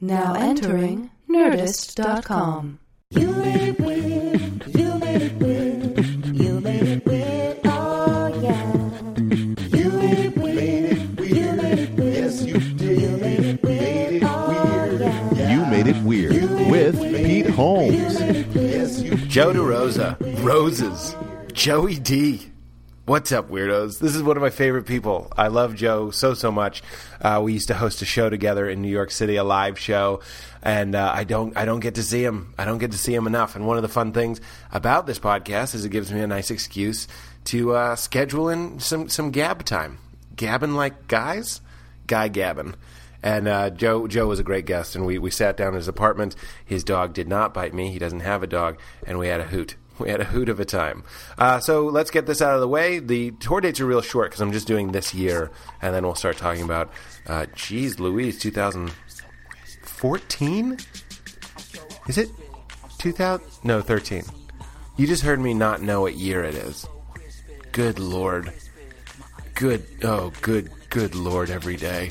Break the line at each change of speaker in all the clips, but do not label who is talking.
Now entering Nerdist.com.
You made it weird. You made it weird. You made it weird. Oh yeah. You made it weird. You made it weird. Yes, you did. You made it weird. Oh yeah.
You Made It Weird with Pete Holmes.
Joe DeRosa, Roses, Joey D. What's up, weirdos? This is one of my favorite people. I love Joe so, so much. Uh, we used to host a show together in New York City, a live show, and uh, I don't, I don't get to see him. I don't get to see him enough. And one of the fun things about this podcast is it gives me a nice excuse to uh, schedule in some, some gab time. Gabbing like guys, guy gabbing. And uh, Joe Joe was a great guest, and we, we sat down in his apartment. His dog did not bite me. He doesn't have a dog, and we had a hoot. We had a hoot of a time. Uh, so let's get this out of the way. The tour dates are real short because I'm just doing this year, and then we'll start talking about, uh, geez, Louise, 2014? Is it 2000? No, 13. You just heard me not know what year it is. Good lord good oh good good lord every day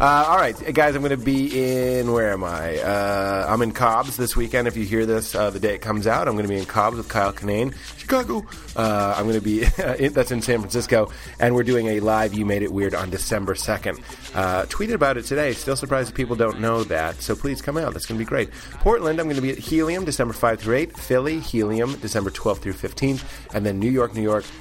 uh, all right guys i'm going to be in where am i uh, i'm in cobb's this weekend if you hear this uh, the day it comes out i'm going to be in cobb's with kyle kanane chicago uh, i'm going to be in, that's in san francisco and we're doing a live you made it weird on december 2nd uh, tweeted about it today still surprised that people don't know that so please come out that's going to be great portland i'm going to be at helium december 5 through 8 philly helium december 12 through 15th and then new york new york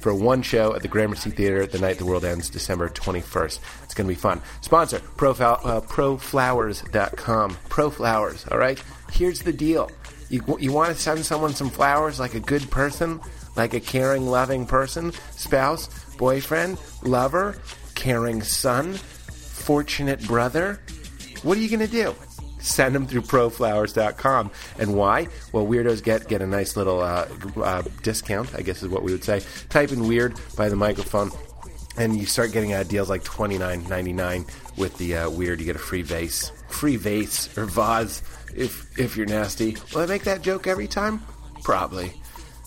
for one show at the Gramercy Theater the night the world ends, December 21st. It's going to be fun. Sponsor, profou- uh, proflowers.com. Proflowers, all right? Here's the deal you, you want to send someone some flowers like a good person, like a caring, loving person, spouse, boyfriend, lover, caring son, fortunate brother. What are you going to do? Send them through proflowers.com. And why? Well, weirdos get get a nice little uh, g- uh, discount, I guess is what we would say. Type in weird by the microphone, and you start getting uh, deals like twenty nine ninety nine with the uh, weird. You get a free vase, free vase or vase if if you're nasty. Will I make that joke every time? Probably.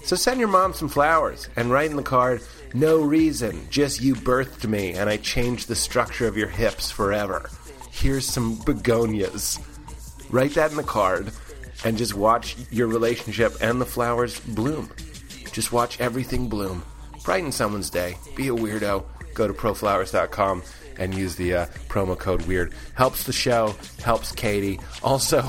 So send your mom some flowers and write in the card, no reason, just you birthed me and I changed the structure of your hips forever. Here's some begonias. Write that in the card and just watch your relationship and the flowers bloom. Just watch everything bloom. Brighten someone's day. Be a weirdo. Go to proflowers.com and use the uh, promo code WEIRD. Helps the show, helps Katie. Also,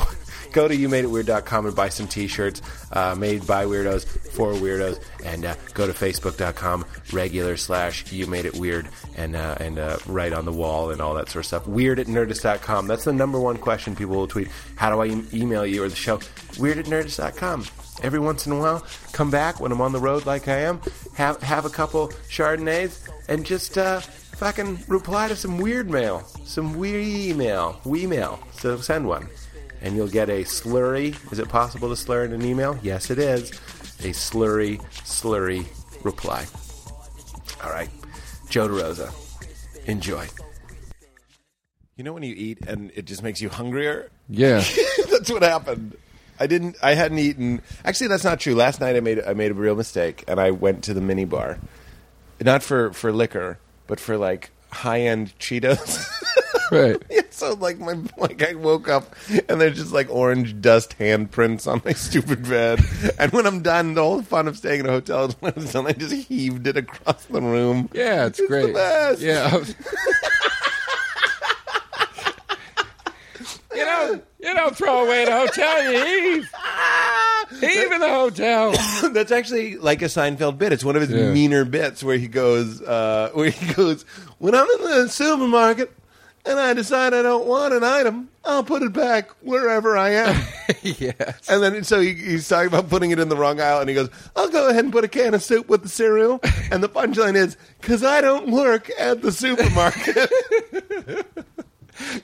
go to youmadeitweird.com and buy some t-shirts uh, made by weirdos for weirdos. And uh, go to facebook.com regular slash you made it weird and, uh, and uh, right on the wall and all that sort of stuff. Weird at nerdist.com. That's the number one question people will tweet. How do I e- email you or the show? Weird at nerdist.com every once in a while. Come back when I'm on the road, like I am. Have have a couple chardonnays and just uh, fucking reply to some weird mail, some weird email, we mail. So send one, and you'll get a slurry. Is it possible to slur in an email? Yes, it is. A slurry, slurry reply. All right, Joe DeRosa, enjoy. You know when you eat and it just makes you hungrier?
Yeah.
that's what happened. I didn't. I hadn't eaten. Actually, that's not true. Last night I made I made a real mistake, and I went to the mini bar, not for for liquor, but for like high end Cheetos.
Right.
Yeah, so like my like I woke up and there's just like orange dust handprints on my stupid bed. And when I'm done, the whole fun of staying in a hotel is when I'm done, I just heaved it across the room.
Yeah, it's,
It's the
great.
best.
Yeah. you know, you don't throw away the hotel. You heave.
Ah!
Heave in the hotel.
That's actually like a Seinfeld bit. It's one of his
Yeah.
meaner bits where he goes, uh, where he goes, when I'm in the supermarket and I decide I don't want an item, I'll put it back wherever I am.
yes.
and then so he, he's talking about putting it in the wrong aisle, and he goes, I'll go ahead and put a can of soup with the cereal. And the punchline is, because I don't work at the supermarket.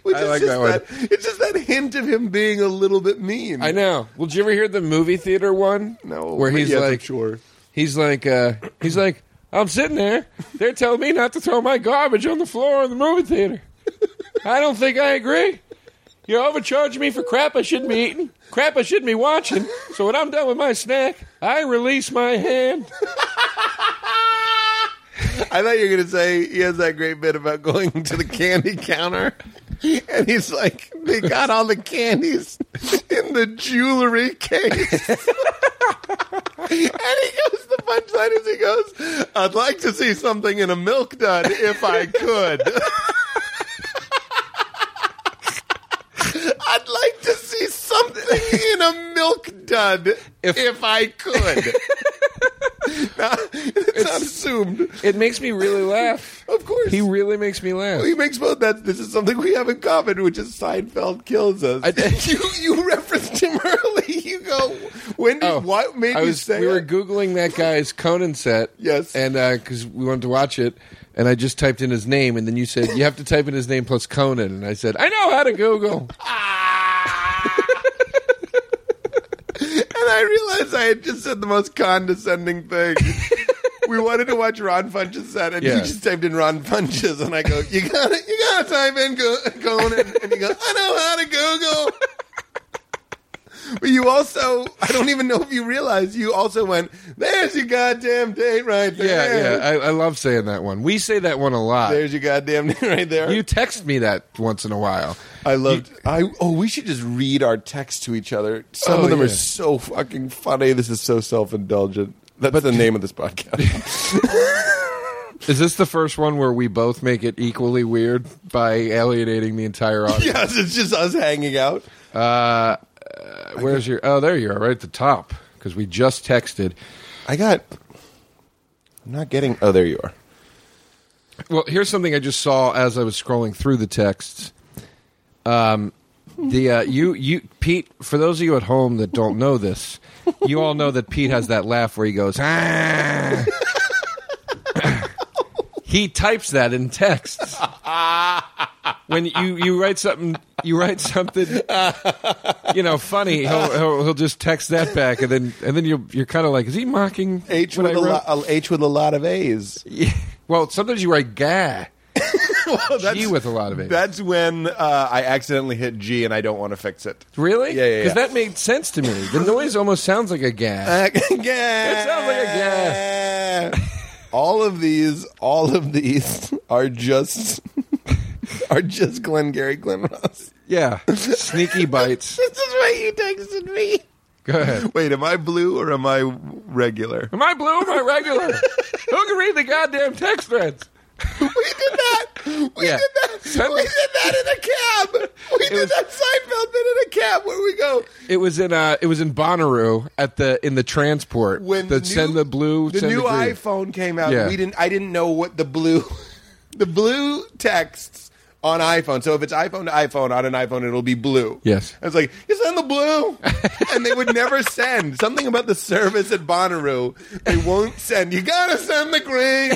Which
I
is
like
just
that one.
It's just that hint of him being a little bit mean.
I know. Well, did you ever hear the movie theater one?
No,
Where
but
he's
yes, I'm
like,
sure.
He's like, uh, he's like, I'm sitting there. They're telling me not to throw my garbage on the floor in the movie theater. I don't think I agree. You're overcharging me for crap I shouldn't be eating, crap I shouldn't be watching. So when I'm done with my snack, I release my hand.
I thought you were going to say he has that great bit about going to the candy counter And he's like, they got all the candies in the jewelry case. and he goes, the punchline is he goes, I'd like to see something in a milk dud if I could. I'd like to see something in a milk dud if, I could. Now, it's, not assumed.
It makes me really laugh.
Of course.
He really makes me laugh.
He makes fun that this is something we have in common, which is Seinfeld kills us.
I did-
you you referenced him early. You go, when did,
Oh,
what made
I
you
was,
say
we were
it?
googling that guy's Conan set.
Yes.
and because we wanted to watch it, and I just typed in his name, and then you said you have to type in his name plus Conan, and I said I know how to Google.
And I realized I had just said the most condescending thing. we wanted to watch Ron Funches set, and
Yeah.
you just typed in Ron Funches, and I go, you gotta, you gotta type in Go- Conan, and you go, I know how to Google. But you also, I don't even know if you realize, you also went, there's your goddamn date right
Yeah,
there.
yeah, I, I love saying that one. We say that one a lot.
There's your goddamn name right there.
you text me that once in a while.
I loved. I oh, we should just read our texts to each other. Some
Oh,
of them are
yeah.
so fucking funny. This is so self indulgent. That's the name of this podcast.
Is this the first one where we both make it equally weird by alienating the entire audience?
yes, it's just us hanging out.
Where's your? Oh, there you are, right at the top. Because we just texted.
I got. I'm not getting. Oh, there you are.
Well, here's something I just saw as I was scrolling through the texts. Um, the uh, you you Pete. For those of you at home that don't know this, you all know that Pete has that laugh where he goes. "Ah." he types that in texts. When you, you write something, you write something, you know, funny. He'll, he'll, he'll just text that back, and then and then you're you're kind of like, is he mocking
H
what
with
I
a
wrote?
lot. a- H with a lot of A's.
Yeah. Well, sometimes you write "gah."
well, that's,
with a lot of A's.
That's when uh, I accidentally hit G and I don't want to fix it.
Really?
Yeah, yeah, yeah.
Because that made sense to me. The noise almost sounds like a gas.
Uh, yeah.
It sounds like a
All of these, all of these are just are just Glengarry Glen Ross.
Yeah. Sneaky bites.
This is why you texted me.
Go ahead.
Wait, am I blue or am I regular?
Am I blue or am I regular? Who can read the goddamn text threads?
We did that. We
Yeah.
did that.
Send
we
me-
did that in a cab. We did
was-
that Seinfeld bit in a cab where we go.
It was in uh, it was in Bonnaroo at the in the transport.
When
the
new-
send the blue,
the
send
new
the green.
iPhone came out,
Yeah.
we didn't. I didn't know what the blue, the blue texts on iPhone. So if it's iPhone to iPhone on an iPhone, it'll be blue.
Yes.
I was like, you send the blue, and they would never send. Something about the service at Bonnaroo, they won't send. You gotta send the green,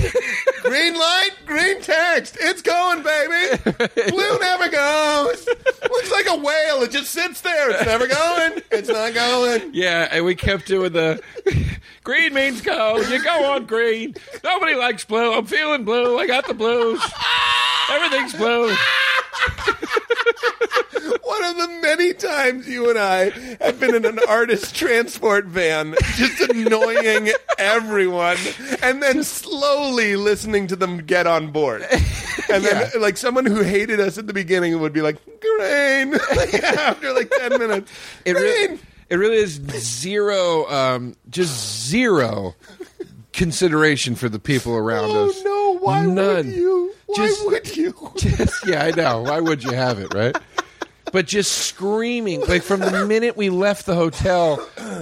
green light, green text. It's going, baby. Blue never goes. Looks like a whale. It just sits there. It's never going. It's not going.
Yeah, and we kept doing the green means go. You go on green. Nobody likes blue. I'm feeling blue. I got the blues. Everything's blue.
One of the many times you and I have been in an artist transport van, just annoying everyone, and then slowly listening to them get on board. And then, like, someone who hated us at the beginning would be like, Green! after like 10 minutes.
It really,
Green!
it really is zero, um, just zero consideration for the people around
oh
us.
no, why would
None.
you? Why
Just-
would you?
Just- yeah, I know. Why would you have it, right? But just screaming, like from the minute we left the hotel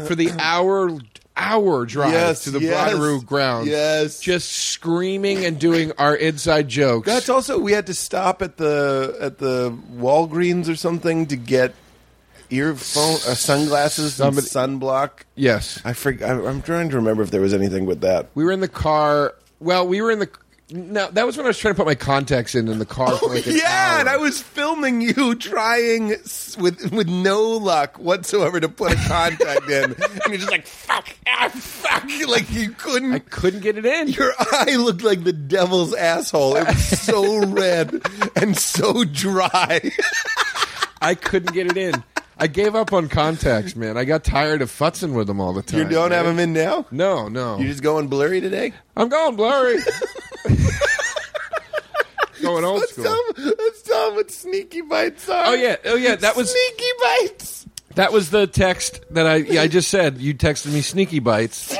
for the hour hour drive
Yes,
to the
yes,
Bonnaroo grounds,
yes.
just screaming and doing our inside jokes.
That's also we had to stop at the at the Walgreens or something to get earphone uh, sunglasses
Somebody-
and sunblock.
yes.
I forget. I'm trying to remember if there was anything with that.
We were in the car. Well, we were in the. No, that was when I was trying to put my contacts in in the car. for like an
yeah, and
hour.
I was filming you trying s- with with no luck whatsoever to put a contact in, and you're just like fuck, ah, fuck, like you couldn't.
I couldn't get it in.
your eye looked like the devil's asshole. It was so red and so dry.
I couldn't get it in. I gave up on contacts, man. I got tired of futzing with them all the time.
You don't have
man.
them in now.
No, no.
You're just going blurry today.
I'm going blurry. going old
let's
school.
Tell them, let's tell them what sneaky bites are.
Oh yeah, oh yeah. That was
sneaky bites.
that was the text that I yeah, I just said. You texted me sneaky bites.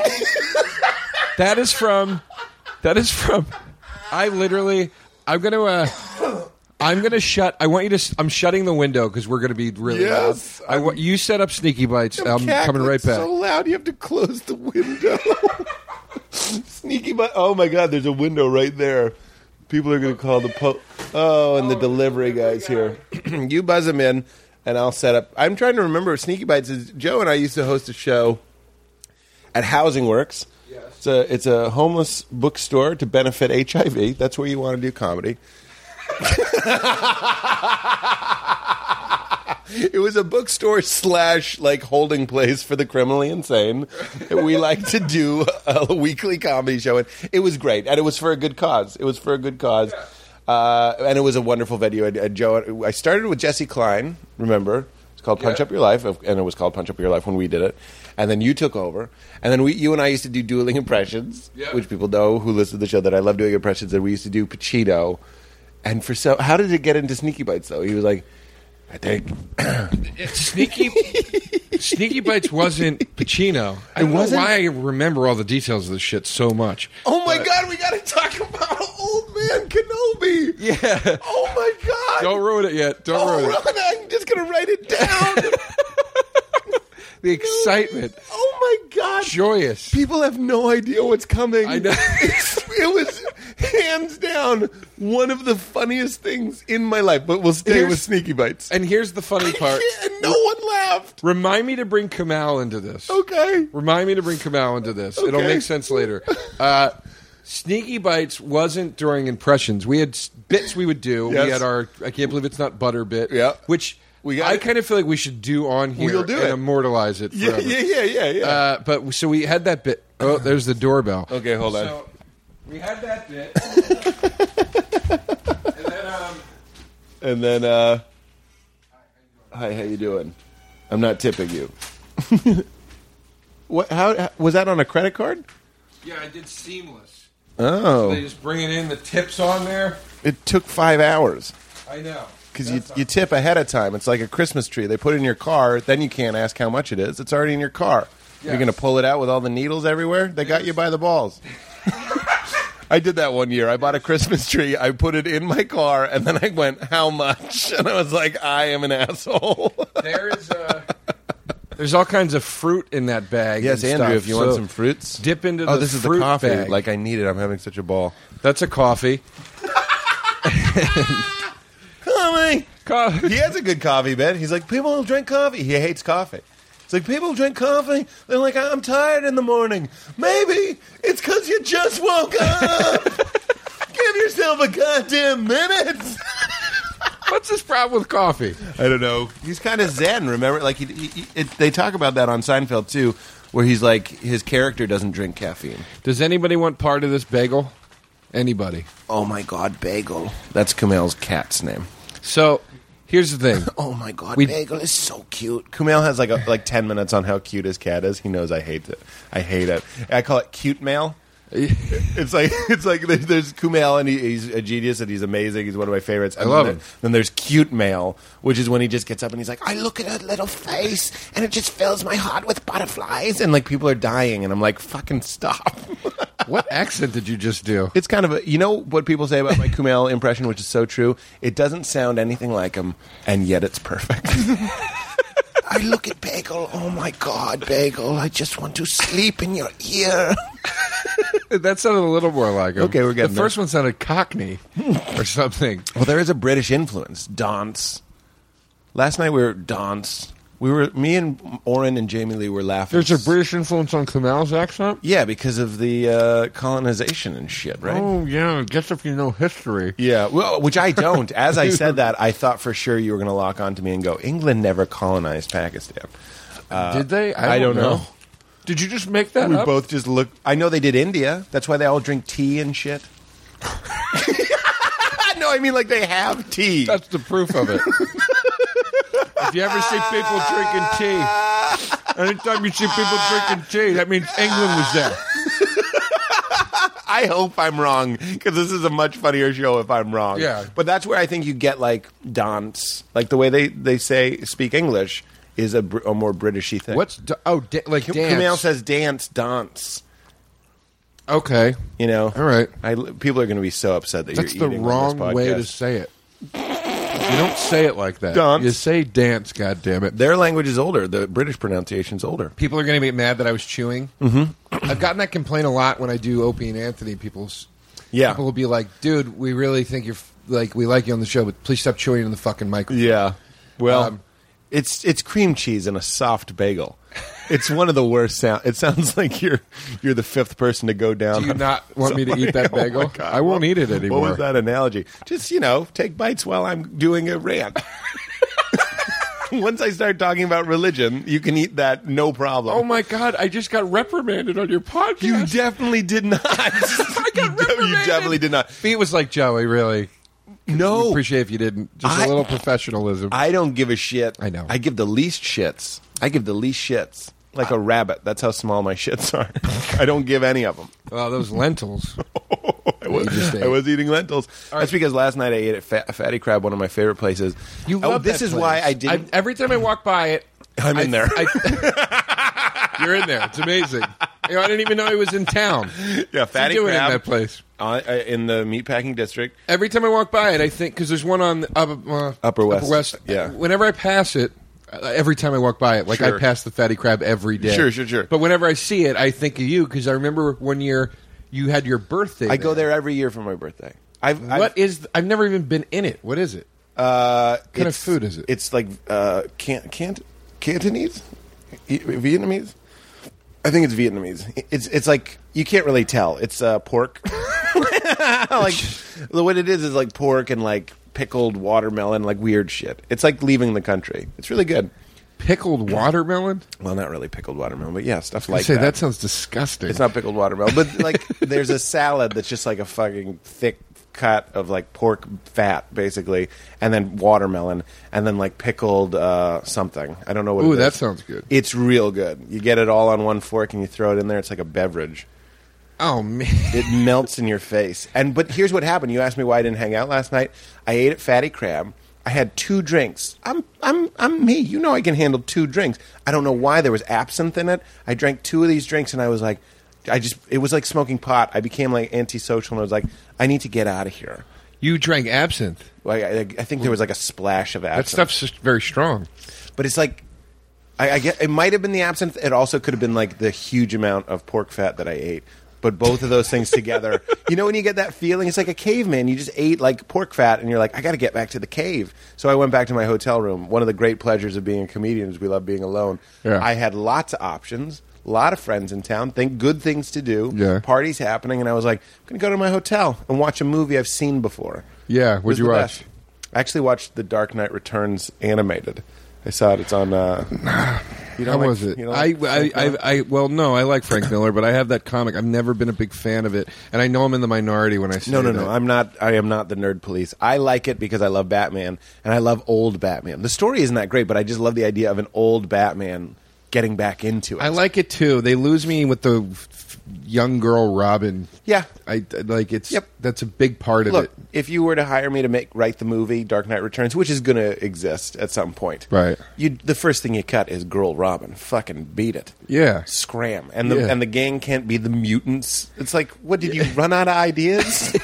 that is from. That is from. I literally. I'm gonna. Uh, I'm gonna shut. I want you to. s- I'm shutting the window because we're gonna be really
Yes,
loud. I want you set up sneaky bites. I'm, coming right back.
So loud, you have to close the window. Sneaky bite. Oh my God, there's a window right there. People are going to call the po. Oh, and the delivery guys here. you buzz them in, and I'll set up. I'm trying to remember. Sneaky bites is Joe and I used to host a show at Housing Works. It's a it's a homeless bookstore to benefit HIV. That's where you want to do comedy. It was a bookstore slash like holding place for the criminally insane. we like to do a weekly comedy show, and it was great, and it was for a good cause. It was for a good cause, uh, and it was a wonderful venue. And, and Joe, I started with Jesse Klein. Remember, it's called Punch
Yeah.
Up Your Life, and it was called Punch Up Your Life when we did it, and then you took over, and then we, you and I used to do dueling impressions,
Yeah.
which people know who listen to the show that I love doing impressions. And we used to do Pacino, and for so how did it get into Sneaky Bites though? He was like. I think
Sneaky Sneaky Bites wasn't Pacino. I don't
wasn't?
know why I remember all the details of this shit so much.
Oh my god, we gotta talk about old man Kenobi!
Yeah.
Oh my god!
Don't ruin it yet. Don't
oh,
ruin it.
Ron, I'm just gonna write it down!
The excitement.
oh my god!
Joyous.
People have no idea what's coming.
I know.
It's- it was hands down one of the funniest things in my life, but we'll stay
Here's-
with Sneaky Bites.
And here's the funny part.
and no one laughed!
Remind me to bring Kamal into this.
Okay.
Remind me to bring Kamal into this. It'll
Okay.
make sense later. Uh, Sneaky Bites wasn't during impressions. We had s- bits we would do.
Yes.
We had our I can't believe it's not butter bit.
Yeah.
Which
We got
I
it.
kind of feel like we should do on here
We'll do
and
it.
immortalize it
Yeah,
forever.
yeah, yeah, yeah, yeah.
Uh, but so we had that bit. Oh, there's the doorbell.
okay, hold on.
So we had that bit. and then, um,
and then, uh, hi, how you doing? I'm not tipping you. what? How, how was that on a credit card?
yeah, I did seamless. They
Oh,
just bringing in the tips on there.
it took five hours
I know.
because you you tip ahead of time. It's like a Christmas tree. They put it in your car, then you can't ask how much it is. It's already in your car. You're
Yes.
gonna pull it out with all the needles everywhere. They got you by the balls. I did that one year. I bought a Christmas tree. I put it in my car, and then I went, "How much?" And I was like, "I am an asshole."
There is uh There's all kinds of fruit in that bag.
Yes,
and
Andrew,
stuff,
if you want
so
some fruits,
dip into
Oh,
the
this is the
fruit
coffee.
bag.
Like I need it. I'm having such a ball.
That's a coffee.
Coffee.
Coffee.
He has a good coffee bit. He's like, people don't drink coffee. He hates coffee. It's like people drink coffee. They're like, I'm tired in the morning. Maybe it's because you just woke up. Give yourself a goddamn minute.
What's his problem with coffee?
I don't know. He's kind of zen. Remember, like he, he, he- it, they talk about that on Seinfeld too, where he's like, his character doesn't drink caffeine.
Does anybody want part of this bagel? Anybody?
Oh my god, bagel. That's Kamel's cat's name.
So here's the thing.
Oh my god,
We-
Bagel is so cute. Kumail has like a, like ten minutes on how cute his cat is. He knows I hate it. I hate it. I call it cute mail. It's like it's like there's, there's Kumail and he, he's a genius and he's amazing. He's one of my favorites. And
love
then,
him.
Then there's cute mail, which is when he just gets up and he's like, I look at her little face and it just fills my heart with butterflies. And like people are dying, and I'm like, fucking stop.
what accent did you just do?
It's kind of a you know what people say about my Kumail impression, which is so true. It doesn't sound anything like him, and yet it's perfect. I look at Bagel. Oh my God, Bagel! I just want to sleep in your ear.
That sounded a little more like him.
Okay, we're getting
The
there.
first one sounded Cockney or something.
Well, there is a British influence. Dance. Last night we were dance. We were me and Oren and Jamie Lee were laughing.
There's a British influence on Kamal's accent.
Yeah, because of the uh, colonization and shit, right?
Oh yeah, guess if you know history.
Yeah, well, which I don't. As I said that, I thought for sure you were going to lock onto me and go, England never colonized Pakistan.
Did they?
I don't know.
Did you just make that
We
up?
both just look. I know they did India. That's why they all drink tea and shit. no, I mean like they have tea.
That's the proof of it. if you ever see people drinking tea, anytime you see people drinking tea, that means England was there.
I hope I'm wrong because this is a much funnier show if I'm wrong.
Yeah.
But that's where I think you get like dance, like the way they they say speak English is a, br- a more Britishy thing.
What's da- oh da- like
K-
dance?
Kumail says dance, dance.
okay,
You know,
all right.
I, people are going to be so upset that
That's
you're
the
eating
wrong
on this
way to
podcast.
say it. You don't say it like that.
Dance.
You say dance. God damn it.
Their language is older. The British pronunciation's older.
people are going to get mad that I was chewing. Mm-hmm. I've gotten that complaint a lot when I do Opie and Anthony. People's
Yeah.
people will be like, "Dude, we really think you're f- like we like you on the show, but please stop chewing in the fucking microphone."
Yeah. Well,
Um,
it's it's cream cheese and a soft bagel. It's one of the worst sound. It sounds like you're you're the fifth person to go down.
Do you
on
not want me to eat that
Oh my
bagel?
God.
I won't
What-
eat it anymore.
What was that analogy? Just you know, take bites while I'm doing a rant. Once I start talking about religion, you can eat that no problem.
Oh my god! I just got reprimanded on your podcast.
You definitely did not. I
got
you
reprimanded.
definitely did not.
Pete was like Joey. Really
No,
appreciate if you didn't. Just a
Oh, I-
little professionalism.
I don't give a shit.
I know.
I give the least shits. I give the least shits. Like a rabbit. That's how small my shits are. I don't give any of them.
well, those lentils.
I was,
just ate.
I was eating lentils.
All
That's
right.
because last night I ate at Fat, Fatty Crab, one of my favorite places.
You
oh,
love
this
that
is
place.
why I didn't.
I- every time I walk by it,
I'm in there.
I- you're in there. It's amazing. You know, I didn't even know he was in town.
yeah, Fatty
doing in
Crab
that place?
uh, uh, in the meatpacking district.
Every time I walk by it, I think because there's one on the up, uh,
Upper West. Yeah.
Whenever I pass it, uh, every time I walk by it, like I
Sure.
pass the fatty crab every day.
Sure, sure, sure.
But whenever I see it, I think of you because I remember one year you had your birthday.
I go there every year for my birthday. I've, I've-
What is? I've never even been in it. What is it?
Uh,
kind of
it's-
food is it?
It's like uh, can, can, Cantonese, E- Vietnamese. I think it's Vietnamese. It's it's like you can't really tell. It's uh, pork. like the what it is is like pork and like pickled watermelon, like weird shit. It's like leaving the country. It's really good.
Pickled watermelon.
Well, not really pickled watermelon, but yeah, stuff
I
like
say that.
that.
sounds disgusting.
It's not pickled watermelon, but like there's a salad that's just like a fucking thick cut of like pork fat, basically, and then watermelon, and then like pickled uh, something. I don't know what.
Ooh,
it is.
that sounds good.
It's real good. You get it all on one fork and you throw it in there. It's like a beverage.
oh man.
It melts in your face. And but here's what happened. You asked me why I didn't hang out last night. I ate at Fatty Crab. I had two drinks. I'm I'm I'm me. You know I can handle two drinks. I don't know why there was absinthe in it. I drank two of these drinks and I was like I just it was like smoking pot. I became like antisocial and I was like I need to get out of here.
You drank absinthe.
Like I, I think there was like a splash of
That
absinthe.
stuff's just very strong.
but it's like I, I get it might have been the absinthe. It also could have been like the huge amount of pork fat that I ate. But both of those things together, you know, when you get that feeling, it's like a caveman. You just ate like pork fat, and you're like, I got to get back to the cave. So I went back to my hotel room. One of the great pleasures of being a comedian is we love being alone.
Yeah.
I had lots of options, a lot of friends in town, think good things to do,
Yeah.
parties happening, and I was like, I'm gonna go to my hotel and watch a movie I've seen before.
Yeah,
It
what'd
was
you
the
watch?
best. I actually watched The Dark Knight Returns animated. I saw it. It's on. Uh, you
How
like-
was it?
you don't
I, I,
like Frank
I,
Miller?
I, well, no, I like Frank Miller, but I have that comic. I've never been a big fan of it, and I know I'm in the minority when I say
no, no,
that.
no. I'm not. I am not the nerd police. I like it because I love Batman and I love old Batman. The story isn't that great, but I just love the idea of an old Batman getting back into it.
I like it too. They lose me with the f- young girl Robin.
Yeah.
I like it's.
Yep.
that's a big part of
Look,
it.
if you were to hire me to make write the movie Dark Knight Returns, which is going to exist at some point,
Right.
You the first thing you cut is Girl Robin. Fucking beat it.
Yeah.
Scram. And the
Yeah.
and the gang can't be the mutants. It's like, what did you run out of ideas?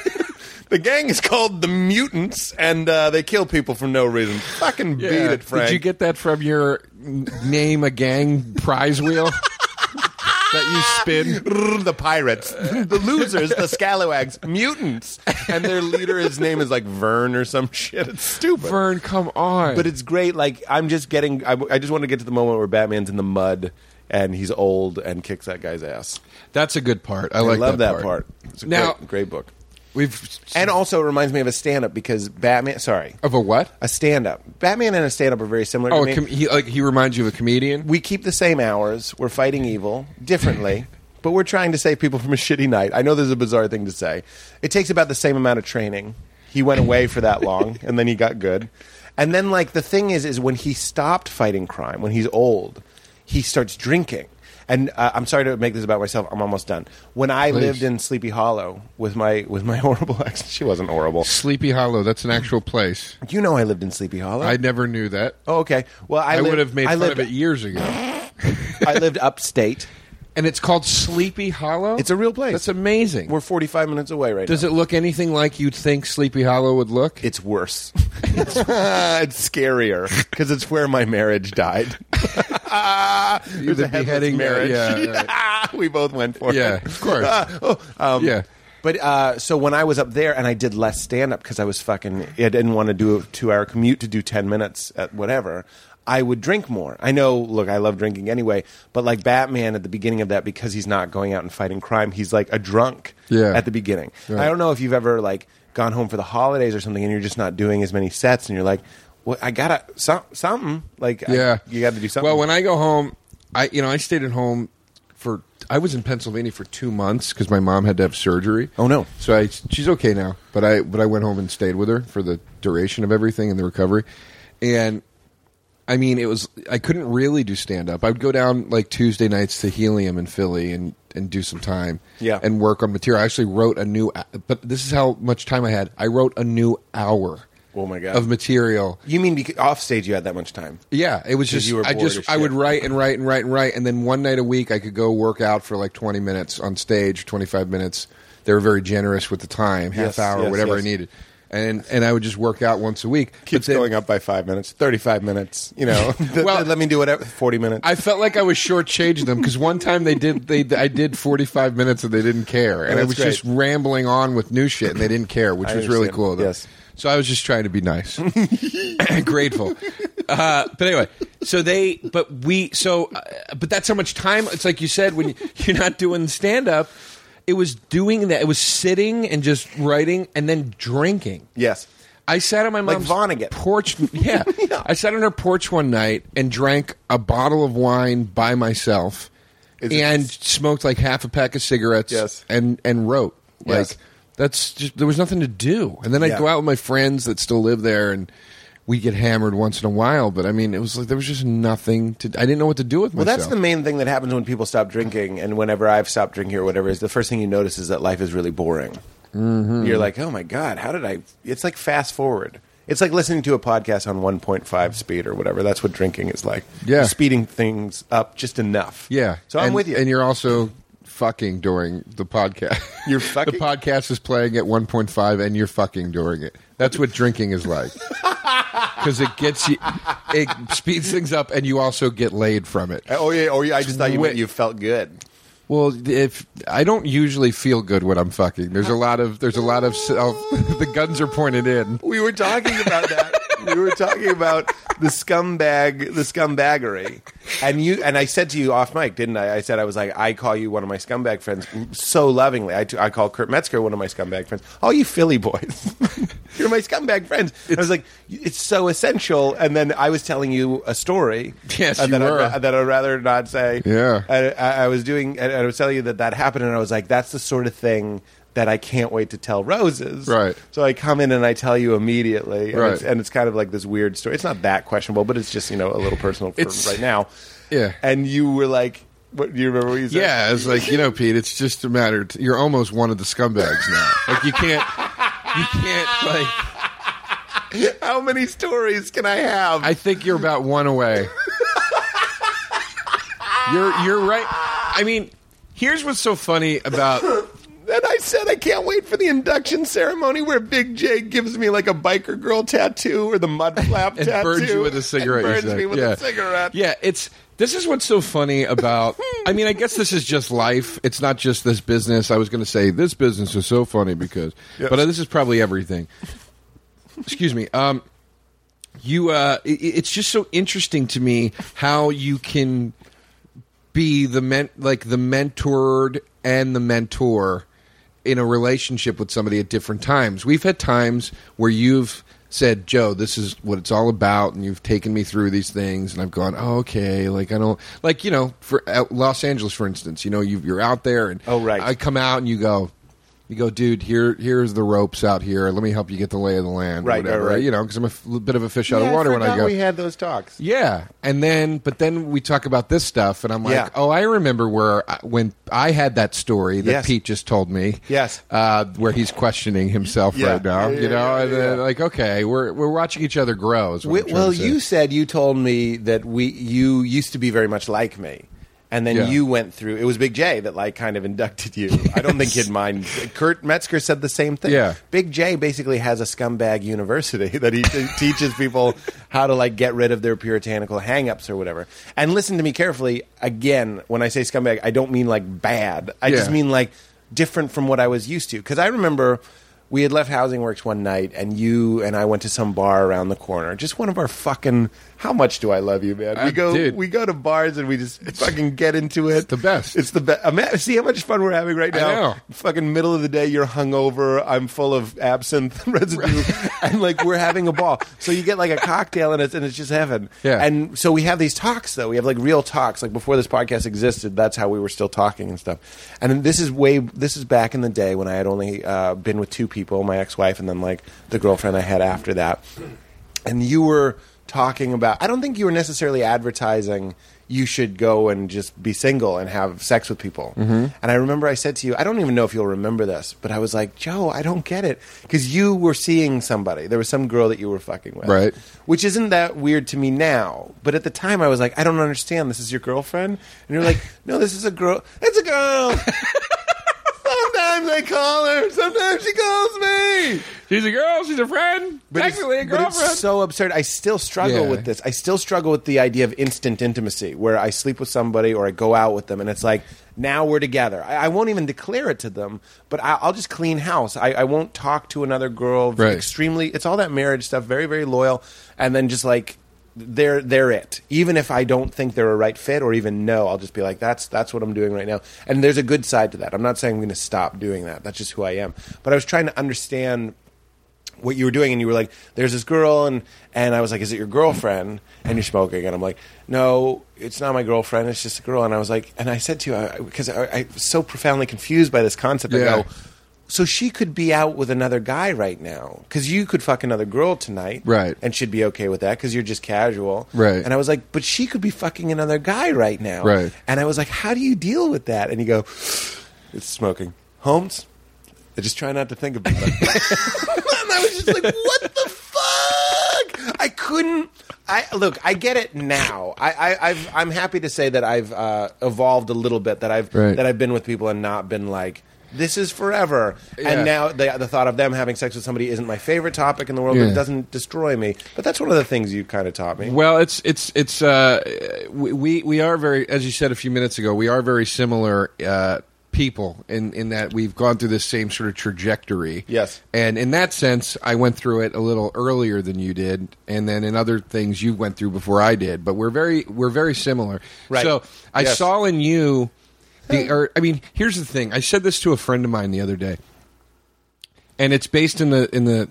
the gang is called the mutants, and uh, they kill people for no reason. Fucking beat
Yeah.
it, Frank.
Did you get that from your n- name a gang prize wheel that you spin?
Brr, the pirates, the losers, the scalawags, mutants, and their leader. His name is like Vern or some shit. It's stupid.
Vern, come on.
But it's great. Like I'm just getting. I, I just want to get to the moment where Batman's in the mud and he's old and kicks that guy's ass.
that's a good part. I,
I,
like
love that,
part.
part. It's a
Now-
great, great book.
We've
And also it reminds me of a stand-up because Batman. Sorry,
of a what?
a stand-up. Batman and a stand-up are very similar.
Oh,
to
a
me.
com- he like he reminds you of a comedian.
we keep the same hours. We're fighting evil differently, but we're trying to save people from a shitty night. I know this is a bizarre thing to say. It takes about the same amount of training. He went away for that long, and then he got good. And then, like the thing is, is when he stopped fighting crime, when he's old, he starts drinking. and uh, I'm sorry to make this about myself. I'm almost done. When I
Please.
lived in Sleepy Hollow with my with my horrible ex, she wasn't horrible.
Sleepy Hollow. That's an actual place.
You know, I lived in Sleepy Hollow.
I never knew that.
oh, okay. Well, I,
I,
lived-
would have made
I
fun
lived,
of it years ago.
I lived upstate.
And it's called Sleepy Hollow.
It's a real place.
That's amazing.
We're 45 minutes away right
Does
now.
it look anything like you'd think Sleepy Hollow would look?
It's worse. it's, scarier because it's where my marriage died.
You
There's
the
a headless
beheading- uh,
marriage.
yeah,
we both went for
Yeah,
it.
of course.
Oh, um,
Yeah.
But uh, so when I was up there and I did less stand up because I was fucking, I didn't want to do a two hour commute to do 10 minutes at whatever, I would drink more. I know, look, I love drinking anyway, but like Batman at the beginning of that, because he's not going out and fighting crime, he's like a drunk
Yeah.
at the beginning.
Right.
I don't know if you've ever like gone home for the holidays or something and you're just not doing as many sets and you're like, well, I gotta, some, something. Like, I-
yeah,
you gotta do something.
Well, when I go home, I you know I stayed at home for I was in Pennsylvania for two months because my mom had to have surgery.
Oh, no.
So I she's okay now, but I but I went home and stayed with her for the duration of everything and the recovery, and. I mean, it was I couldn't really do stand up. I would go down like Tuesday nights to Helium in Philly and and do some time,
Yeah.
and work on material. I actually wrote a new, but this is how much time I had. I wrote a new hour.
Oh, my God.
Of material
you mean beca- off stage you had that much time?
yeah, it was
'Cause
just
you were
I
bored as
just I
shit.
would write and write and write and write, and then one night a week I could go work out for like twenty minutes on stage, twenty five minutes. They were very generous with the time, half
Yes,
hour,
yes,
whatever
yes.
I needed, and and I would just work out once a week. But
keeps
then
going up by five minutes, thirty-five minutes. You know,
Well-
let me do whatever. Forty minutes.
I felt like I was shortchanging them because one time they did they I did forty five minutes and they didn't care, and I
Oh, that's
was
great.
just rambling on with new shit and they didn't care, which
I
was really
understand.
cool. Though.
Yes.
So I was just trying to be nice, grateful. Uh, but anyway, so they, but we, so, uh, but that's how much time. It's like you said when you, you're not doing stand up. It was doing that. It was sitting and just writing and then drinking.
yes,
I sat on my
Like
mom's
Vonnegut.
porch. Yeah.
Yeah.
I sat on her porch one night and drank a bottle of wine by myself,
Is it-
and smoked like half a pack of cigarettes.
Yes.
and and wrote like
Yes.
that's just there was nothing to do. And then I
Yeah.
would go out with my friends that still live there, and we get hammered once in a while. But I mean, it was like there was just nothing to. I didn't know what to do with
well,
myself.
that's the main thing that happens when people stop drinking, and whenever I've stopped drinking or whatever, is the first thing you notice is that life is really boring.
Mm-hmm.
You're like, oh my god, how did I? It's like fast forward. It's like listening to a podcast on 1.5 speed or whatever. That's what drinking is like.
Yeah.
You're speeding things up just enough.
Yeah.
So I'm
And-
with you.
And you're also fucking during the podcast.
You're fucking-
The podcast is playing at 1.5 and you're fucking during it. That's what drinking is like. Cuz it gets you it speeds things up and you also get laid from it.
oh yeah. Oh yeah. I just thought you meant
Wait.
you felt good.
Well, if I don't usually feel good when I'm fucking. There's a lot of there's a lot of self the guns are pointed in.
We were talking about that. we were talking about the scumbag, the scumbaggery, and you and I said to you off mic, didn't I? I said I was like, I call you one of my scumbag friends so lovingly. I, I call Kurt Metzger one of my scumbag friends. All you Philly boys, you're my scumbag friends. I was like, it's so essential. And then I was telling you a story.
Yes,
uh,
you
that I'd
were.
ra- that I'd rather not say.
Yeah.
I, I, I was doing, and I was telling you that that happened, and I was like, that's the sort of thing that I can't wait to tell roses.
Right.
So I come in and I tell you immediately, and,
Right.
it's, and it's kind of like this weird story. It's not that questionable, but it's just you know a little personal for
It's-
right now.
Yeah.
And you were like, "What? Do you remember what you said?"
Yeah, it's like you know, Pete. It's just a matter. Of t- you're almost one of the scumbags now. Like you can't, you can't like.
How many stories can I have?
I think you're about one away. you're you're right. I mean, here's what's so funny about
and I said, I can't wait for the induction ceremony where Big J gives me like a biker girl tattoo or the mud flap
and
tattoo.
burns you with a cigarette.
And
you
burns
said.
me with
yeah.
a cigarette.
Yeah, it's this is what's so funny about. I mean, I guess this is just life. It's not just this business. I was going to say this business is so funny because,
Yes.
but this is probably everything. Excuse me. Um, you, uh, i i- it's just so interesting to me how you can be the men- like the mentored and the mentor in a relationship with somebody at different times. We've had times where you've said, "Joe, this is what it's all about," and you've taken me through these things, and I've gone, "Oh, okay." Like I don't like you know for uh, Los Angeles, for instance. You know, you you're out there, and
Oh, right.
I come out, and you go. You go, dude. Here, here's the ropes out here. Let me help you get the lay of the land,
Right,
or whatever.
right, right.
You know, because I'm a f- bit of a fish out
Yeah,
of water when I
forgot
go.
we had those talks.
Yeah, and then but then we talk about this stuff, and I'm like,
Yeah.
oh, I remember where I, when I had that story that
Yes.
Pete just told me.
Yes.
uh, where he's questioning himself
Yeah.
right now.
Yeah,
you
yeah,
know,
yeah,
and then, like okay, we're we're watching each other grow. Is what
We,
I'm trying
well,
to say.
you said you told me that we you used to be very much like me, and then
Yeah.
you went through. It was Big J that like kind of inducted you. I don't think he'd mind. Kurt Metzger said the same thing.
Yeah.
Big J basically has a scumbag university that he t- teaches people how to like get rid of their puritanical hangups or whatever. And listen to me carefully. Again, when I say scumbag, I don't mean like bad. I just
Yeah.
mean like different from what I was used to. Because I remember we had left Housing Works one night, and you and I went to some bar around the corner. Just one of our fucking. How much do I love you, man?
Uh,
We go,
dude.
we go to bars, and we just fucking get into it. It's
the best.
It's the best. See how much fun we're having right
I
now.
know.
Fucking middle of the day, you're hungover. I'm full of absinthe residue, and like we're having a ball. So you get like a cocktail, and it's and it's just heaven.
Yeah.
And so we have these talks though. We have like real talks. Like before this podcast existed, that's how we were still talking and stuff. And this is way this is back in the day when I had only uh, been with two people, my ex-wife and then like the girlfriend I had after that. And you were talking about I don't think you were necessarily advertising you should go and just be single and have sex with people. And I remember I said to you, I don't even know if you'll remember this, but I was like, Joe, I don't get it. Because you were seeing somebody. There was some girl that you were fucking with
Right.
which isn't that weird to me now. But at the time, I was like, I don't understand. This is your girlfriend, and you're like, No, this is a girl. It's a girl. sometimes I call her. Sometimes she calls me.
She's a girl. She's a friend. Technically a
but
girlfriend.
it's so absurd. I still struggle
Yeah.
with this. I still struggle with the idea of instant intimacy, where I sleep with somebody or I go out with them, and it's like now we're together. I, I won't even declare it to them, but I, I'll just clean house. I, I won't talk to another girl.
Right.
Extremely, it's all that marriage stuff. Very, very loyal, and then just like they're they're it. Even if I don't think they're a right fit or even know, I'll just be like, that's that's what I'm doing right now. And there's a good side to that. I'm not saying I'm going to stop doing that. That's just who I am. But I was trying to understand what you were doing and you were like there's this girl and and i was like is it your girlfriend and you're smoking and i'm like no it's not my girlfriend it's just a girl and i was like and i said to you because I, I, was so profoundly confused by this concept
Yeah.
i go so she could be out with another guy right now because you could fuck another girl tonight
Right.
and she'd be okay with that because you're just casual
Right.
and i was like but she could be fucking another guy right now
Right.
and i was like how do you deal with that and you go it's smoking holmes I just try not to think about it. and I was just like, what the fuck? I couldn't. I look. I get it now. I, I I've, I'm happy to say that I've uh, evolved a little bit. That I've
Right.
that I've been with people and not been like. This is forever,
Yeah.
and now the, the thought of them having sex with somebody isn't my favorite topic in the world. But
Yeah.
it doesn't destroy me. But that's one of the things you kind of taught me.
Well, it's it's it's uh, we we- we are very, as you said a few minutes ago, we are very similar uh, people in in that we've gone through the same sort of trajectory.
Yes.
and in that sense, I went through it a little earlier than you did, and then in other things you went through before I did. But we're very we're very similar.
Right.
So I
Yes.
saw in you. The, or, I mean, here's the thing. I said this to a friend of mine the other day and it's based in the in the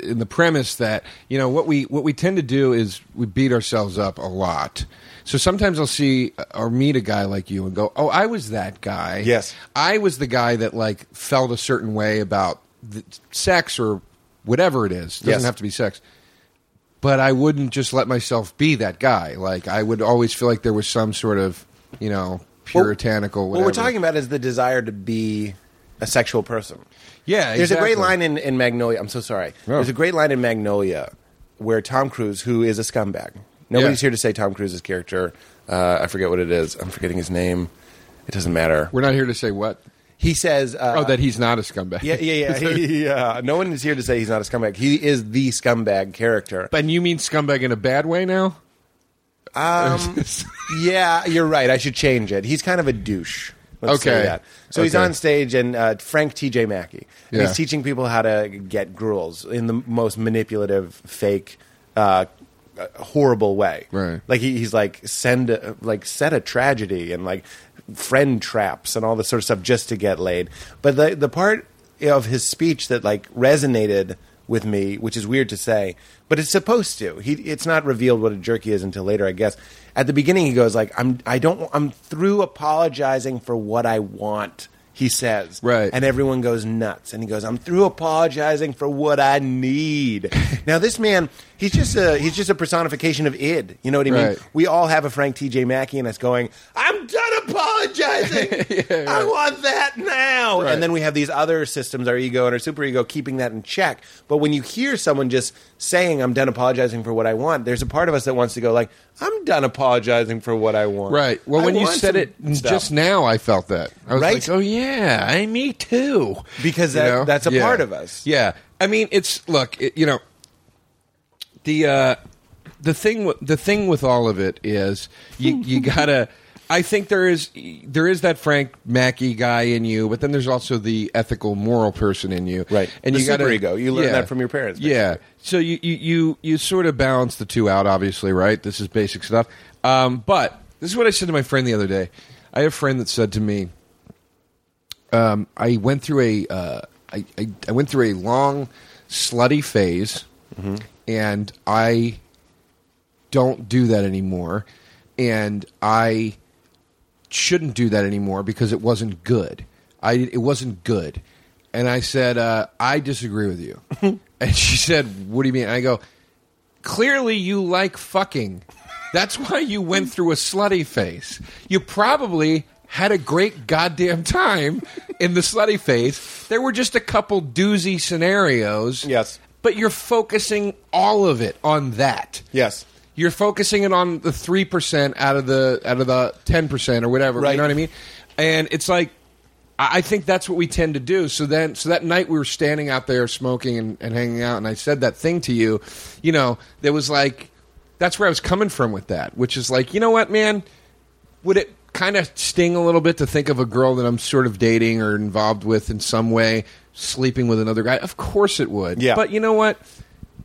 in the premise that you know what we what we tend to do is we beat ourselves up a lot. So sometimes I'll see or meet a guy like you and go, "Oh, I was that guy.
Yes.
I was the guy that like felt a certain way about the sex or whatever it is. It doesn't
Yes.
have to be sex." But I wouldn't just let myself be that guy. Like I would always feel like there was some sort of, you know, puritanical.
What we're
whatever.
talking about is the desire to be a sexual person.
Yeah,
There's a great
exactly.
line in, in Magnolia. I'm so sorry.
Yeah.
There's a great line in Magnolia where Tom Cruise, who is a scumbag, nobody's
Yeah.
here to say Tom Cruise's character. Uh, I forget what it is. I'm forgetting his name. It doesn't matter.
We're not here to say what.
He says, uh,
Oh, that he's not a scumbag.
yeah, yeah, yeah, He- yeah. No one is here to say he's not a scumbag. He is the scumbag character.
And you mean scumbag in a bad way now?
Um, yeah, you're right. I should change it. He's kind of a douche. Let's
Okay.
Say that. So he's
Okay.
on stage, and uh, Frank T.J. Mackey. And
Yeah.
He's teaching people how to get girls in the most manipulative, fake, uh, uh, horrible way.
Right.
Like he, he's like send a, like set a tragedy and like friend traps and all this sort of stuff just to get laid. But the the part of his speech that like resonated with me, which is weird to say, but it's supposed to. He it's not revealed what a jerk he is until later, I guess. At the beginning, he goes like, "I'm I don't I'm through apologizing for what I want." he says.
Right.
And everyone goes nuts. And he goes, I'm through apologizing for what I need. now this man, he's just a he's just a personification of id. You know what I mean?
Right.
We all have a Frank TJ Mackey in us going, I'm done apologizing. I want that now.
Right.
And then we have these other systems, our ego and our superego, keeping that in check. But when you hear someone just saying, I'm done apologizing for what I want, there's a part of us that wants to go like, I'm done apologizing for what I want.
Right. Well,
I
when you
want
said
some
it
stuff.
just now, I felt that. I was
Right?
like, oh, yeah, I, me too.
Because
You
that-
know?
that's a
Yeah.
part of us.
Yeah. I mean, it's, look, it, you know, the, uh, the thing, w- the thing with all of it is you, you gotta, I think there is, there is that Frank Mackey guy in you, but then there's also the ethical, moral person in you.
Right.
And
The
you gotta,
superego. You learn that from your parents,
Yeah. So you, you, you, you sort of balance the two out, obviously, right? This is basic stuff. Um, but this is what I said to my friend the other day. I had a friend that said to me, um, I went through a, uh, I, I, I went through a long slutty phase,
Mm-hmm.
and I don't do that anymore, and I shouldn't do that anymore because it wasn't good. I it wasn't good, and I said uh, I disagree with you, and she said, "What do you mean?" And I go, "Clearly, you like fucking. That's why you went through a slutty phase. You probably." Had a great goddamn time in the slutty phase. There were just a couple doozy scenarios.
Yes.
But you're focusing all of it on that
Yes.
you're focusing it on the three percent out of the out of the ten percent or whatever.
Right.
You know what I mean? And it's like I I think that's what we tend to do. So then, so that night we were standing out there smoking and, and hanging out, and I said that thing to you. You know, that was like that's where I was coming from with that, which is like, you know what, man? Would it kind of sting a little bit to think of a girl that I'm sort of dating or involved with in some way sleeping with another guy? Of course it would.
Yeah.
But you know what?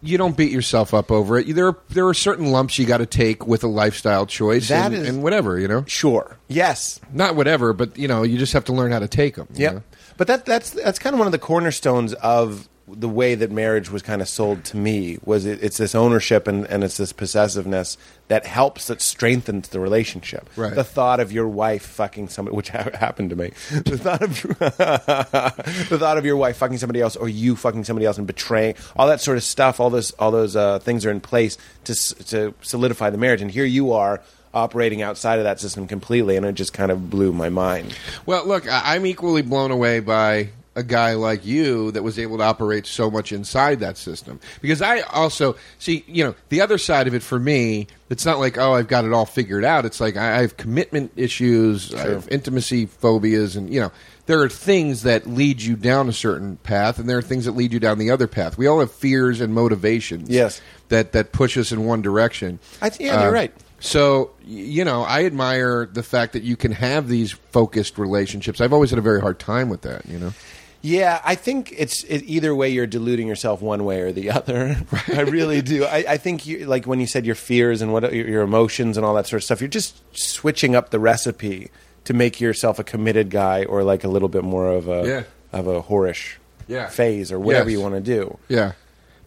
You don't beat yourself up over it. There, are, there are certain lumps you got to take with a lifestyle choice
That
and,
is-
and whatever, you know?
Sure. Yes.
Not whatever, but, you know, you just have to learn how to take them.
Yeah. But that that's that's kind of one of the cornerstones of the way that marriage was kind of sold to me was it, it's this ownership and, and it's this possessiveness that helps that strengthens the relationship.
Right.
The thought of your wife fucking somebody, which ha- happened to me, the thought of the thought of your wife fucking somebody else or you fucking somebody else and betraying all that sort of stuff. All those all those uh, things are in place to s- to solidify the marriage, and here you are operating outside of that system completely, and it just kind of blew my mind.
Well, look, I- I'm equally blown away by a guy like you that was able to operate so much inside that system. Because I also see, you know, the other side of it for me, it's not like, oh, I've got it all figured out. It's like I I have commitment issues, I have intimacy phobias, and, you know, there are things that lead you down a certain path, and there are things that lead you down the other path. We all have fears and motivations
Yes.
that, that push us in one direction.
I th- yeah, you're right.
Uh, So y- you know, I admire the fact that you can have these focused relationships. I've always had a very hard time with that. You know,
Yeah, I think it's it, either way you're deluding yourself one way or the other. I really do. I, I think you, like when you said your fears and what your, your emotions and all that sort of stuff, you're just switching up the recipe to make yourself a committed guy or like a little bit more of a
Yeah.
of a whorish
Yeah.
phase or whatever
Yes.
you want to do.
yeah.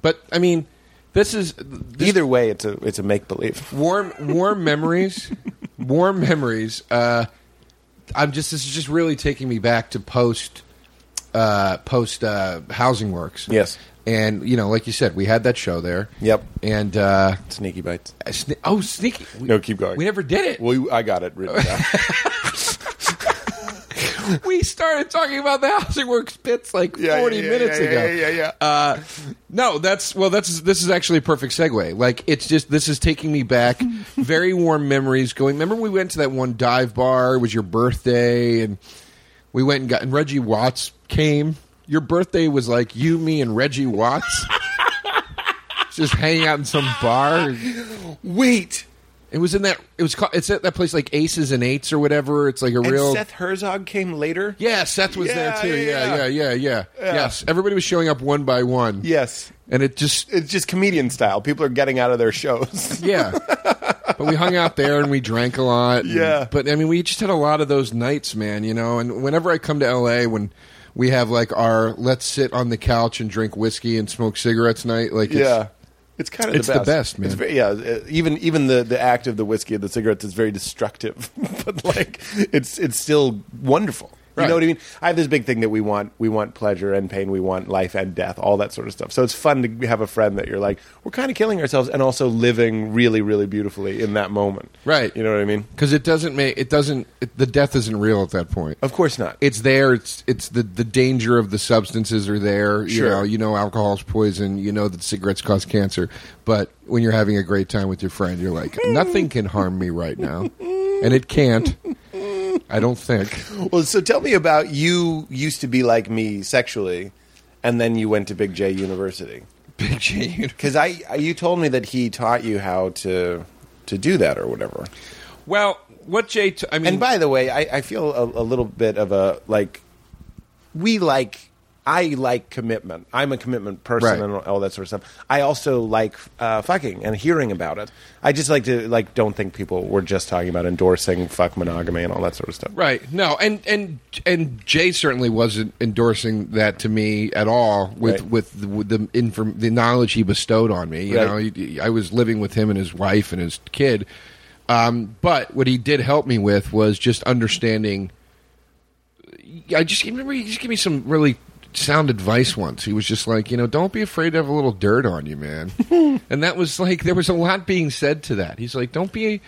But I mean, this is this
Either way, it's a it's a make believe.
warm warm memories, warm memories. Uh, I'm just this is just really taking me back to post uh, post uh, housing works.
Yes.
and you know, like you said, we had that show there.
Yep.
and uh,
Sneaky bites.
sne- oh, sneaky. We-
No, keep going.
We never did it.
Well, I got it written down.
we started talking about the housing works bits like
Yeah, yeah,
40
yeah,
minutes
yeah,
ago.
yeah, yeah, yeah.
Uh, no, that's well. That's this is actually a perfect segue. Like it's just this is taking me back. very warm memories. Going. Remember we went to that one dive bar. It was your birthday, and we went and got. And Reggie Watts came. Your birthday was like you, me, and Reggie Watts. just hanging out in some bar.
Wait.
It was in that. It was. Called, it's at that place like Aces and Eights or whatever. It's like a
And
real.
Seth Herzog came later.
Yeah, Seth was
Yeah,
there too.
yeah,
Yeah yeah. yeah, yeah,
Yeah.
Yes, everybody was showing up one by one.
Yes.
and it just
It's just comedian style. People are getting out of their shows.
yeah. but we hung out there and we drank a lot. and-
Yeah.
but I mean, we just had a lot of those nights, man. You know, and whenever I come to L.A., when we have like our let's sit on the couch and drink whiskey and smoke cigarettes night, like it's,
Yeah. It's kind of
It's
the
the
best.
best, man.
It's very, yeah, uh, even even the, the act of the whiskey and the cigarettes is very destructive, but like it's it's still wonderful. You
Right.
know what I mean? I have this big thing that we want we want pleasure and pain, we want life and death, all that sort of stuff. So it's fun to have a friend that you're like, we're kind of killing ourselves and also living really really beautifully in that moment.
Right.
You know what I mean?
because it doesn't make it doesn't it, the death isn't real at that point.
Of course not.
It's there. It's it's the the danger of the substances are there.
Sure.
You know, you know alcohol's poison. You know that cigarettes cause cancer. But when you're having a great time with your friend, you're like, nothing can harm me right now, and it can't. I don't think.
Well, so tell me about you used to be like me sexually, and then you went to Big J University.
Big J.
Because I, I, you told me that he taught you how to to do that or whatever.
Well, what Jay? T- I mean,
And by the way, I, I feel a, a little bit of a like we like I like commitment. I'm a commitment person
Right.
and all that sort of stuff. I also like uh, fucking and hearing about it. I just like to like don't think people were just talking about endorsing fuck monogamy and all that sort of stuff.
Right. No, and and and Jay certainly wasn't endorsing that to me at all with
Right.
with, the, with the inform the knowledge he bestowed on me. You
Right.
know, he- I was living with him and his wife and his kid. Um, but what he did help me with was just understanding. I just remember he just gave me some really sound advice once. He was just like, you know, don't be afraid to have a little dirt on you, man. and that was like there was a lot being said to that. He's like, don't be.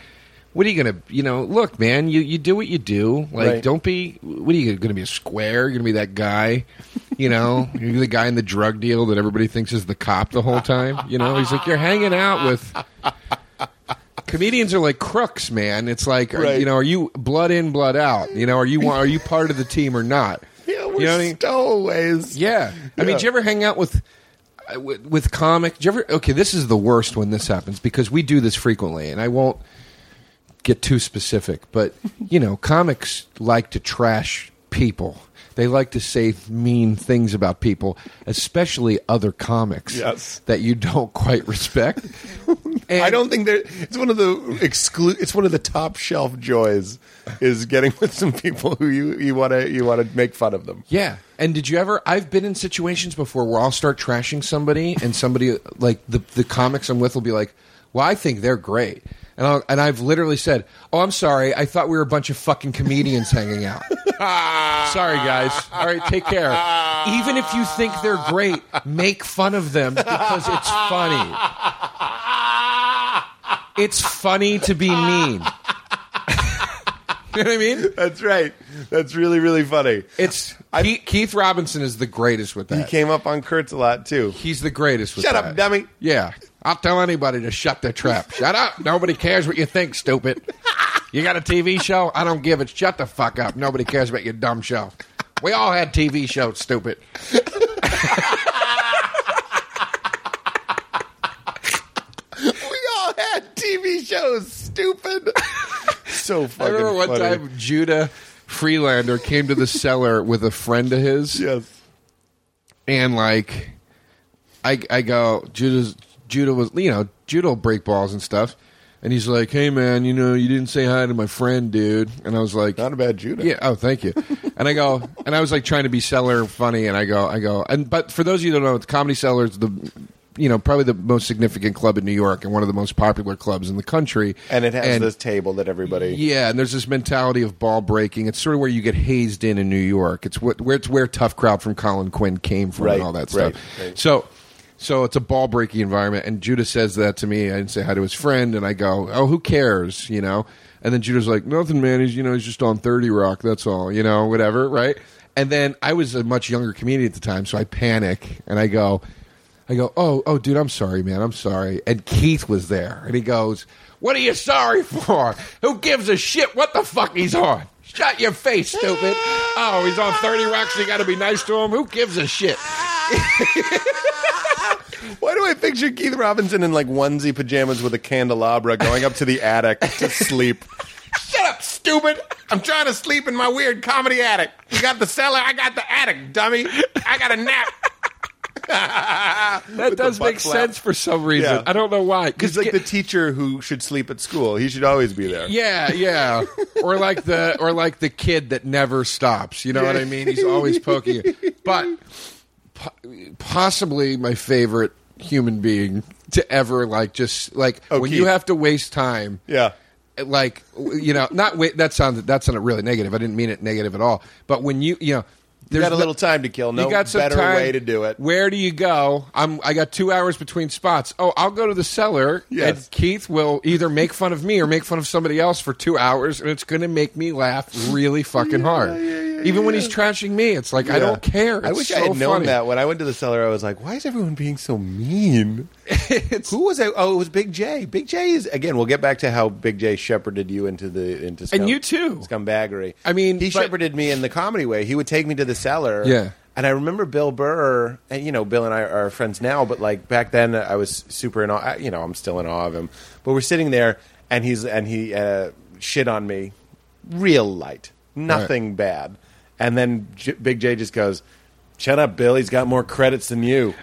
What are you gonna, you know? Look, man, you, you do what you do. Like,
Right.
don't be. What are you gonna be a square? You're gonna be that guy, you know? you're the guy in the drug deal that everybody thinks is the cop the whole time. You know? He's like, you're hanging out with comedians are like crooks, man. It's like are-
Right.
you know, are you blood in, blood out? You know, are you are you part of the team or not?
Yeah,
you
we're
know what I mean?
stowaways.
Yeah. I mean,
Yeah.
did you ever hang out with uh, with, with comic? Do you ever? Okay, this is the worst when this happens because we do this frequently, and I won't get too specific, but you know, comics like to trash people. They like to say mean things about people, especially other comics
Yes.
that you don't quite respect.
I don't think there. It's one of the exclu- It's one of the top shelf joys is getting with some people who you you want to you want to make fun of them.
Yeah. And did you ever? I've been in situations before where I'll start trashing somebody, and somebody like the the comics I'm with will be like, "Well, I think they're great," and I'll, and I've literally said, "Oh, I'm sorry. I thought we were a bunch of fucking comedians hanging out." sorry, guys. All right, take care. Even if you think they're great, make fun of them because it's funny. It's funny to be mean. you know what I mean?
That's right. That's really really funny.
It's Keith, Keith Robinson is the greatest with
he
that.
came up on Kurtz a lot too.
He's the greatest with
Shut
that.
up, dummy.
Yeah. I'll tell anybody to shut their trap. Shut up. Nobody cares what you think, stupid. You got a TV show? I don't give it. Shut the fuck up. Nobody cares about your dumb show. We all had TV shows, stupid.
We all had TV shows. Stupid. so
I
fucking.
remember one
funny.
time Judah Freelander came to the cellar with a friend of his.
Yes.
and like I I go Judah's Judah was you know Judah will break balls and stuff, and he's like, hey man, you know you didn't say hi to my friend, dude, and I was like,
Not a bad Judah.
yeah, oh thank you, and I go and I was like trying to be cellar funny, and I go I go and but for those of you who don't know, the Comedy Cellar is the you know probably the most significant club in New York and one of the most popular clubs in the country,
And it has this table that everybody.
yeah, and there's this mentality of ball breaking. It's sort of where you get hazed in in New York. It's what, where it's where tough crowd from Colin Quinn came from
Right,
and all that stuff.
right, right.
So, so it's a ball breaking environment. And Judah says that to me. I didn't say hi to his friend, and I go, "Oh, who cares?" You know. And then Judah's like, "Nothing, man. He's you know he's just on Thirty Rock. That's all. You know, whatever, right?" And then I was a much younger comedian at the time, so I panic and I go, I go, oh, oh, dude, I'm sorry, man. I'm sorry. And Keith was there, and he goes, "What are you sorry for? Who gives a shit what the fuck he's on? Shut your face, stupid. Oh, he's on Thirty Rock, so you got to be nice to him. Who gives a shit?
Why do I picture Keith Robinson in like onesie pajamas with a candelabra going up to the attic to sleep? Shut up, stupid! I'm trying to sleep in my weird comedy attic. You got the cellar, I got the attic, dummy. I got a nap.
That
With the
does
butt
make
flap.
sense for some reason.
Yeah.
I don't know why.
He's like the teacher who should sleep at school. He should always be there.
Yeah, yeah. or like the or like the kid that never stops. You know what I mean? He's always poking you. But po- possibly my favorite human being to ever like just like
Oh,
when
Keith.
you have to waste time
Yeah.
like you know not wait that sounded that sounded really negative i didn't mean it negative at all but when you you know
You
there's
got a
no-
little time to kill. No
you got some
better
time.
way to do it.
Where do you go? I'm. I got two hours between spots. Oh, I'll go to the cellar.
Yes.
And Keith will either make fun of me or make fun of somebody else for two hours, and it's going to make me laugh really fucking hard. Even when he's trashing me, it's like I
Yeah.
don't care.
I
It's
wish
so
I had known
funny.
that when I went to the cellar. I was like, "Why is everyone being so mean?"
It's-
Who was I? Oh, it was Big J. Big J is again. We'll get back to how Big J shepherded you into the into scum,
you too.
scumbaggery.
I mean,
he
but-
shepherded me in the comedy way. He would take me to the cellar.
Yeah.
And I remember Bill Burr, and you know, Bill and I are friends now, but like back then, I was super in awe. I- You know, I'm still in awe of him. But we're sitting there, and he's and he uh, shit on me, real light, nothing bad. And then J- Big J just goes, "Shut up, Bill. He's got more credits than you."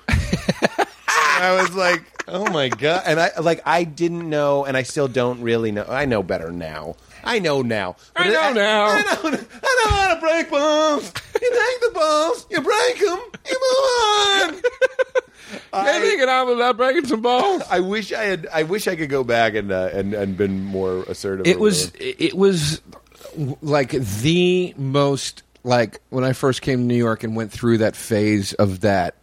I was like, oh my god, and I like I didn't know, and I still don't really know. I know better now. I know now.
I know now.
I know. I know how to break balls. You take the balls, you break them, you move on.
I think an omelet without breaking some balls.
I wish I had. I wish I could go back and uh, and and been more assertive.
it
or
was
whatever.
it was like the most like when I first came to New York and went through that phase of that.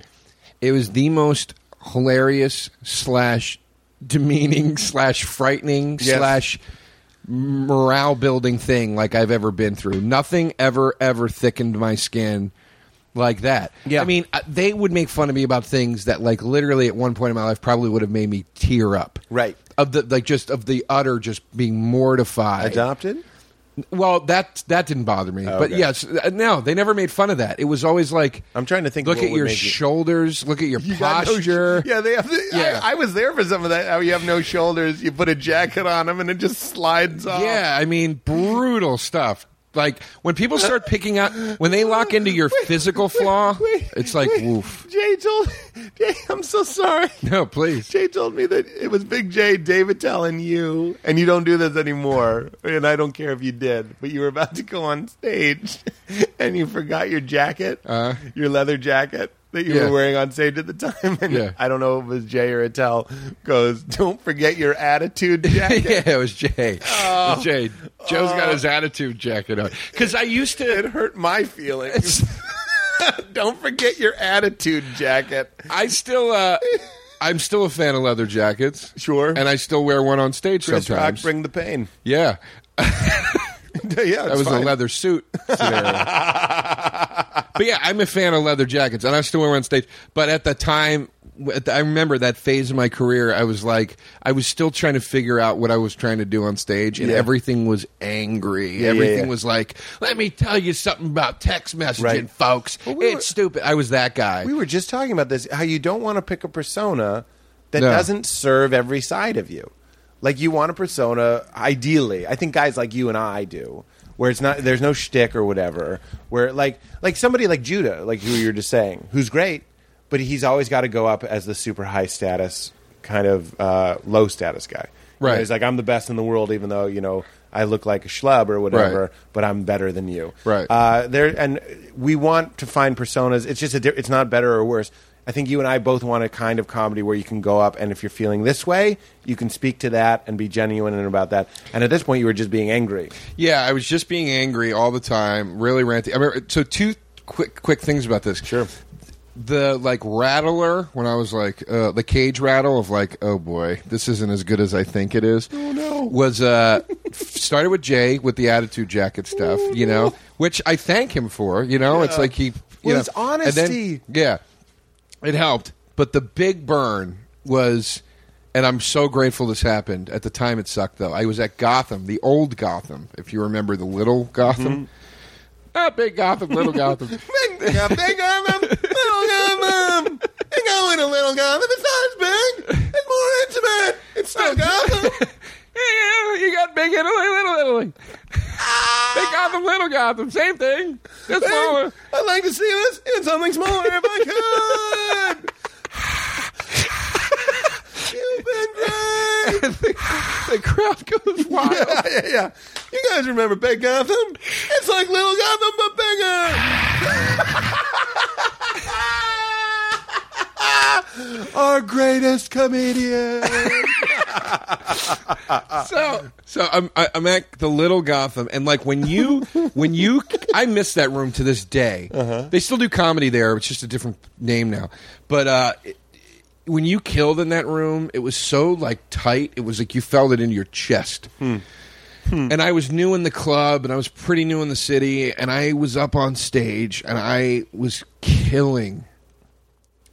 It was the most hilarious slash demeaning slash frightening
Yes.
slash morale building thing like I've ever been through. Nothing ever ever thickened my skin like that.
Yeah.
I mean, uh, they would make fun of me about things that like literally at one point in my life probably would have made me tear up.
Right.
Of the like just of the utter just being mortified.
adopted.
Well, that that didn't bother me. But
Oh, okay.
yes, uh, no, they never made fun of that. It was always like
I'm trying to think
Look
what
at
would
your
make you-
shoulders. Look at your
You got no sh-
posture.
yeah, they have. The,
Yeah.
I, I was there for some of that. How you have no shoulders. You put a jacket on them, and it just slides off.
Yeah, I mean brutal stuff. Like when people start picking out when they lock into your physical flaw,
Wait,
it's like
wait.
woof.
Jay told Jay, I'm so sorry.
No, please.
Jay told me that it was Big J, David telling you, and you don't do this anymore. And I don't care if you did, but you were about to go on stage, and you forgot your jacket,
Uh-huh.
your leather jacket that you
Yeah.
were wearing on stage at the time. And
Yeah.
I don't know if it was Jay or Attell goes, "Don't forget your attitude jacket." Oh.
yeah, it was Jay. It was Jay. Joe's got his attitude jacket on. Because I used
It
to.
hurt my feelings. don't forget your attitude jacket.
I still. Uh, I'm still a fan of leather jackets.
Sure.
And I still wear one on stage
Chris Rock,
sometimes.
bring the pain.
yeah.
yeah,
That was a leather suit. scenario. but yeah, I'm a fan of leather jackets, and I still wear one on stage. But at the time, w- at the- I remember that phase of my career. I was like, I was still trying to figure out what I was trying to do on stage, and
Yeah.
everything was angry.
yeah,
everything
yeah.
was like, "Let me tell you something about text messaging,
Right.
folks.
we
it's
were-
stupid." I was that guy.
We were just talking about this how you don't want to pick a persona that
No.
doesn't serve every side of you. Like you want a persona ideally. I think guys like you and I do. Where it's not there's no shtick or whatever. Where like like somebody like Judah, like who you're just saying, who's great, but he's always got to go up as the super high status kind of uh, low status guy. You know,
Right.
he's like I'm the best in the world even though, you know, I look like a schlub or whatever,
Right.
but I'm better than you.
Right.
Uh, uh, there and we want to find personas it's just a di- it's not better or worse i think you and i both want a kind of comedy where you can go up and if you're feeling this way you can speak to that and be genuine and about that and at this point you were just being angry
Yeah, I was just being angry all the time, really ranty. I remember, so two quick quick things about this. Sure. The like rattler when I was like uh, the cage rattle of like oh boy this isn't as good as I think it is. Oh no! Was uh f- started with Jay with the attitude jacket stuff, you know, which I thank him for. You know, it's like he. You
Well,
know,
it's
and then-
honesty.
yeah, it helped. But the big burn was, and I'm so grateful this happened. At the time, it sucked, though. I was at Gotham, the old Gotham, if you remember the little Gotham. Not big Gotham, little Gotham.
big Gotham, little um, Gotham. They go in a little Gotham. It's not big. It's more intimate. It's still um, Gotham.
Yeah, you got big Italy, little Italy. big Gotham, little Gotham, same thing. Just smaller.
I'd like to see this in something smaller if I could. You've been great.
The crowd goes wild.
yeah, yeah, yeah. You guys remember Big Gotham? It's like Little Gotham, but bigger. Our greatest comedian.
so so I'm I- I'm at the little Gotham, and like when you when you I miss that room to this day. They still do comedy there, it's just a different name now. But uh, it- when you killed in that room, it was so like tight. It was like you felt it in your chest.
Hmm.
And I was new in the club, and I was pretty new in the city, and I was up on stage, and I was killing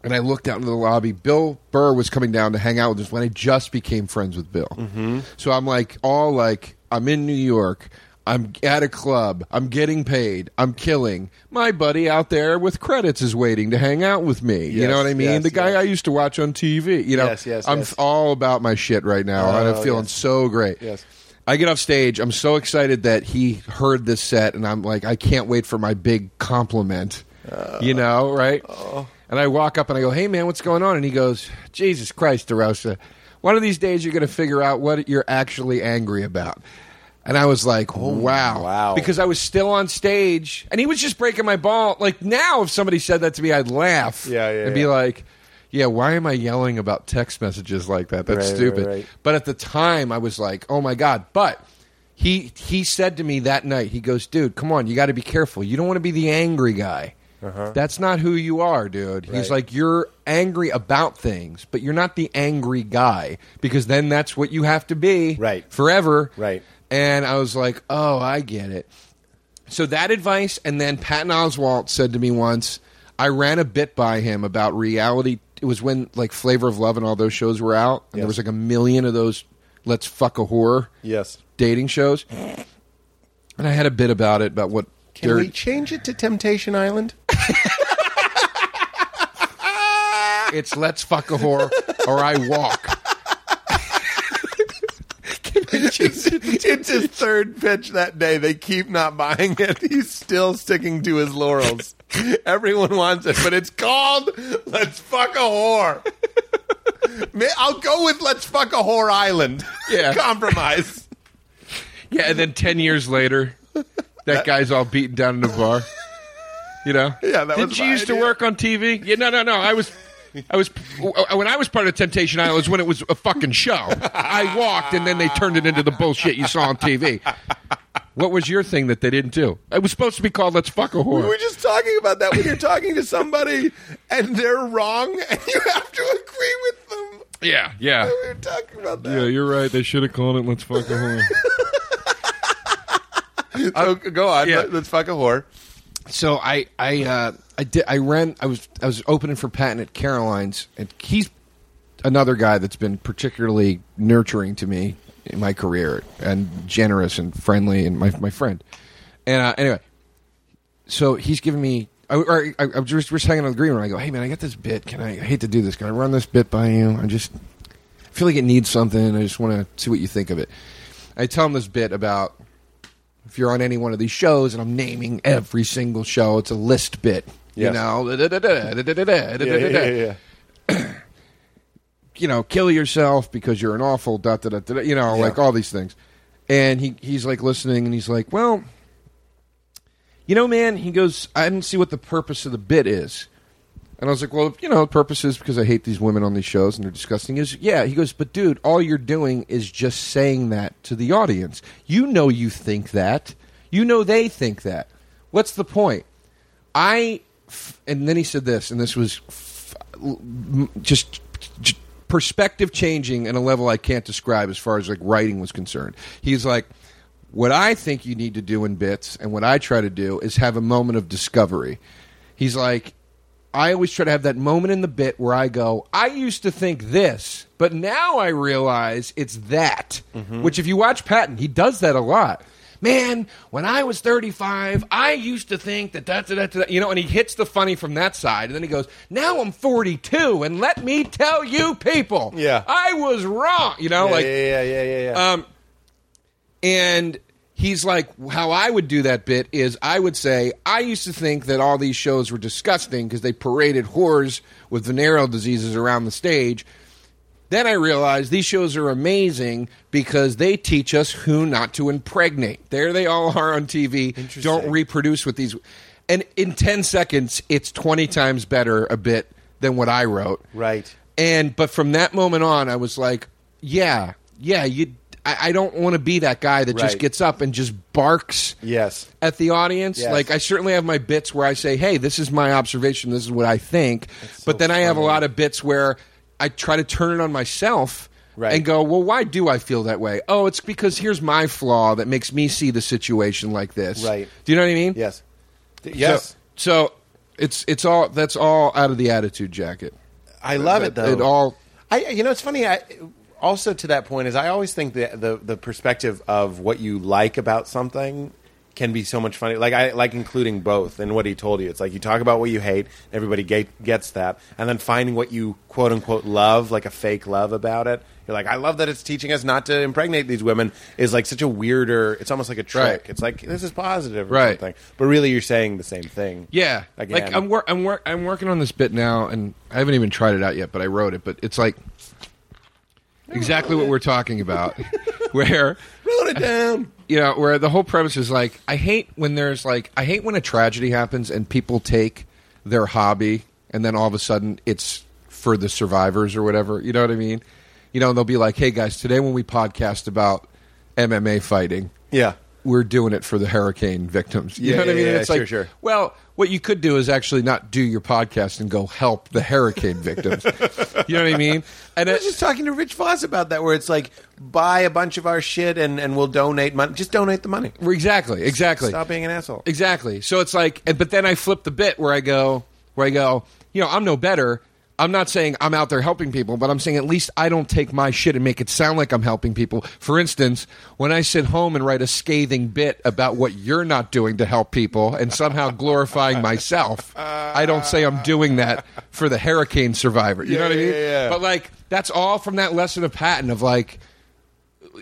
and I looked out into the lobby. Bill Burr was coming down to hang out with us when I just became friends with Bill. Mm-hmm. So I'm like, all like, I'm in New York. I'm at a club. I'm getting paid. I'm killing. My buddy out there with credits is waiting to hang out with me. you
Yes,
know what I mean?
yes,
the guy
yes.
I used to watch on TV. You know,
Yes, yes,
I'm
yes.
all about my shit right now. and
Oh,
I'm feeling
yes.
so great.
Yes.
I get off stage. I'm so excited that he heard this set, and I'm like, I can't wait for my big compliment.
Uh,
you know, right?
oh.
And I walk up and I go, "Hey, man, what's going on?" And he goes, "Jesus Christ, DeRosa, one of these days you're going to figure out what you're actually angry about." And I was like, "Wow,
Oh, wow.
Because I was still on stage, and he was just breaking my ball. Like now, if somebody said that to me, I'd laugh,
Yeah, yeah,
and be
yeah.
like. Yeah, why am I yelling about text messages like that? That's
Right, right,
stupid.
right.
But at the time, I was like, "Oh my god!" But he he said to me that night, he goes, "Dude, come on, you got to be careful. You don't want to be the angry guy. That's not who you are, dude."
Uh-huh. Right.
He's like, "You're angry about things, but you're not the angry guy because then that's what you have to be,
Right.
Forever,
Right.
And I was like, "Oh, I get it." So that advice, and then Patton Oswalt said to me once, I ran a bit by him about reality. It was when like Flavor of Love and all those shows were out, and
Yes.
there was like a million of those "Let's Fuck a Whore"
Yes.
dating shows. And I had a bit about it about what
Can
dirt.
we change it to Temptation Island?
it's "Let's Fuck a Whore" or I walk.
it's his third pitch that day. They keep not buying it. He's still sticking to his laurels. Everyone wants it, but it's called Let's Fuck a Whore. Ma- I'll go with Let's Fuck a Whore Island.
Yeah.
Compromise.
Yeah, and then ten years later, that guy's all beaten down in the bar. You know?
Yeah, that
Didn't
was
you
my
used to
idea.
work on TV? Yeah, no, no, no. I was, I was when I was part of Temptation Island was when it was a fucking show. I walked, and then they turned it into the bullshit you saw on TV. What was your thing that they didn't do? It was supposed to be called "Let's Fuck a
We
Whore."
were just talking about that when you're talking to somebody and they're wrong and you have to agree with them.
yeah, yeah,
We were talking about that.
yeah. You're right. They should have called it "Let's Fuck a Whore."
So, Oh, go on.
Yeah.
Let, us fuck a whore.
so I I uh, I did I ran I was I was opening for Patton at Caroline's and he's another guy that's been particularly nurturing to me in my career and generous and friendly and my my friend and uh, anyway so he's giving me. I, or I, I'm just, we're just hanging on the green room. I go, hey man, I got this bit. Can I? I hate to do this. Can I run this bit by you? I just I feel like it needs something. I just want to see what you think of it. I tell him this bit about if you're on any one of these shows, and I'm naming every single show. It's a list bit, you
Yes.
know. da-da-da-da, da-da-da-da, da-da-da-da. You know, kill yourself because you're an awful. Da da da da. You know, like all these things. And he he's like listening, and he's like, well. You know, man, he goes, I didn't see what the purpose of the bit is. And I was like, well, you know, the purpose is because I hate these women on these shows and they're disgusting. Is yeah, he goes, but dude, all you're doing is just saying that to the audience. You know, you think that. You know, they think that. What's the point? I, f- and then he said this, and this was f- l- m- just, just perspective changing at a level I can't describe as far as like writing was concerned. He's like, what I think you need to do in bits, and what I try to do is have a moment of discovery. He's like, I always try to have that moment in the bit where I go, I used to think this, but now I realize it's that. Which, if you watch Patton, he does that a lot. Man, when I was 35, I used to think that that's that, that, you know, and he hits the funny from that side, and then he goes, Now I'm 42, and let me tell you people,
Yeah.
I was wrong, you know, like,
yeah, yeah, yeah, yeah.
um, and he's like, how I would do that bit is I would say, I used to think that all these shows were disgusting because they paraded whores with venereal diseases around the stage. Then I realized these shows are amazing because they teach us who not to impregnate. There they all are on TV. Don't reproduce with these. And in 10 seconds, it's 20 times better a bit than what I wrote.
Right.
And but from that moment on, I was like, yeah, yeah, you. I, I don't want to be that guy that just
Right.
gets up and just barks
Yes.
at the audience.
Yes.
Like I certainly have my bits where I say, "Hey, this is my observation. This is what I think." but then I have a lot of bits where I try to turn it on myself
Right.
and go, "Well, why do I feel that way?" Oh, it's because here's my flaw that makes me see the situation like this.
Right.
Do you know what I mean?
Yes. Th- Yes.
So, so it's it's all that's all out of the attitude jacket.
I love it
But
though.
It all
I, you know, it's funny. I also to that point is I always think that the the perspective of what you like about something can be so much funny. Like I like including both in what he told you. It's like you talk about what you hate, everybody get, gets that, and then finding what you quote unquote love, like a fake love about it. You're like, I love that it's teaching us not to impregnate these women. Is like such a weirder. It's almost like a trick.
Right.
It's like this is positive, or
Right.
Something. But really, you're saying the same thing.
Yeah,
Again.
like I'm wor- I'm wor- I'm working on this bit now, and I haven't even tried it out yet, but I wrote it. But it's like exactly what we're talking about, where
Wrote it down.
you know, where the whole premise is like, I hate when there's like, I hate when a tragedy happens and people take their hobby and then all of a sudden it's for the survivors or whatever. You know what I mean? You know, and they'll be like, hey guys, today when we podcast about MMA fighting,
Yeah.
we're doing it for the hurricane victims. You
Yeah,
know what I
yeah,
mean?
yeah,
it's
sure,
like,
sure.
well, what you could do is actually not do your podcast and go help the hurricane victims. you know what I mean? And
I
it's
was just talking to Rich Voss about that, where it's like buy a bunch of our shit and, and we'll donate money. Just donate the money.
exactly, exactly.
Stop being an asshole.
Exactly. So it's like, and- but then I flip the bit where I go, where I go, you know, I'm no better. I'm not saying I'm out there helping people, but I'm saying at least I don't take my shit and make it sound like I'm helping people. For instance, when I sit home and write a scathing bit about what you're not doing to help people and somehow glorifying myself, I don't say I'm doing that for the hurricane survivor. You know what I
yeah,
mean?
yeah, yeah.
But like, that's all from that lesson of Patton of like,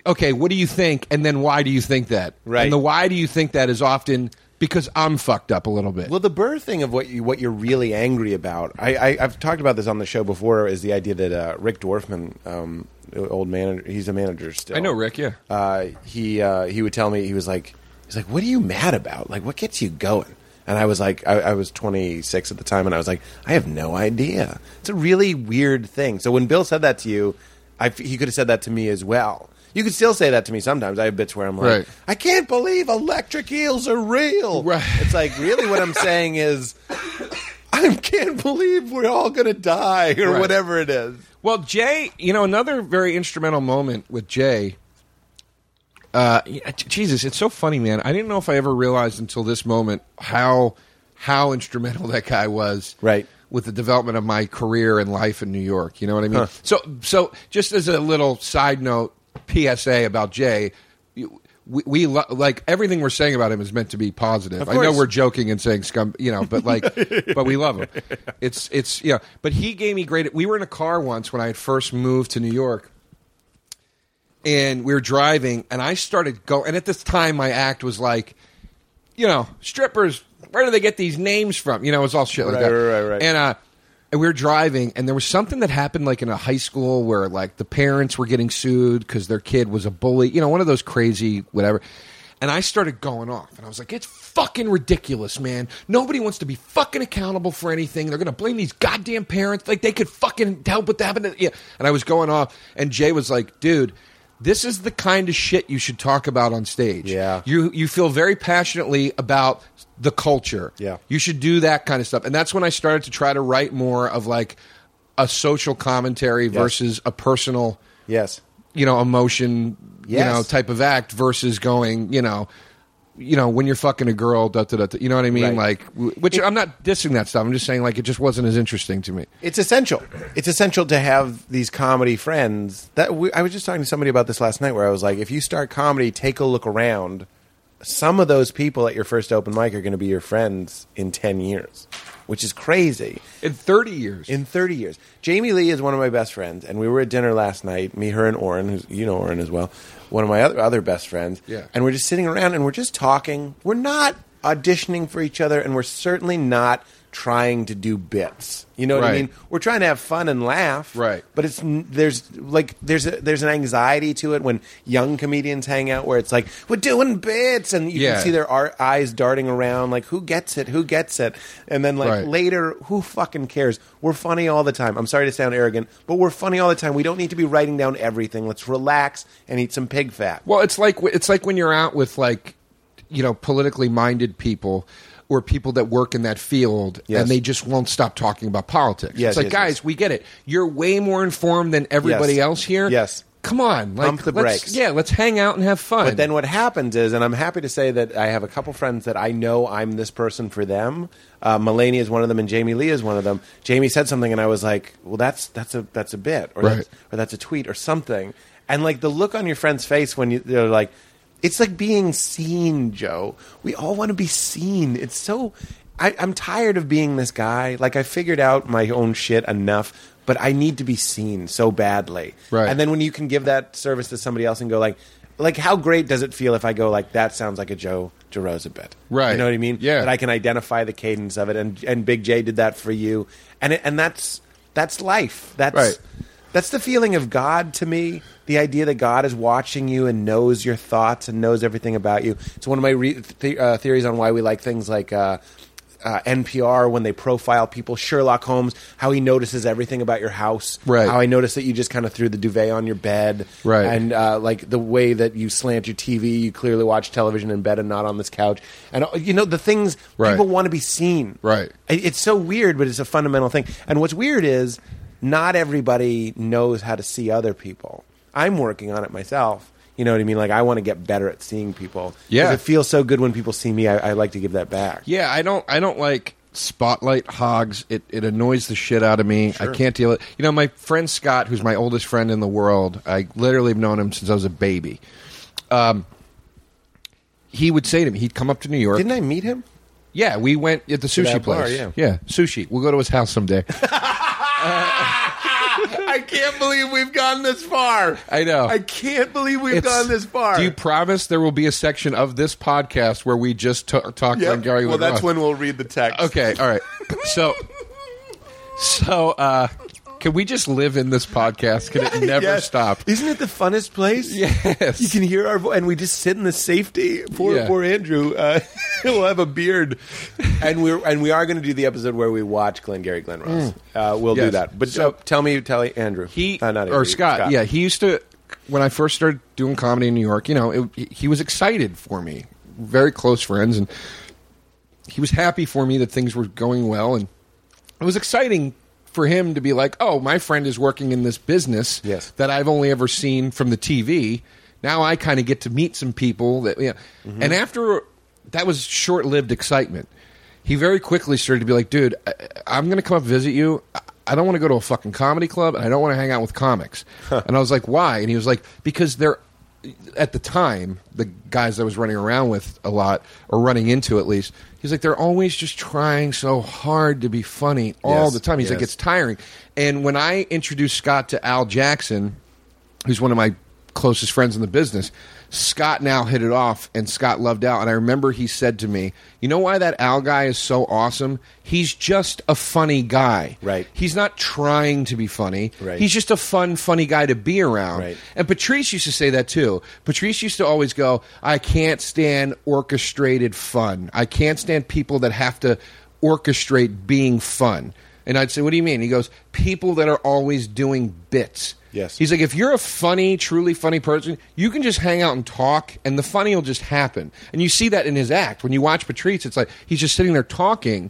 okay, what do you think? And then why do you think that?
Right.
And the why do you think that is often because I'm fucked up a little bit.
Well, the Burr thing of what you what you're really angry about. I, I I've talked about this on the show before. Is the idea that uh, Rick Dorfman, um, old manager, he's a manager still.
I know Rick, yeah.
Uh, he uh, he would tell me he was like he's like, what are you mad about? Like, what gets you going? And I was like, I, I was 26 at the time, and I was like, I have no idea. It's a really weird thing. So when Bill said that to you, I f he could have said that to me as well. You could still say that to me sometimes. I have bits where I'm like,
Right.
I can't believe electric eels are real.
Right.
It's like really what I'm saying is I can't believe we're all gonna die or
Right.
whatever it is.
Well, Jay, you know, another very instrumental moment with Jay. Uh, yeah, j- Jesus, it's so funny, man. I didn't know if I ever realized until this moment how how instrumental that guy was,
Right.
with the development of my career and life in New York. You know what I mean? So, so just as a little side note, PSA about Jay. You, we, we lo- like everything we're saying about him is meant to be positive. I know
course.
we're joking and saying scum, you know, but like, but we love him. It's it's yeah. But he gave me great. We were in a car once when I had first moved to New York, and we were driving, and I started go. And at this time, my act was like, you know, strippers. Where do they get these names from? You know, it's all shit like
Right,
that.
right, right, right.
And uh, and we were driving, and there was something that happened like in a high school where like the parents were getting sued because their kid was a bully. You know, one of those crazy whatever. And I started going off, and I was like, "It's fucking ridiculous, man! Nobody wants to be fucking accountable for anything. They're gonna blame these goddamn parents. Like they could fucking help what happened." To, yeah. And I was going off, and Jay was like, "Dude." This is the kind of shit you should talk about on stage.
Yeah.
You you feel very passionately about the culture.
Yeah.
You should do that kind of stuff. And that's when I started to try to write more of like a social commentary versus a personal,
Yes.
you know, emotion, you
Yes.
know, type of act versus going, you know, you know, when you're fucking a girl, da, da, da, da, you know what I mean?
Right.
Like, w- which I'm not dissing that stuff. I'm just saying, like, it just wasn't as interesting to me.
it's essential. It's essential to have these comedy friends. That we, I was just talking to somebody about this last night, where I was like, if you start comedy, take a look around. Some of those people at your first open mic are going to be your friends in ten years, which is crazy.
In 30 years.
In 30 years. Jamie Lee is one of my best friends, and we were at dinner last night, me, her, and Oren, who's you know Oren as well, one of my other, other best friends.
Yeah.
And we're just sitting around and we're just talking. We're not auditioning for each other, and we're certainly not trying to do bits. You know what I
Right.
mean? We're trying to have fun and laugh,
Right.
But it's n- there's like there's a, there's an anxiety to it when young comedians hang out where it's like we're doing bits and you
Yeah.
can see their ar- eyes darting around like who gets it, who gets it, and then like
Right.
later who fucking cares? We're funny all the time. I'm sorry to sound arrogant, but we're funny all the time. We don't need to be writing down everything. Let's relax and eat some pig fat.
Well, it's like it's like when you're out with like you know politically minded people or people that work in that field
Yes.
and they just won't stop talking about politics.
Yes,
it's like
yes,
guys,
yes.
we get it. You're way more informed than everybody
Yes.
else here.
Yes.
Come on, like,
Pump the
let's-
brakes.
Yeah, let's hang out and have fun.
But then what happens is, and I'm happy to say that I have a couple friends that I know I'm this person for them. Uh, Mulaney is one of them, and Jamie Lee is one of them. Jamie said something, and I was like, "Well, that's that's a that's a bit, or
Right.
that's, or that's a tweet, or something." And like the look on your friend's face when you, they're like, "It's like being seen, Joe. We all want to be seen. It's so." I, I'm tired of being this guy. Like I figured out my own shit enough, but I need to be seen so badly.
Right.
And then when you can give that service to somebody else and go like, like how great does it feel if I go like that sounds like a Joe DeRosa bit,
Right.
You know what I mean?
Yeah.
That I can identify the cadence of it, and and Big J did that for you, and it, and that's that's life. That's
Right.
that's the feeling of God to me. The idea that God is watching you and knows your thoughts and knows everything about you. It's one of my re- th- uh, theories on why we like things like. Uh, uh, NPR when they profile people, Sherlock Holmes, how he notices everything about your house,
Right.
How I noticed that you just kind of threw the duvet on your bed,
Right.
And uh, like the way that you slant your TV, you clearly watch television in bed and not on this couch. And uh, you know the things
Right.
people want to be seen.
Right.
It- It's so weird, but it's a fundamental thing. And what's weird is not everybody knows how to see other people. I'm working on it myself. You know what I mean? Like I want to get better at seeing people. 'Cause
Yeah.
it feels so good when people see me. I, I like to give that back.
Yeah, I don't. I don't like spotlight hogs. It it annoys the shit out of me. I can't deal it. You know, my friend Scott, who's my oldest friend in the world. I literally have known him since I was a baby. Um, he would say to me, he'd come up to New York.
Didn't I meet him?
Yeah, we went at the
that
sushi
bar,
place.
yeah.
sushi. We'll go to his house someday.
I can't believe we've gone this far.
I know.
I can't believe we've
It's-
gone this far.
Do you promise there will be a section of this podcast where we just t- talk
Yep.
on Gary?
well, that's
Woodruff?
when we'll read the text.
Okay, all right. So, so uh, can we just live in this podcast? Can it never
Yes.
stop?
Isn't it the funnest place?
Yes.
You can hear our voice, and we just sit in the safety. Poor,
Yeah.
poor Andrew. Uh, he'll have a beard, and we're and we are going to do the episode where we watch Glengarry Glen Ross. Uh, we'll do
Yes.
that. But
So-
uh, tell me, tell Andrew.
He
Uh, not Andrew,
or Scott, Yeah, he used to when I first started doing comedy in New York. You know, it, he was excited for me, very close friends, and he was happy for me that things were going well, and it was exciting for him to be like, "Oh, my friend is working in this business
Yes.
that I've only ever seen from the TV. Now I kind of get to meet some people that yeah."
Mm-hmm.
And after that was short-lived excitement. He very quickly started to be like, "Dude, I, I'm going to come up visit you. I, I don't want to go to a fucking comedy club, and I don't want to hang out with comics." And I was like, "Why?" And he was like, "Because they're." At the time, the guys I was running around with a lot, or running into at least, he's like, they're always just trying so hard to be funny all
Yes,
the time. He's like, it's
yes.
tiring. And when I introduced Scott to Al Jackson, who's one of my closest friends in the business, Scott and Al hit it off, and Scott loved Al. And I remember he said to me, "You know why that Al guy is so awesome? He's just a funny guy.
Right.
He's not trying to be funny.
Right.
He's just a fun, funny guy to be around."
Right.
And Patrice used to say that too. Patrice used to always go, "I can't stand orchestrated fun. I can't stand people that have to orchestrate being fun." And I'd say, "What do you mean?" He goes, "People that are always doing bits."
Yes.
He's like, if you're a funny, truly funny person, you can just hang out and talk, and the funny will just happen. And you see that in his act. When you watch Patrice, it's like he's just sitting there talking,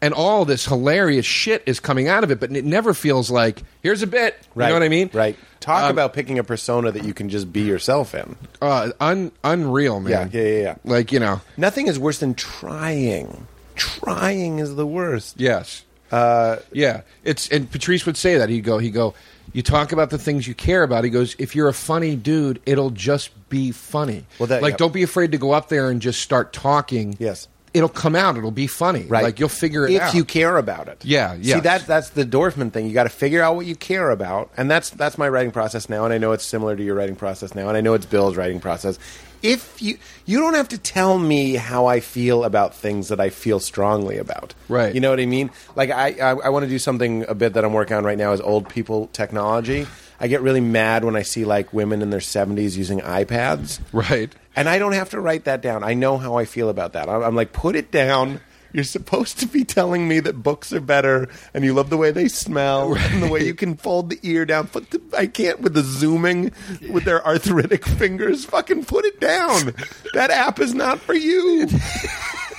and all this hilarious shit is coming out of it, but it never feels like, here's a bit.
Right.
You know what I mean?
Right. Talk
Um,
about picking a persona that you can just be yourself in.
Uh, un- unreal, man.
Yeah, yeah, yeah, yeah.
Like, you know,
Nothing is worse than trying. Trying is the worst.
yes. Uh, yeah. It's And Patrice would say that. He'd go, he'd go, you talk about the things you care about. He goes, if you're a funny dude, it'll just be funny.
Well, that-
like,
yeah.
don't be afraid to go up there and just start talking.
Yes.
it'll come out. It'll be funny.
right?
Like you'll figure it
if
out.
you care about it.
Yeah,
See,
yes.
that's that's the Dorfman thing. You got to figure out what you care about, and that's that's my writing process now. And I know it's similar to your writing process now, and I know it's Bill's writing process. If you you don't have to tell me how I feel about things that I feel strongly about,
Right.
You know what I mean? Like I I, I want to do something a bit that I'm working on right now is old people technology. I get really mad when I see like women in their 70s using iPads.
Right.
And I don't have to write that down. I know how I feel about that. I'm, I'm like, put it down. You're supposed to be telling me that books are better, and you love the way they smell, and the way you can fold the ear down. Put the, I can't with the zooming with their arthritic fingers. Fucking put it down. That app is not for you.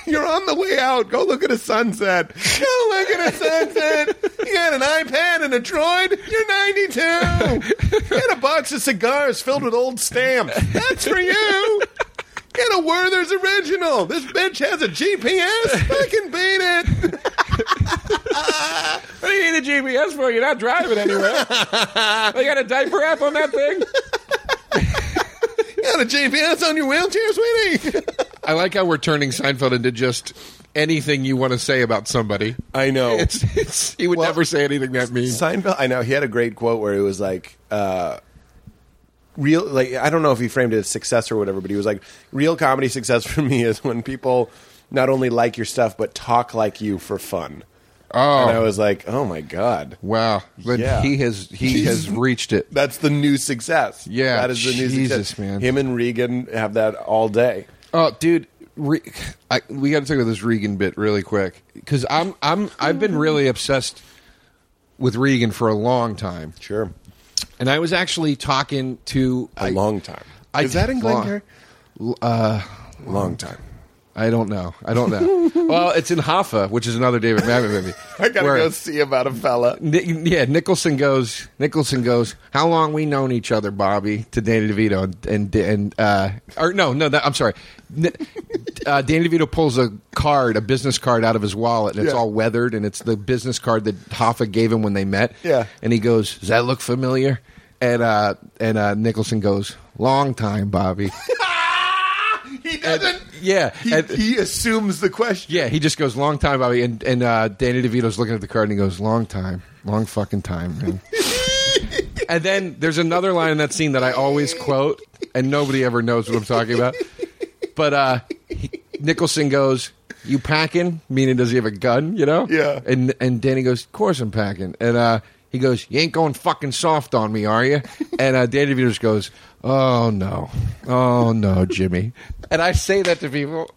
You're on the way out. Go look at a sunset. Go look at a sunset. You got an iPad and a droid. You're 92. Get a box of cigars filled with old stamps. That's for you. Get a Werther's original. This bitch has a GPS. Fucking beat it.
What do you need a GPS for? You're not driving anywhere. they got a diaper app on that thing.
You got a GPS on your wheelchair, sweetie.
I like how we're turning Seinfeld into just anything you want to say about somebody.
I know.
It's, it's, he would
Well-
never say anything that mean.
Seinfeld. I know he had a great quote where he was like, uh, "Real." Like I don't know if he framed it as success or whatever, but he was like, "Real comedy success for me is when people not only like your stuff but talk like you for fun."
Oh.
and I was like, "Oh my god,
Wow, but
Yeah.
he has he
He's-
has reached it.
that's the new success."
Yeah,
that is the new
Jesus,
success.
man.
Him and Regan have that all day.
Oh, dude, Re- I, we got to talk about this Regan bit really quick because I'm I'm I've been really obsessed with Regan for a long time,
Sure,
and I was actually talking to
a
I-
long time.
I-
is that in
long-
Glengarry? Uh, long time.
I don't know. I don't know. well, it's in Hoffa, which is another David Mamet movie.
I gotta
where-
go see about a fella.
Ni- yeah, Nicholson goes. Nicholson goes. How long we known each other, Bobby? To Danny DeVito and and, and uh, or no, no, that, I'm sorry. Ni- uh, Danny DeVito pulls a card, a business card, out of his wallet, and it's
Yeah.
all weathered, and it's the business card that Hoffa gave him when they met.
Yeah.
and he goes, "Does that look familiar?" And uh, and uh, Nicholson goes, "Long time, Bobby."
He
And-
doesn't.
yeah,
He,
and-
he assumes the question.
Yeah, he just goes long time, Bobby, and and uh, Danny DeVito's looking at the card and he goes long time, long fucking time, man. and then there's another line in that scene that I always quote, and nobody ever knows what I'm talking about. But uh, he- Nicholson goes, "You packing?" Meaning, does he have a gun? You know?
Yeah.
And and Danny goes, "Of course I'm packing." And uh, he goes, "You ain't going fucking soft on me, are you?" And uh, Danny DeVito just goes, "Oh no, oh no, Jimmy." And I say that to people.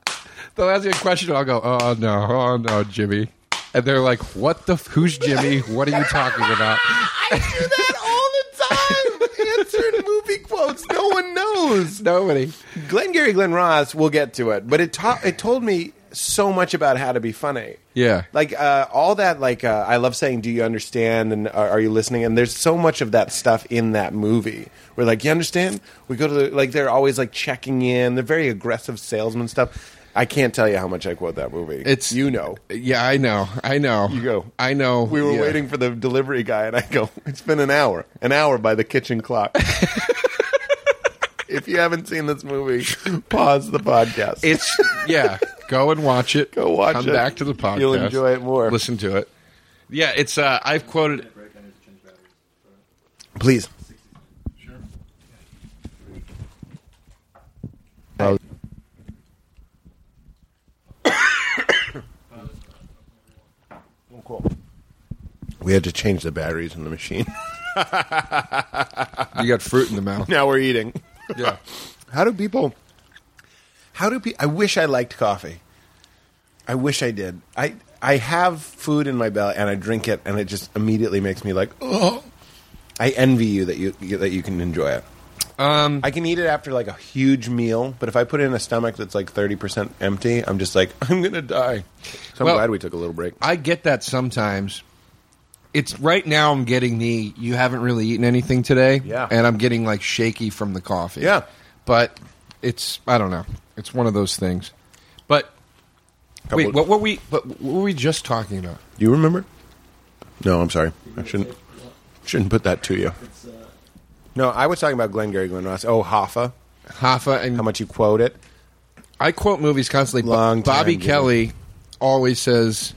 They'll ask me a question. I'll go, "Oh no, oh no, Jimmy." And they're like, "What the? F- who's Jimmy? What are you talking about?"
I do that all the time. Answering movie quotes, no one knows.
Nobody.
Glengarry Glen Ross, we'll get to it, but it ta- it told me so much about how to be funny.
Yeah.
like uh, all that. Like uh, I love saying, "Do you understand?" and "Are, are you listening?" And there's so much of that stuff in that movie. We're like, "You understand?" We go to the, like they're always like checking in. They're very aggressive salesman stuff. I can't tell you how much I quote that movie.
It's
you know.
Yeah, I know. I know.
You go.
I know.
We were
yeah.
waiting for the delivery guy, and I go, "It's been an hour, an hour by the kitchen clock." if you haven't seen this movie, pause the podcast.
It's yeah. Go and watch it.
Go watch
Come
it.
back to the podcast.
You'll enjoy it more.
Listen to it. Yeah, it's. uh I've quoted.
Please. We had to change the batteries in the machine.
You got fruit in the mouth.
now we're eating.
Yeah.
How do people? How do people? I wish I liked coffee. I wish I did. I I have food in my belly and I drink it and it just immediately makes me like, oh. I envy you that you that you can enjoy it.
Um.
I can eat it after like a huge meal, but if I put it in a stomach that's like thirty percent empty, I'm just like, I'm gonna die. So I'm
Well-
glad we took a little break.
I get that sometimes. It's right now. I'm getting the you haven't really eaten anything today.
Yeah.
And I'm getting like shaky from the coffee.
Yeah.
But it's I don't know. It's one of those things. But wait,
Couple-
what were we? What, what were we just talking about?
Do you remember? No, I'm sorry. I shouldn't shouldn't put that to you. No, I was talking about Glengarry Glen Ross. Oh, Hoffa.
Hoffa and
how much you quote it.
I quote movies constantly. Bo-
Long time,
Bobby
dude.
Kelly always says,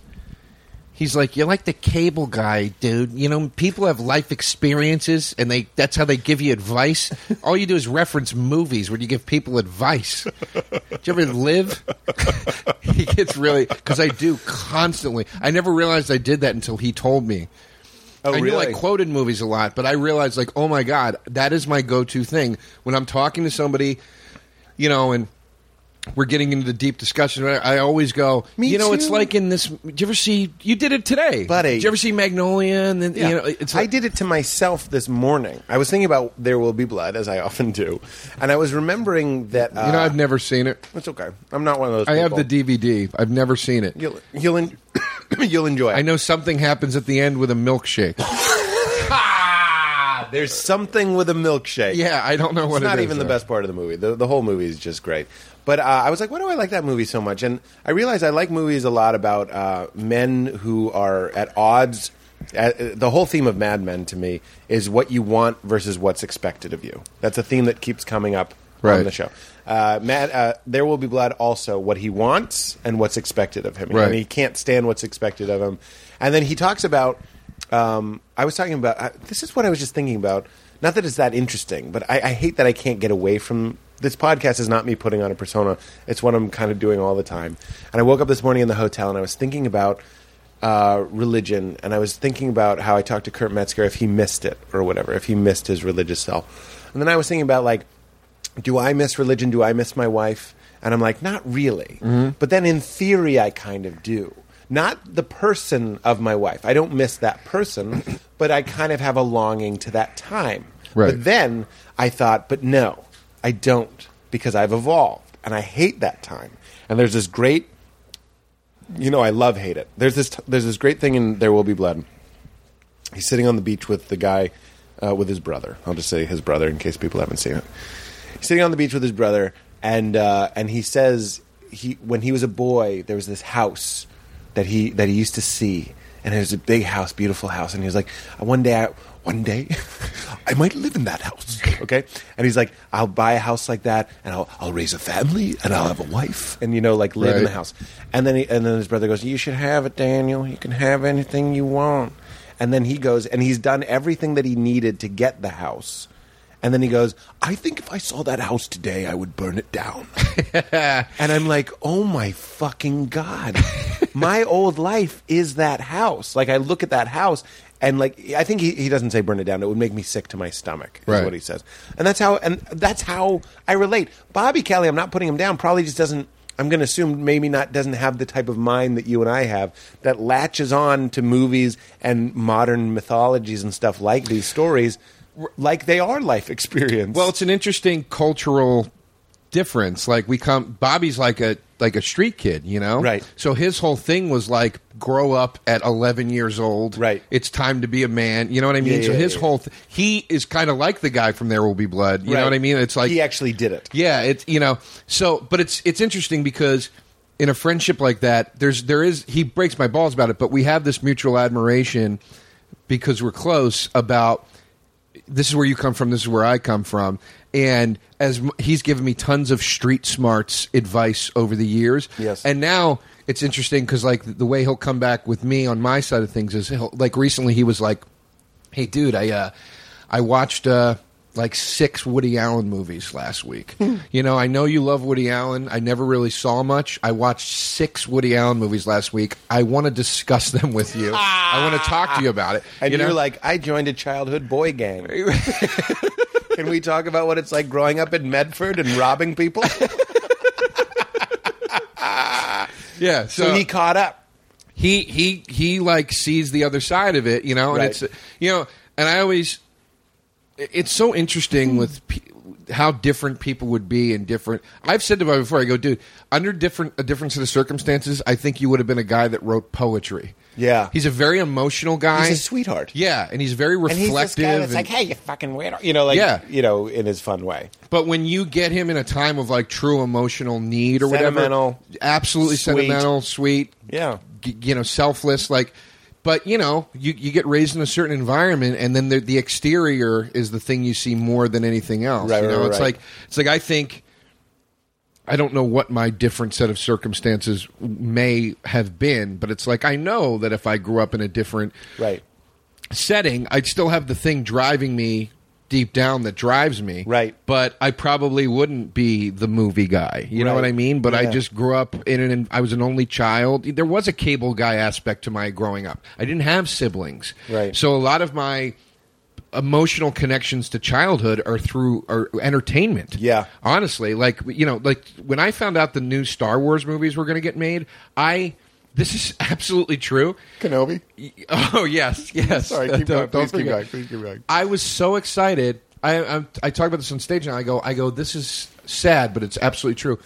"He's like you're like the cable guy, dude. You know, people have life experiences, and they that's how they give you advice. All you do is reference movies when you give people advice. do you ever live? he gets really because I do constantly. I never realized I did that until he told me.
Oh,
I knew I
really?
quoted movies a lot, but I realized like, oh my god, that is my go-to thing when I'm talking to somebody, you know, and we're getting into the deep discussion. I- I always go,
Me
you know, it's
too.
like in this. Did you ever see? You did it today,
Buddy.
Did you ever see Magnolia? And then you know, it's
I
like,
did it to myself this morning. I was thinking about "There Will Be Blood" as I often do, and I was remembering that. Uh,
You know, I've never seen it.
It's okay. I'm not one of those.
I have
people.
the DVD. I've never seen it.
You'll you'll, en- you'll enjoy. It.
I know something happens at the end with a milkshake.
There's something with a milkshake.
yeah, I don't know what
it's not
it is,
even the
though.
best part of the movie. The, the whole movie is just great. But uh, I was like, why do I like that movie so much? And I realized I like movies a lot about uh, men who are at odds. Uh, the whole theme of Mad Men to me is what you want versus what's expected of you. That's a theme that keeps coming up
Right.
on the show. Uh, Mad, uh, there will be blood. Also, what he wants and what's expected of him,
Right.
and he can't stand what's expected of him. And then he talks about. Um, I was talking about I, this is what I was just thinking about. Not that it's that interesting, but I, I hate that I can't get away from this podcast. Is not me putting on a persona. It's what I'm kind of doing all the time. And I woke up this morning in the hotel and I was thinking about uh, religion, and I was thinking about how I talked to Kurt Metzger if he missed it or whatever, if he missed his religious self. And then I was thinking about like do I miss religion? Do I miss my wife? And I'm like, not really. But then in theory, I kind of do. Not the person of my wife. I don't miss that person, but I kind of have a longing to that time.
Right.
But then I thought, but no, I don't because I've evolved and I hate that time. And there's this great, you know, I love hate it. There's this, there's this great thing in There Will Be Blood he's sitting on the beach with the guy uh, with his brother i'll just say his brother in case people haven't seen it he's sitting on the beach with his brother and uh, and he says he when he was a boy there was this house that he that he used to see and it was a big house beautiful house and he was like one day i one day i might live in that house okay and he's like i'll buy a house like that and i'll, I'll raise a family and i'll have a wife and you know like live in the
Right.
house and then he, and then his brother goes you should have it daniel you can have anything you want and then he goes and he's done everything that he needed to get the house. And then he goes, I think if I saw that house today, I would burn it down. and I'm like, oh my fucking God. my old life is that house. Like, I look at that house and, like, I think he, he doesn't say burn it down. It would make me sick to my stomach, is
Right.
what he says. And that's how, and that's how I relate. Bobby Kelly, I'm not putting him down, probably just doesn't. I'm going to assume maybe not doesn't have the type of mind that you and I have that latches on to movies and modern mythologies and stuff like these stories, like they are life experience.
Well, it's an interesting cultural difference. Like we come, Bobby's like a like a street kid, you know.
Right.
So his whole thing was like, grow up at 11 years old.
Right.
It's time to be a man. You know what I mean?
Yeah,
so
yeah,
his
yeah.
whole th- he is kind of like the guy from There Will Be Blood. You
Right.
know what I mean? It's like
he actually did it.
yeah, it's you know. So, but it's it's interesting because in a friendship like that, there's there is he breaks my balls about it, but we have this mutual admiration because we're close about this is where you come from, this is where I come from, and as m- he's given me tons of street smarts advice over the years,
Yes.
and now it's interesting because like the way he'll come back with me on my side of things is he'll, like recently he was like hey dude i uh i watched uh like six woody allen movies last week
Hmm.
you know i know you love woody allen i never really saw much i watched six woody allen movies last week i want to discuss them with you i want to talk to you about it
Ah. And
you
you are
know?
like, I joined a childhood boy gang. Can we talk about what it's like growing up in Medford and robbing people?
yeah
so he caught up.
he he he like sees the other side of it, you know, and it's
Right.
you know, and I always it's so interesting with pe- how different people would be in different. I've said to my before, I go, dude, under different a different set of circumstances, I think you would have been a guy that wrote poetry.
Yeah.
he's a very emotional guy.
He's a sweetheart.
Yeah, and he's very
And
reflective.
he's this guy that's
and-
like, hey, you fucking weirdo. You know, like,
Yeah.
you know, in his fun way.
But when you get him in a time of like true emotional need or
Sentimental.
whatever, absolutely
Sweet.
sentimental, sweet,
Yeah.
g- you know, selfless, like. But you know, you, you get raised in a certain environment, and then the, the exterior is the thing you see more than anything else.
Right,
you know,
right,
it's
right.
like it's like I think I don't know what my different set of circumstances may have been, but it's like I know that if I grew up in a different
Right.
setting, I'd still have the thing driving me deep down that drives me.
Right.
But I probably wouldn't be the movie guy. You know
Right.
what I mean? But I
Yeah.
just grew up in an I was an only child. There was a cable guy aspect to my growing up. I didn't have siblings.
Right.
So a lot of my emotional connections to childhood are through are entertainment.
Yeah.
Honestly, like you know, like when I found out the new Star Wars movies were going to get made, I this is absolutely true.
Kenobi.
Oh yes, yes.
Sorry, keep
Don't-
going.
don't
Please keep
forget.
going. Please keep going.
I was so excited. I I'm, I talk about this on stage, and I go, I go. This is sad, but it's absolutely true.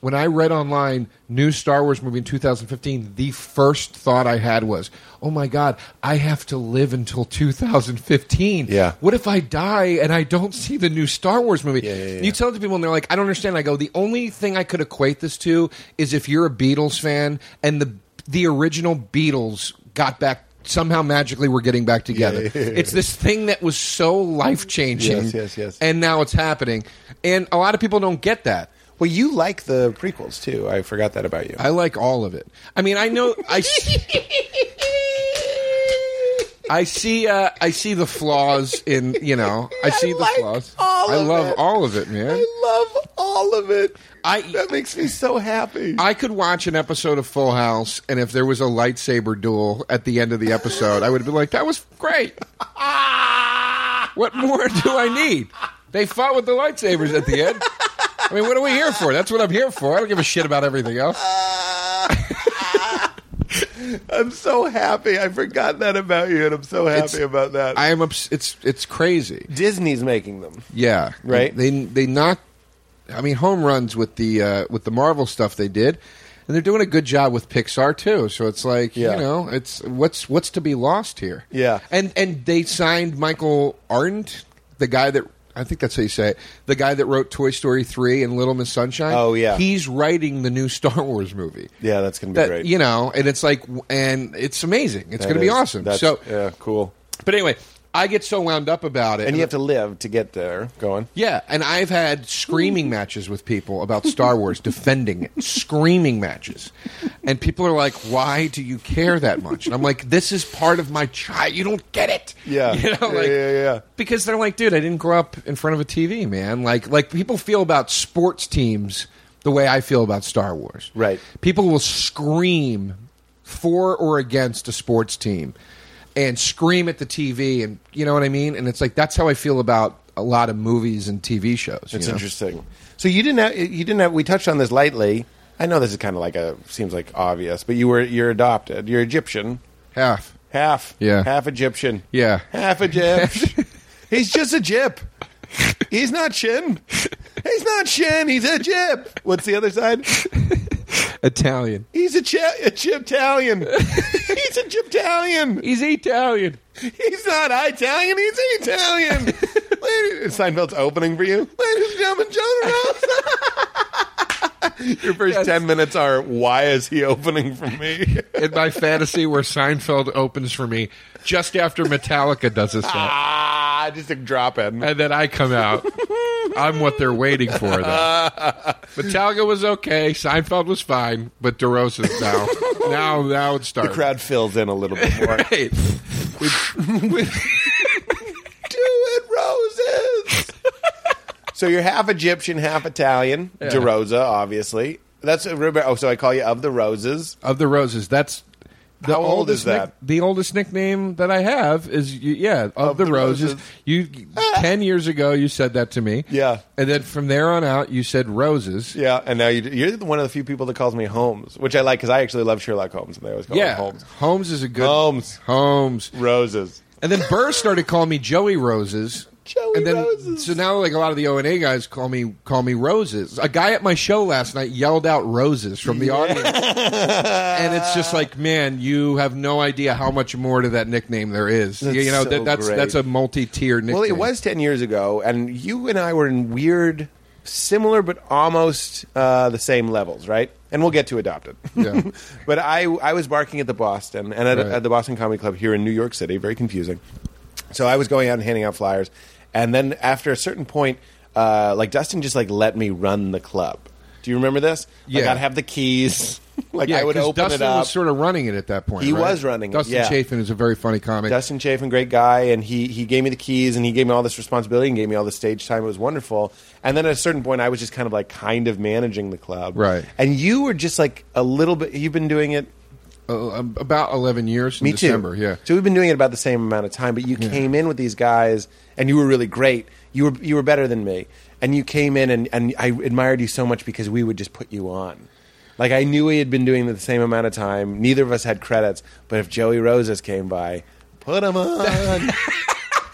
When I read online new Star Wars movie in 2015, the first thought I had was, "Oh my God, I have to live until 2015.
Yeah.
What if I die and I don't see the new Star Wars movie?"
yeah, yeah.
You tell it to people, and they're like, "I don't understand." I go, "The only thing I could equate this to is if you're a Beatles fan and the the original Beatles got back." Somehow magically, we're getting back together. It's this thing that was so life changing.
Yes, yes, yes.
And now it's happening. And a lot of people don't get that.
Well, you like the prequels too. I forgot that about you.
I like all of it. I mean, I know I. s- I see. Uh, I see the flaws in you know. I see the
like
flaws.
all
I
of
love
it.
all of it, man.
I love all of it.
I-
that makes me so happy.
I could watch an episode of Full House, and if there was a lightsaber duel at the end of the episode, I would have been like, "That was great." what more do I need? They fought with the lightsabers at the end. I mean, what are we here for? That's what I'm here for. I don't give a shit about everything else.
I'm so happy. I forgot that about you, and I'm so happy
It's-
about that.
I am. Ups- it's it's crazy.
Disney's making them.
Yeah.
Right?
They they knocked. I mean, home runs with the uh, with the Marvel stuff they did, and they're doing a good job with Pixar too. So it's like
Yeah.
you know, it's what's what's to be lost here.
Yeah.
And and they signed Michael Arndt, the guy that. I think that's how you say it. The guy that wrote Toy Story 3 and Little Miss Sunshine.
Oh, yeah.
He's writing the new Star Wars movie.
Yeah, that's gonna be
That,
great.
You know, and it's like, and it's amazing. It's going
That
to be
is-
awesome.
that's-
So,
yeah, cool.
but anyway, I get so wound up about it.
And you have to live to get there. Go on.
Yeah, and I've had screaming matches with people about Star Wars, defending it, screaming matches, and people are like, "Why do you care that much?" And I'm like, "This is part of my child. You don't get it."
Yeah.
you know,
Yeah,
like,
yeah, yeah.
Because they're like, "Dude, I didn't grow up in front of a TV, man." Like, like people feel about sports teams the way I feel about Star Wars.
Right.
People will scream for or against a sports team and scream at the TV and you know what I mean? And it's like that's how I feel about a lot of movies and TV shows. you
It's
know?
interesting. So you didn't have you didn't have we touched on this lightly. I know this is kind of like a seems like obvious, but you were you're adopted. You're Egyptian.
Half.
Half.
Yeah.
Half Egyptian.
Yeah.
Half Egyptian. He's just a gyp. He's not Shin. He's not Shin. He's a gyp. What's the other side?
Italian.
He's a, chi- a gyptalian. He's a gyptalian.
He's Italian.
He's not Italian. He's Italian. Ladies, Seinfeld's opening for you, ladies and gentlemen, Jonah Ross. Your first ten minutes are why is he opening for me?
In my fantasy where Seinfeld opens for me just after Metallica does his set.
ah, just a drop in.
And then I come out. I'm what they're waiting for though. Metallica was okay, Seinfeld was fine, but DeRosa's now. now now it starts.
The crowd fills in a little bit more. Do
Hey,
it, roses. so you're half Egyptian, half Italian. De Rosa, obviously. That's remember. Oh, so I call you of the roses.
of the roses. That's the
How old is
oldest
that?
nick- the oldest nickname that I have is y- yeah, of, the,
the
roses.
Roses.
You ten years ago you said that to me.
Yeah.
and then from there on out you said roses.
Yeah, and now you, you're one of the few people that calls me Holmes, which I like because I actually love Sherlock Holmes, and they always call me
Yeah,
Holmes.
is a good
Holmes.
Holmes,
Roses.
and then Burr started calling me Joey Roses.
Joey
and then,
Roses.
So now, like a lot of the O and A guys call me call me Roses. A guy at my show last night yelled out Roses from the audience, and it's just like, man, you have no idea how much more to that nickname there is.
That's
you know,
so
that, that's
great.
that's a multi tier nickname.
Well, it was 10 years ago, and you and I were in weird, similar, but almost uh, the same levels, right? And we'll get to adopted.
Yeah.
but I, I was barking at the Boston, and at,
Right.
at the Boston Comedy Club here in New York City, very confusing. So I was going out and handing out flyers, and then after a certain point, uh, like Dustin just like let me run the club. Do Do you remember this?
Yeah.
Like I'd have the keys. Like I would
'cause
open
Dustin
it up.
was sort of running it at that point.
He
right?
was running it,
Dustin
yeah.
Chafin is a very funny comic.
Dustin Chafin, great guy, and he he gave me the keys and he gave me all this responsibility and gave me all the stage time. It was wonderful. And then at a certain point, I was just kind of like kind of managing the club,
Right.
And you were just like a little bit. You've been doing it.
Uh, um, about eleven years. In
Me
December,
too.
Yeah.
So we've been doing it about the same amount of time, but you came in with these guys, and you were really great. You were you were better than me, and you came in, and, and I admired you so much because we would just put you on. Like I knew we had been doing it the same amount of time. Neither of us had credits, but if Joey Roses came by, put him on.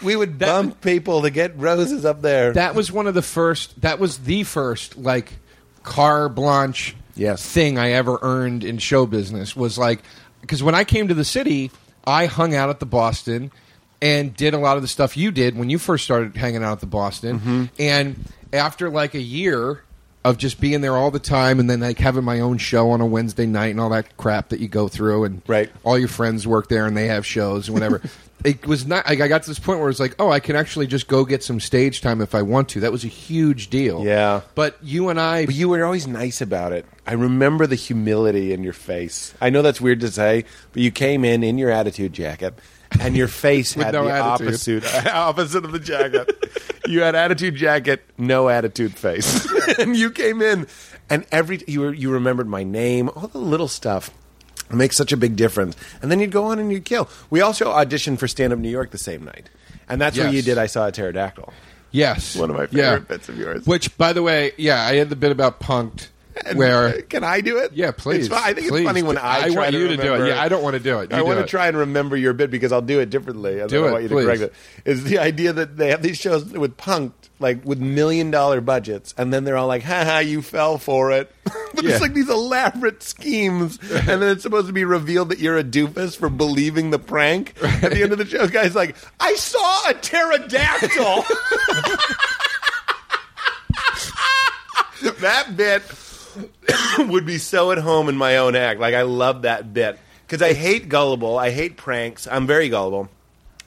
we would bump people to get Roses up there.
That was one of the first. That was the first like car blanche
Yes.
thing I ever earned in show business was like because when I came to the city, I hung out at the Boston and did a lot of the stuff you did when you first started hanging out at the Boston.
Mm-hmm.
And after like a year of just being there all the time and then like having my own show on a Wednesday night and all that crap that you go through and
Right.
all your friends work there and they have shows and whatever. it was not like I got to this point where it's like, oh, I can actually just go get some stage time if I want to. That was a huge deal.
Yeah.
But you and I
But you were always nice about it. I remember the humility in your face. I know that's weird to say, but you came in in your attitude jacket, and your face
With
had
no
the
attitude.
opposite uh, opposite of the jacket. you had attitude jacket, no attitude face, and you came in, and every you were, you remembered my name, all the little stuff. It makes such a big difference. And then you'd go on and you'd kill. We also auditioned for Stand Up New York the same night. And that's where you
Yes.
did I Saw a Pterodactyl.
Yes.
One of my favorite bits of yours.
Which, by the way, yeah, I had the bit about punked where.
Can I do it?
Yeah,
It's
please.
fu- I think
Please.
it's funny when I,
I
try
want you to do it.
remember-
Yeah, I don't wanna do it. You
I
do
want to
it.
try and remember your bit because I'll do it differently. And
Do
I
it,
want you to
please.
correct it. Is the idea that they have these shows with punked, like with million dollar budgets, and then they're all like, "Ha ha, you fell for it." but
Yeah.
it's like these elaborate schemes, and then it's supposed to be revealed that you're a doofus for believing the prank. At the end of the show, the guy's like, "I saw a pterodactyl." that bit would be so at home in my own act. Like I love that bit because I hate gullible. I hate pranks. I'm very gullible.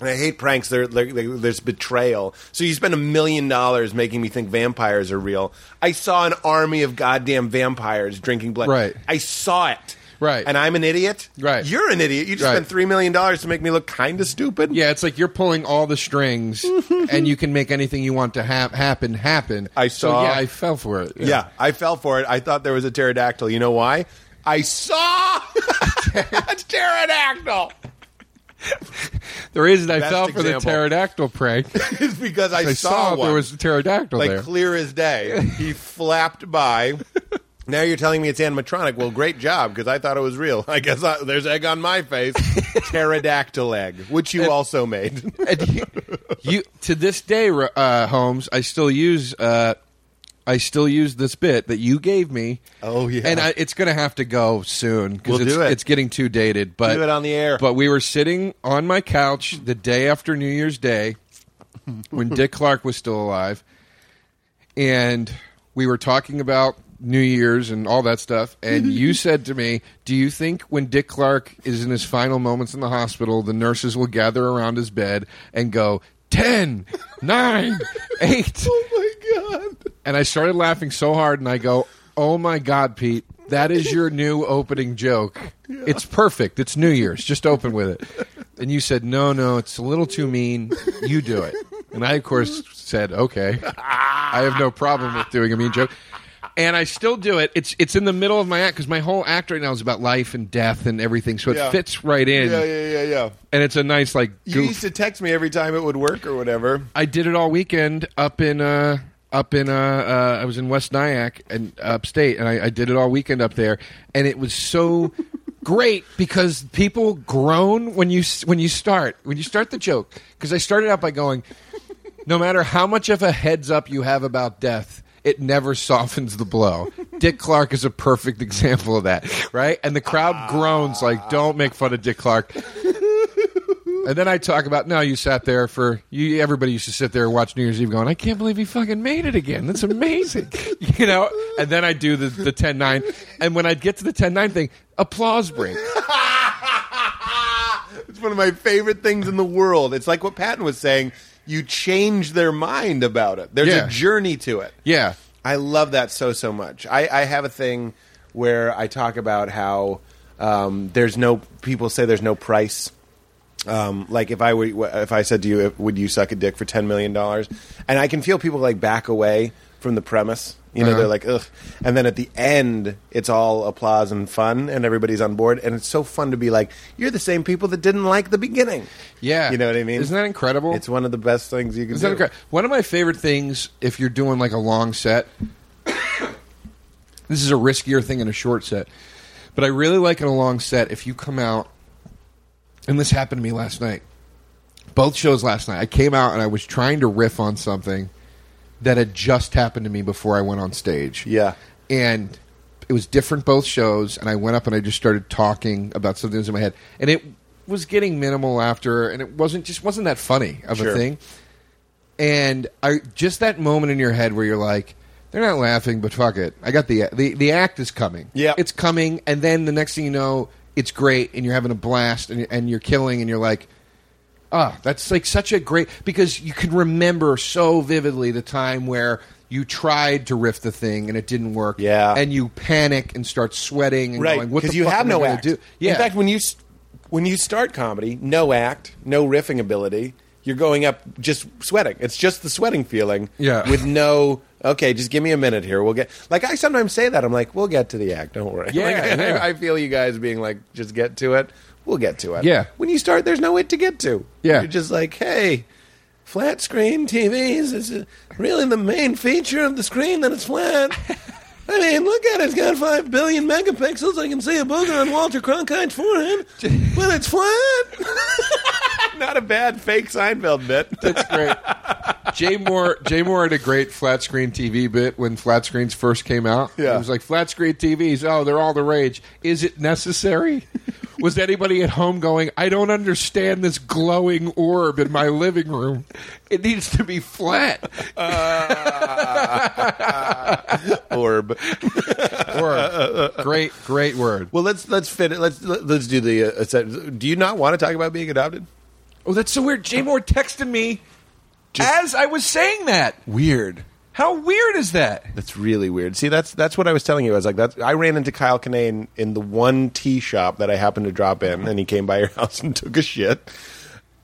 And I hate pranks. There, there- there- there's betrayal. So you spend a million dollars making me think vampires are real. I saw an army of goddamn vampires drinking blood.
Right.
I saw it.
Right.
And I'm an idiot.
Right.
You're an idiot. You just
Right.
spent three million dollars to make me look kind of stupid.
Yeah, it's like you're pulling all the strings, and you can make anything you want to ha- happen happen.
I
So,
saw-
yeah, I fell for it.
Yeah, I fell for it. I thought there was a pterodactyl. You know why? I saw a pterodactyl.
The reason I
Best
fell for the
example.
pterodactyl prank, is
It's because I,
I saw,
one.
there was a pterodactyl
like
there.
clear as day. He flapped by. Now you're telling me it's animatronic. Well, great job because I thought it was real. I guess I, there's egg on my face. pterodactyl egg, which you also made.
And you, you- to this day, Ro- uh, Holmes, I still use uh, I still use this bit that you gave me.
Oh, yeah.
and I, it's going to have to go soon
We'll
because it's,
do it.
it's getting too dated. But
Do it on the air.
But we were sitting on my couch the day after New Year's Day when Dick Clark was still alive, and we were talking about. New Year's and all that stuff, and you said to me, "Do you think when Dick Clark is in his final moments in the hospital, the nurses will gather around his bed and go ten, nine, eight,
oh my god.
and I started laughing so hard, and I go, "Oh my God, Pete, that is your new opening joke. It's perfect. It's New Year's. Just open with it." And you said, "No, no, it's a little too mean. You do it." And I, of course, said, "Okay, I have no problem with doing a mean joke." And I still do it. It's it's in the middle of my act because my whole act right now is about life and death and everything, so it
Yeah.
fits right in.
Yeah, yeah, yeah, yeah.
And it's a nice like
You
goof.
used to text me every time it would work or whatever.
I did it all weekend up in uh up in uh, uh I was in West Nyack and upstate, and I, I did it all weekend up there, and it was so great because people groan when you s- when you start when you start the joke because I started out by going, no matter how much of a heads up you have about death. It never softens the blow. Dick Clark is a perfect example of that, right? And the crowd groans like, "Don't make fun of Dick Clark." And then I talk about no, you sat there for you. Everybody used to sit there and watch New Year's Eve, going, "I can't believe he fucking made it again. That's amazing," you know. And then I do the the ten nine, and when I get to the ten nine thing, applause break.
It's one of my favorite things in the world. It's like what Patton was saying. You change their mind about it. There's
Yeah.
a journey to it.
Yeah,
I love that so so much. I, I have a thing where I talk about how um, there's no people say there's no price. Um, like if I were, if I said to you, would you suck a dick for ten million dollars? And I can feel people like back away from the premise. You know,
Uh-huh.
they're like, ugh. And then at the end, it's all applause and fun, and everybody's on board. And it's so fun to be like, you're the same people that didn't like the beginning.
Yeah.
You know what I mean?
Isn't that incredible?
It's one of the best things you can
Is
do.
that okay? One of my favorite things if you're doing like a long set. this is a riskier thing in a short set, but I really like in a long set if you come out. And this happened to me last night. Both shows last night, I came out and I was trying to riff on something that had just happened to me before I went on stage.
Yeah.
and it was different both shows. And I went up and I just started talking about something that was in my head, and it was getting minimal after, and it wasn't just wasn't that funny of
Sure.
a thing and I just that moment in your head where you're like, they're not laughing, but fuck it, I got the the the act is coming.
Yeah.
it's coming, and then the next thing you know, it's great, and you're having a blast, and and you're killing, and you're like. Ah, that's like such a great because you can remember so vividly the time where you tried to riff the thing and it didn't work.
Yeah.
and you panic and start sweating. And
right
going, what the
because you
fuck
have
am I
no
gonna
act.
Do? Yeah,
In fact, when you s- when you start comedy, no act, no riffing ability. You're going up just sweating. It's just the sweating feeling.
Yeah.
With no okay, just give me a minute here. We'll get like I sometimes say that. I'm like, we'll get to the act. Don't worry.
Yeah,
Like, I-
yeah.
I, feel you guys being like, just get to it. We'll get to it.
Yeah.
When you start, there's no it to get to.
Yeah.
You're just like, hey. Flat screen TVs is uh, really the main feature of the screen that it's flat. I mean, look at it. It's got 5 billion megapixels. I can see a booger on Walter Cronkine's forehead. Well, it's flat. Not a bad fake Seinfeld bit.
That's great. Jay Moore, Jay Moore had a great flat screen TV bit when flat screens first came out.
Yeah.
It was like flat screen TVs. Oh, they're all the rage. Is it necessary? was anybody at home going? I don't understand this glowing orb in my living room. It needs to be flat.
Uh, Orb.
Orb. Great, great word.
Well, let's let's fit it. Let's let's do the. Uh, set. Do you not want to talk about being adopted?
Oh, that's so weird. Jay Moore texted me as I was saying that.
Weird.
How weird is that?
That's really weird. See, that's that's what I was telling you. I was like, that's, I ran into Kyle Kinane in the one tea shop that I happened to drop in, and he came by your house and took a shit.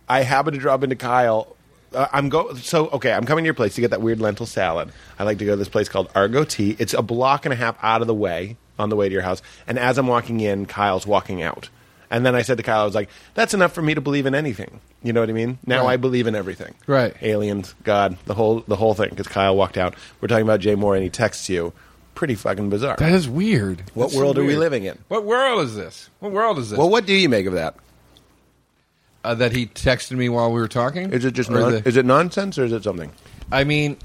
I happened to drop into Kyle. Uh, I'm go so okay. I'm coming to your place to get that weird lentil salad. I like to go to this place called Argo Tea. It's a block and a half out of the way on the way to your house. And as I'm walking in, Kyle's walking out. And then I said to Kyle, I was like, "That's enough for me to believe in anything." You know what I mean? Now
Right.
I believe in everything
Right.
aliens, God, the whole the whole thing. Because Kyle walked out. We're talking about Jay Moore, and he texts you. Pretty fucking bizarre.
That is weird.
What
That's so
world are we
weird.
living in?
What world is this? What world is this?
Well, what do you make of that?
uh, that he texted me while we were talking.
Is it just
Or
non-
the-
is it nonsense or is it something?
I mean,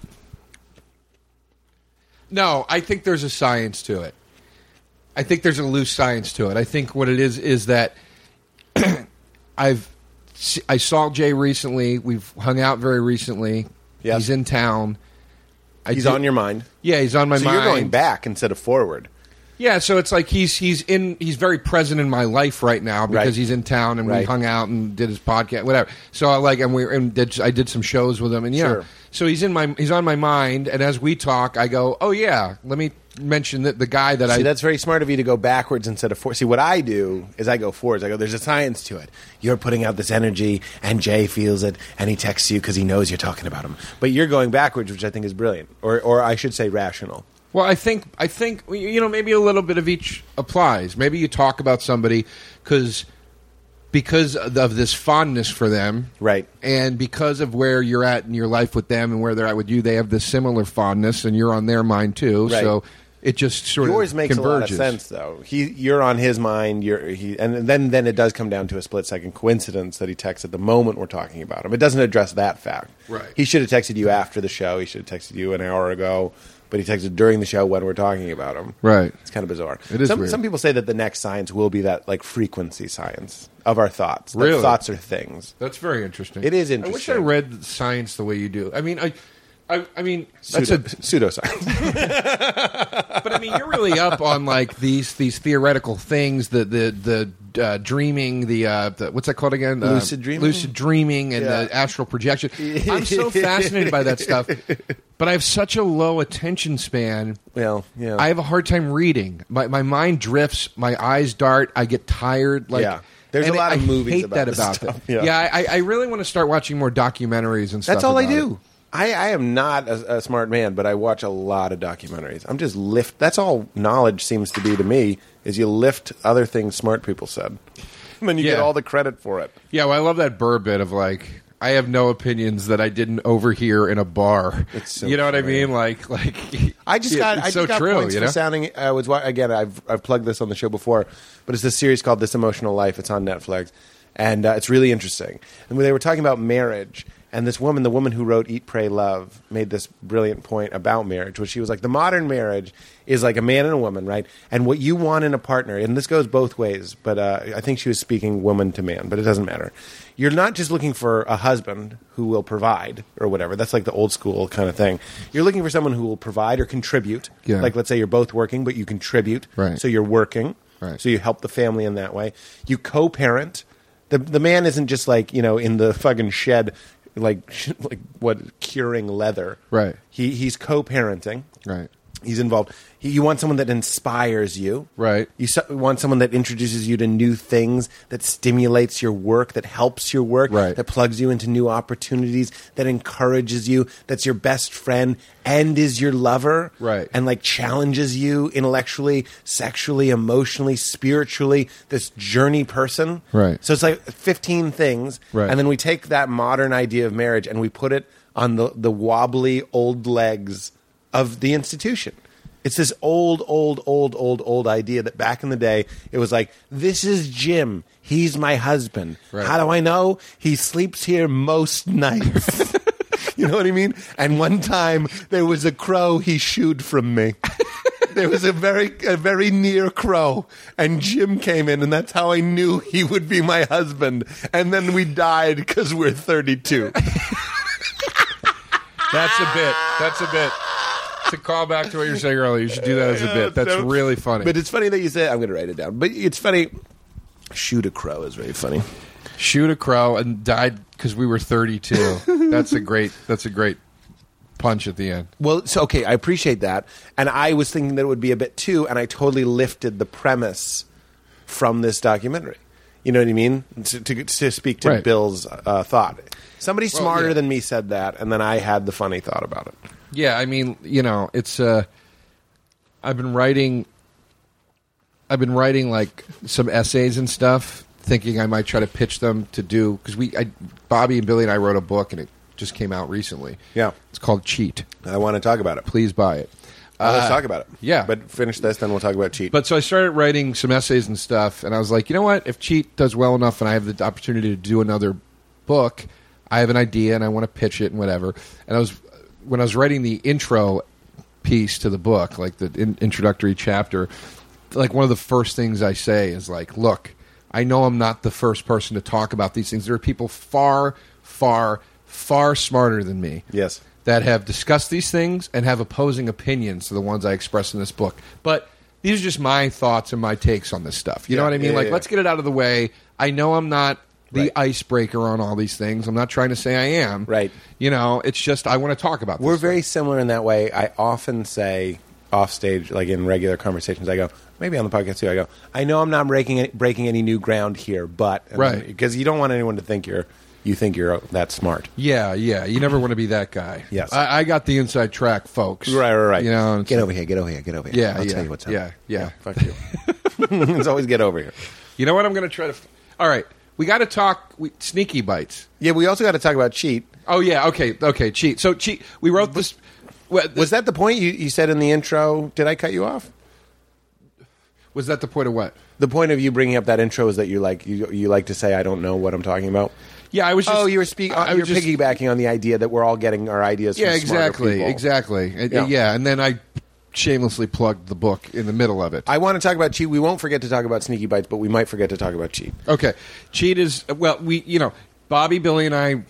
no. I think there's a science to it. I think there's a loose science to it. I think what it is is that I've se- I saw Jay recently. We've hung out very recently.
Yes.
He's in town. I
He's
do-
on your mind.
Yeah, he's on my
so
mind.
you're going back instead of forward.
Yeah, so it's like he's he's in he's very present in my life right now because
Right.
he's in town and we
Right.
hung out and did his podcast, whatever. So I like and we and did, I did some shows with him and yeah,
Sure.
so he's in my he's on my mind and as we talk, I go, oh yeah, let me mention that the guy that
See,
I
that's very smart of you to go backwards instead of forward. See, what I do is I go forwards. I go, there's a science to it. You're putting out this energy, and Jay feels it, and he texts you because he knows you're talking about him. But you're going backwards, which I think is brilliant, or, or I should say rational.
Well, I think I think well, you know maybe a little bit of each applies. Maybe you talk about somebody because because of this fondness for them,
Right.
And because of where you're at in your life with them and where they're at with you, they have this similar fondness, and you're on their mind too.
Right.
So it just sort
Yours
of
makes
converges.
a lot of sense, though. He, you're on his mind. You're he, and then then it does come down to a split second coincidence that he texts at the moment we're talking about him. It doesn't address that fact.
Right.
He should have texted you after the show. He should have texted you an hour ago, but he texted during the show when we're talking about him.
Right.
It's kind of bizarre.
It is
Some,
weird.
some people say that the next science will be that like frequency science of our thoughts. that
Really?
Thoughts are things.
That's very interesting.
It is
I wish I
interesting.
read science the way you do. I mean, I I, I mean,
That's Pseudo, a pseudoscience.
but I mean, you're really up on like these these theoretical things, the the the uh, dreaming, the, uh, the what's that called again? Uh,
Lucid dreaming?
lucid dreaming, and the astral projection. I'm so fascinated by that stuff, but I have such a low attention span.
well, yeah.
I have a hard time reading. My my mind drifts. My eyes dart. I get tired. Like.
Yeah. There's
and
a lot
I
of movies
hate
about
that
this
about
stuff.
it. Yeah,
Yeah.
I, I really want to start watching more documentaries and stuff.
That's all I
about it.
do. I, I am not a, a smart man, but I watch a lot of documentaries. I'm just lift. That's all knowledge seems to be to me is you lift other things smart people said, and then you get
Yeah.
all the credit for it.
Yeah, well, I love that burr bit of like, I have no opinions that I didn't overhear in a bar.
It's so
you know what I
funny.
mean? Like, like
I just
Yeah,
got.
it's
I just
so
got
true.
points
you
for
know,
sounding. I was wa- again. I've I've plugged this on the show before, but it's a series called This Emotional Life. It's on Netflix, and uh, it's really interesting. And when they were talking about marriage, and this woman, the woman who wrote Eat, Pray, Love, made this brilliant point about marriage, which she was like, the modern marriage is like a man and a woman, right? And what you want in a partner, and this goes both ways, but uh, I think she was speaking woman to man, but it doesn't matter. You're not just looking for a husband who will provide or whatever. That's like the old school kind of thing. You're looking for someone who will provide or contribute.
Yeah.
Like, let's say you're both working, but you contribute.
Right.
So you're working.
Right.
So you help the family in that way. You co parent. The, the man isn't just like, you know, in the fucking shed, like, like what, curing leather.
Right.
He, he's co parenting.
right?
He's involved. He- You want someone that inspires you.
Right.
You so- want someone that introduces you to new things, that stimulates your work, that helps your work,
Right.
that plugs you into new opportunities, that encourages you, that's your best friend and is your lover.
Right.
And like challenges you intellectually, sexually, emotionally, spiritually, this journey person.
Right.
So it's like 15 things.
Right.
And then we take that modern idea of marriage and we put it on the, the wobbly old legs of the institution. It's this old, old, old, old, old idea that back in the day, it was like, this is Jim. He's my husband.
Right.
How do I know? He sleeps here most nights. you know what I mean? And one time there was a crow he shooed from me. There was a very, a very near crow, and Jim came in, and that's how I knew he would be my husband. And then we died because we're 32.
That's a bit. That's a bit. To call back to what you were saying earlier, you should do that as a bit. That's
So-
really funny.
But it's funny that you say. I'm going to write it down. But it's funny. Shoot a crow is very funny.
Shoot a crow and died because we were 32. that's a great. That's a great punch at the end.
Well, so okay, I appreciate that, and I was thinking that it would be a bit too, and I totally lifted the premise from this documentary. You know what I mean? To, to, to speak to
Right.
Bill's uh, thought, somebody smarter
yeah.
than me said that, and then I had the funny thought about it.
Yeah, I mean, you know, it's uh I've been writing I've been writing like some essays and stuff thinking I might try to pitch them to do cuz we I Bobby and Billy and I wrote a book and it just came out recently.
Yeah.
It's called Cheat.
I want to talk about it.
Please buy it.
Well, let's talk about it.
Uh, yeah.
but finish this, then we'll talk about cheat.
But so I started writing some essays and stuff, and I was like, you know what? If Cheat does well enough and I have the opportunity to do another book, I have an idea and I want to pitch it and whatever. And I was, when I was writing the intro piece to the book, like the in- introductory chapter, like one of the first things I say is like, look, I know I'm not the first person to talk about these things. There are people far, far, far smarter than me
yes,
that have discussed these things and have opposing opinions to the ones I express in this book. But these are just my thoughts and my takes on this stuff. You know
Yeah,
what I mean?
yeah,
like,
yeah.
let's get it out of the way. I know I'm not the
Right.
icebreaker on all these things. I'm not trying to say I am.
Right.
You know, it's just I want to talk about.
We're
this
very similar in that way. I often say off stage, like in regular conversations, I go, maybe on the podcast too, I go, I know I'm not breaking any, breaking any new ground here, but
Right.
because you don't want anyone to think you're you think you're that smart.
Yeah, yeah. You never want to be that guy.
Yes.
I, I got the inside track, folks.
Right, right, right.
You know, it's-
get over here, get over here, get over here.
Yeah,
I'll
yeah,
tell you what's up.
yeah, yeah.
fuck you. it's always get over here.
you know what? I'm going to try to. F- all right, we got to talk we, sneaky bites.
Yeah, we also got to talk about cheat.
Oh yeah, okay, okay. Cheat. So cheat. We wrote this. well, th-
Was that the point you, you said in the intro? Did I cut you off?
was that the point of what?
The point of you bringing up that intro is that you like you, you like to say I don't know what I'm talking about.
Yeah, I was. Just,
oh, you were speaking.
I- I
You're
was just-
piggybacking on the idea that we're all getting our ideas.
Yeah,
from smarter
exactly,
people.
exactly. Uh,
Yeah.
Yeah. and then I shamelessly plugged the book in the middle of it.
I want to talk about cheat. We won't forget to talk about sneaky bites, but we might forget to talk about cheat.
okay, cheat is well. We you know, Bobby, Billy, and I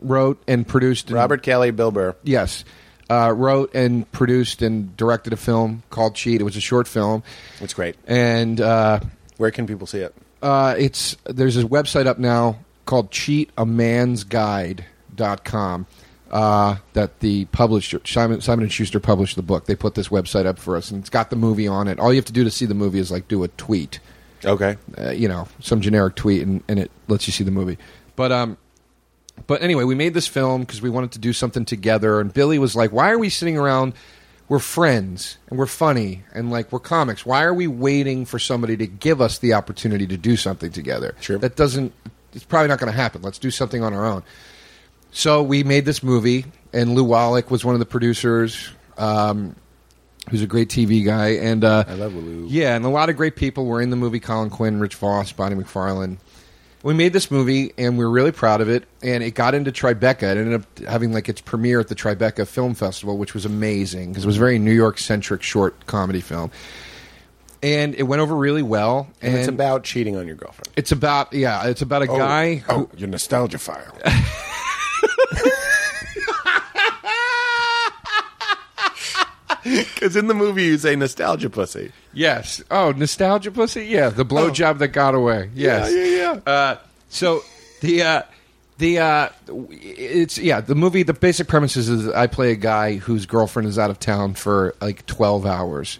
wrote and produced and-
Robert Kelly, Bill Burr.
Yes. Uh, wrote and produced and directed a film called Cheat. It was a short film,
It's great.
and uh,
Where can people see it?
uh, it's there's this website up now called cheatamansguide.com uh, that the publisher Simon Simon and Schuster published the book. They put this website up for us, and it's got the movie on it. All you have to do to see the movie is like do a tweet,
Okay.
uh, you know, some generic tweet, and, and it lets you see the movie. But um, but anyway, we made this film because we wanted to do something together. And Billy was like, "Why are we sitting around? We're friends and we're funny and like we're comics. Why are we waiting for somebody to give us the opportunity to do something together?
Sure.
That doesn't. It's probably not going to happen. Let's do something on our own." So we made this movie, and Lou Wallach was one of the producers. Um, who's a great TV guy, and uh,
I love Lou.
Yeah, and a lot of great people were in the movie: Colin Quinn, Rich Voss, Bonnie McFarlane. We made this movie, and we were really proud of it. And it got into Tribeca. It ended up having like its premiere at the Tribeca Film Festival, which was amazing because it was a very New York centric short comedy film. And it went over really well.
And, it's about cheating on your girlfriend.
it's about yeah, it's about a guy who
Oh, your nostalgia file. Because in the movie you say nostalgia pussy.
Yes. Oh, nostalgia pussy. Yeah, the blowjob that got away. Yes.
Oh. Yeah, yeah, yeah.
Uh, so the uh, the uh, it's yeah the movie. The basic premise is, is I play a guy whose girlfriend is out of town for like twelve hours,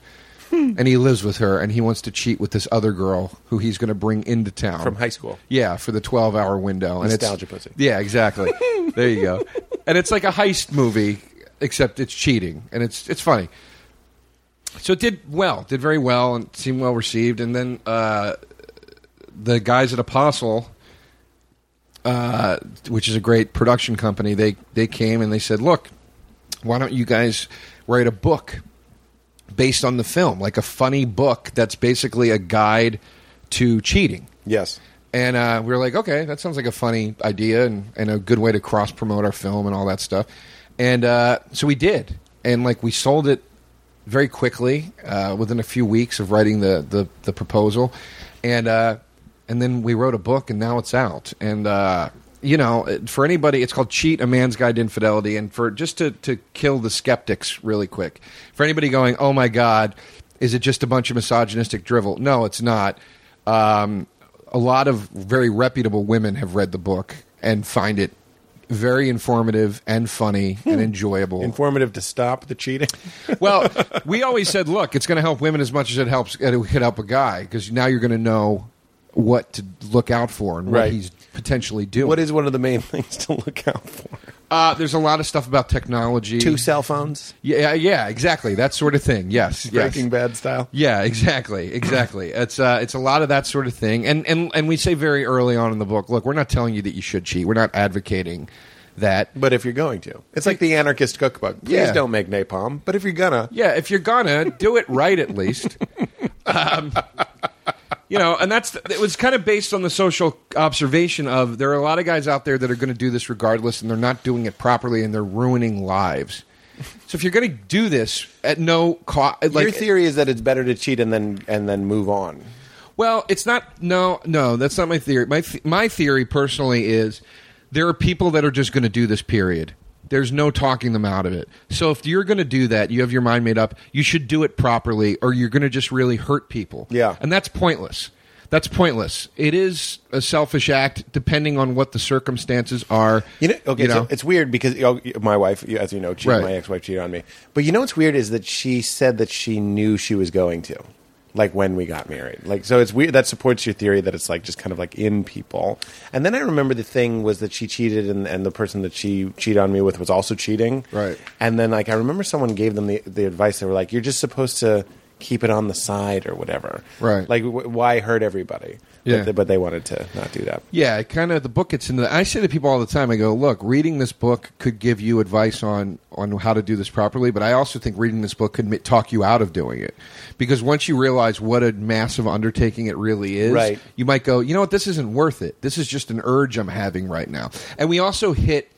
Hmm.
and he lives with her, and he wants to cheat with this other girl who he's going to bring into town
From high school.
Yeah, for the twelve hour window. And it's-
Nostalgia pussy.
Yeah, exactly. there you go. And it's like a heist movie, except it's cheating, and it's it's funny so it did well, did very well, and seemed well received. And then uh, the guys at Apostle, uh, which is a great production company, they they came and they said, "Look, why don't you guys write a book based on the film, like a funny book that's basically a guide to cheating?"
Yes.
And uh, we were like, okay, that sounds like a funny idea and, and a good way to cross promote our film and all that stuff. And uh, so we did. And like we sold it very quickly uh, within a few weeks of writing the, the, the proposal. And, uh, and then we wrote a book and now it's out. And, uh, you know, it- for anybody, it's called Cheat, A Man's Guide to Infidelity. And for just to, to kill the skeptics really quick, for anybody going, oh my God, is it just a bunch of misogynistic drivel? No, it's not. Um, a lot of very reputable women have read the book and find it very informative and funny
Hmm.
and enjoyable.
Informative to stop the cheating.
well, we always said, look, it's going to help women as much as it helps it could help a guy because now you're going to know what to look out for and what
Right.
he's potentially doing.
what is one of the main things to look out for?
uh, there's a lot of stuff about technology.
Two cell phones.
yeah, yeah, exactly. That sort of thing. Yes, yes.
Breaking Bad style.
Yeah, exactly, exactly. It's uh, it's a lot of that sort of thing, and and and we say very early on in the book, look, we're not telling you that you should cheat. We're not advocating that.
But if you're going to, it's like the anarchist cookbook. Please
Yeah.
don't make napalm. But if you're gonna,
Yeah, if you're gonna do it right, at least. Um, you know, and that's it was kind of based on the social observation of there are a lot of guys out there that are going to do this regardless, and they're not doing it properly, and they're ruining lives. So if you're going to do this at no cost, like
your theory is that it's better to cheat and then and then move on.
Well, it's not. No, no, that's not my theory. My th- my theory personally is there are people that are just going to do this. Period. There's no talking them out of it. So if you're going to do that, you have your mind made up. You should do it properly, or you're going to just really hurt people.
Yeah.
and that's pointless. That's pointless. It is a selfish act, depending on what the circumstances are.
You know, okay, so it's weird because you know, my wife, you- as you know, cheated,
Right.
my ex-wife cheated on me. But you know what's weird is that she said that she knew she was going to, like when we got married. Like, so it's weird that supports your theory that it's like just kind of like in people. And then I remember the thing was that she cheated, and, and the person that she cheated on me with was also cheating.
Right.
And then like I remember someone gave them the the advice they were like, you're just supposed to keep it on the side or whatever.
Right.
Like, w- why hurt everybody?
Yeah.
But they, but they wanted to not do that.
Yeah, it kind of the book gets into. That. I say to people all the time, I go, "Look, reading this book could give you advice on on how to do this properly, but I also think reading this book could mi- talk you out of doing it because once you realize what a massive undertaking it really is,
Right.
you might go, you know what, this isn't worth it. This is just an urge I'm having right now. And we also hit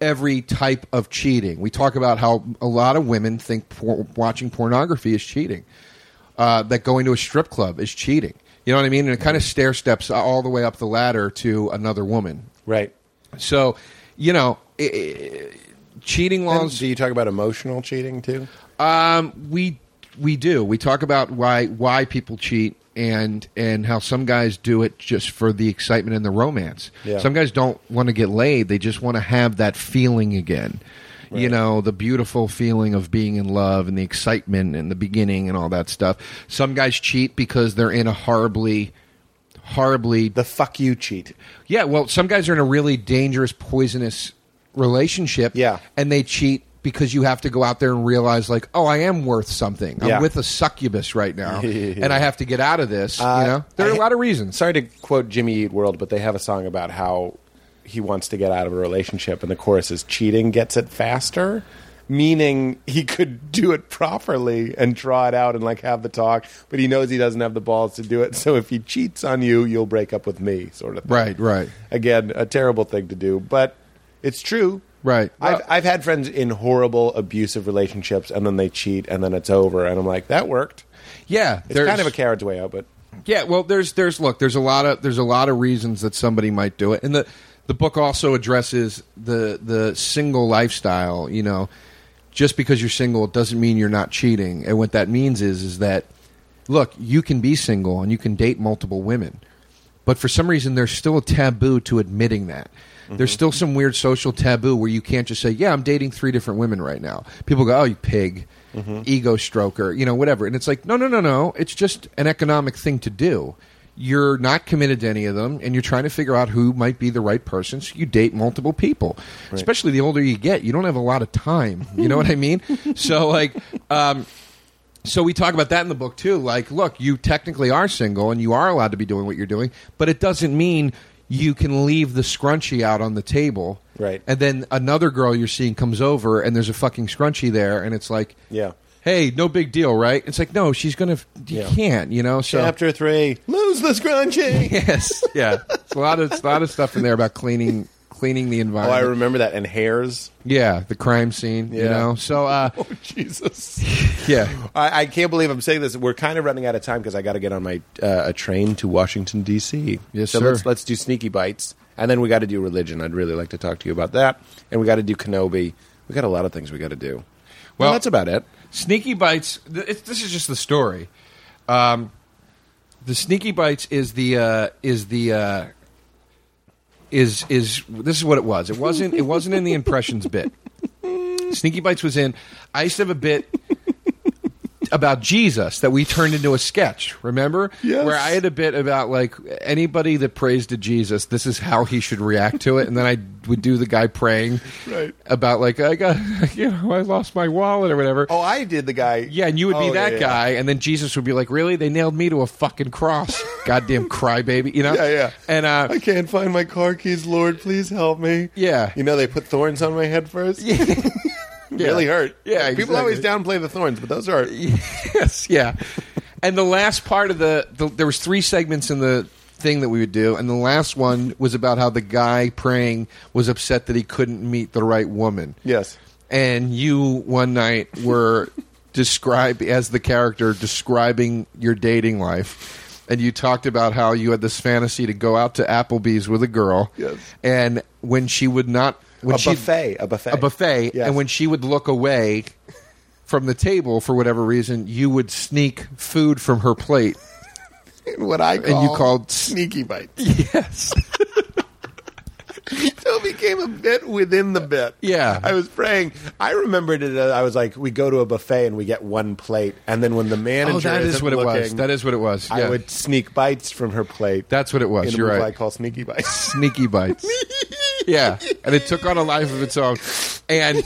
every type of cheating. We talk about how a lot of women think por- watching pornography is cheating, uh, that going to a strip club is cheating. You know what I mean? And it kind of stair steps all the way up the ladder to another woman.
Right.
So, you know, i- i- cheating
And
laws.
do you talk about emotional cheating too?
Um, we we do. We talk about why why people cheat and and how some guys do it just for the excitement and the romance.
Yeah.
Some guys don't want to get laid; they just want to have that feeling again. You know, the beautiful feeling of being in love and the excitement and the beginning and all that stuff. Some guys cheat because they're in a horribly horribly
The fuck you cheat.
yeah, well, some guys are in a really dangerous, poisonous relationship.
Yeah.
And they cheat because you have to go out there and realize, like, oh, I am worth something. I'm
Yeah.
with a succubus right now, and I have to get out of this. you know, there are a
Uh, I-
lot of reasons.
Sorry to quote Jimmy Eat World, but they have a song about how he wants to get out of a relationship, and the chorus is cheating gets it faster. Meaning he could do it properly and draw it out and like have the talk, but he knows he doesn't have the balls to do it. So if he cheats on you, you'll break up with me, sort of thing.
Right, right.
Again, a terrible thing to do, but it's true.
Right.
I've, I've had friends in horrible, abusive relationships, and then they cheat, and then it's over. And I'm like, that worked.
Yeah,
It's kind of a carrot's way out, but
Yeah, well, there's there's look, there's a lot of there's a lot of reasons that somebody might do it, and the the book also addresses the the single lifestyle. You know, just because you're single it doesn't mean you're not cheating, and what that means is is that look, you can be single and you can date multiple women, but for some reason there's still a taboo to admitting that. There's still some weird social taboo where you can't just say, "Yeah, I'm dating three different women right now." People go, "Oh, you pig." Ego stroker, you know, whatever. And it's like, no, no, no, no. It's just an economic thing to do. You're not committed to any of them, and you're trying to figure out who might be the right person. So you date multiple people, especially the older you get. You don't have a lot of time. You know what I mean? So, like, um, so we talk about that in the book too. Like, look, you technically are single and you are allowed to be doing what you're doing, but it doesn't mean you can leave the scrunchie out on the table.
Right.
And then another girl you're seeing comes over and there's a fucking scrunchie there and it's like,
Yeah.
Hey, no big deal, right? It's like, no, she's going to you
Yeah.
can't, you know. So
Chapter three: Lose the scrunchie.
yes, yeah. It's a lot of it's a lot of stuff in there about cleaning cleaning the
oh,
environment.
I remember that. And hairs.
yeah, the crime scene, you
Yeah.
know. So uh
Oh Jesus!
yeah.
I, I can't believe I'm saying this. We're kind of running out of time because I got to get on my uh, a train to Washington D.C.
Yes,
so
sir.
Let's, let's do sneaky bites, and then we got to do religion. I'd really like to talk to you about that, and we got to do Kenobi. We got a lot of things we got to do. Well,
Well-
that's about it.
Sneaky Bites. Th- it's, this is just the story. Um, the Sneaky Bites is the uh, is the uh, is is this is what it was. It wasn't it wasn't in the impressions bit. Sneaky Bites was in. I used to have a bit about Jesus that we turned into a sketch. Remember?
Yes.
Where I had a bit about like anybody that prays to Jesus, this is how he should react to it, and then I would do the guy praying
Right.
about like I got you know I lost my wallet or whatever.
Oh, I did the guy.
Yeah, and you would be
Oh,
that
yeah, yeah.
guy, and then Jesus would be like, "Really? They nailed me to a fucking cross, goddamn crybaby!" You know?
Yeah, yeah.
And uh,
I can't find my car keys, Lord. Please help me.
Yeah.
You know, they put thorns on my head first. Yeah. Really hurt.
Yeah,
People always downplay the thorns, but those are.
yes, yeah. And the last part of the, the there was three segments in the thing that we would do, and the last one was about how the guy praying was upset that he couldn't meet the right woman.
Yes.
And you one night were described as the character describing your dating life. And you talked about how you had this fantasy to go out to Applebee's with a girl.
Yes.
And when she would not when
a
she
buffet. A buffet.
a buffet,
Yes.
and when she would look away from the table for whatever reason, you would sneak food from her plate.
what I call
And you called s-
sneaky bites.
Yes.
so it became a bit within the bit.
Yeah.
I was praying. I remembered it. uh, I was like, we go to a buffet and we get one plate, and then when the manager
Oh, that is
isn't
what it was.
looking,
That is what it was. Yeah.
I would sneak bites from her plate.
That's what it was.
in a
You're
move
right.
I call sneaky bites.
Sneaky bites. yeah. And it took on a life of its own. And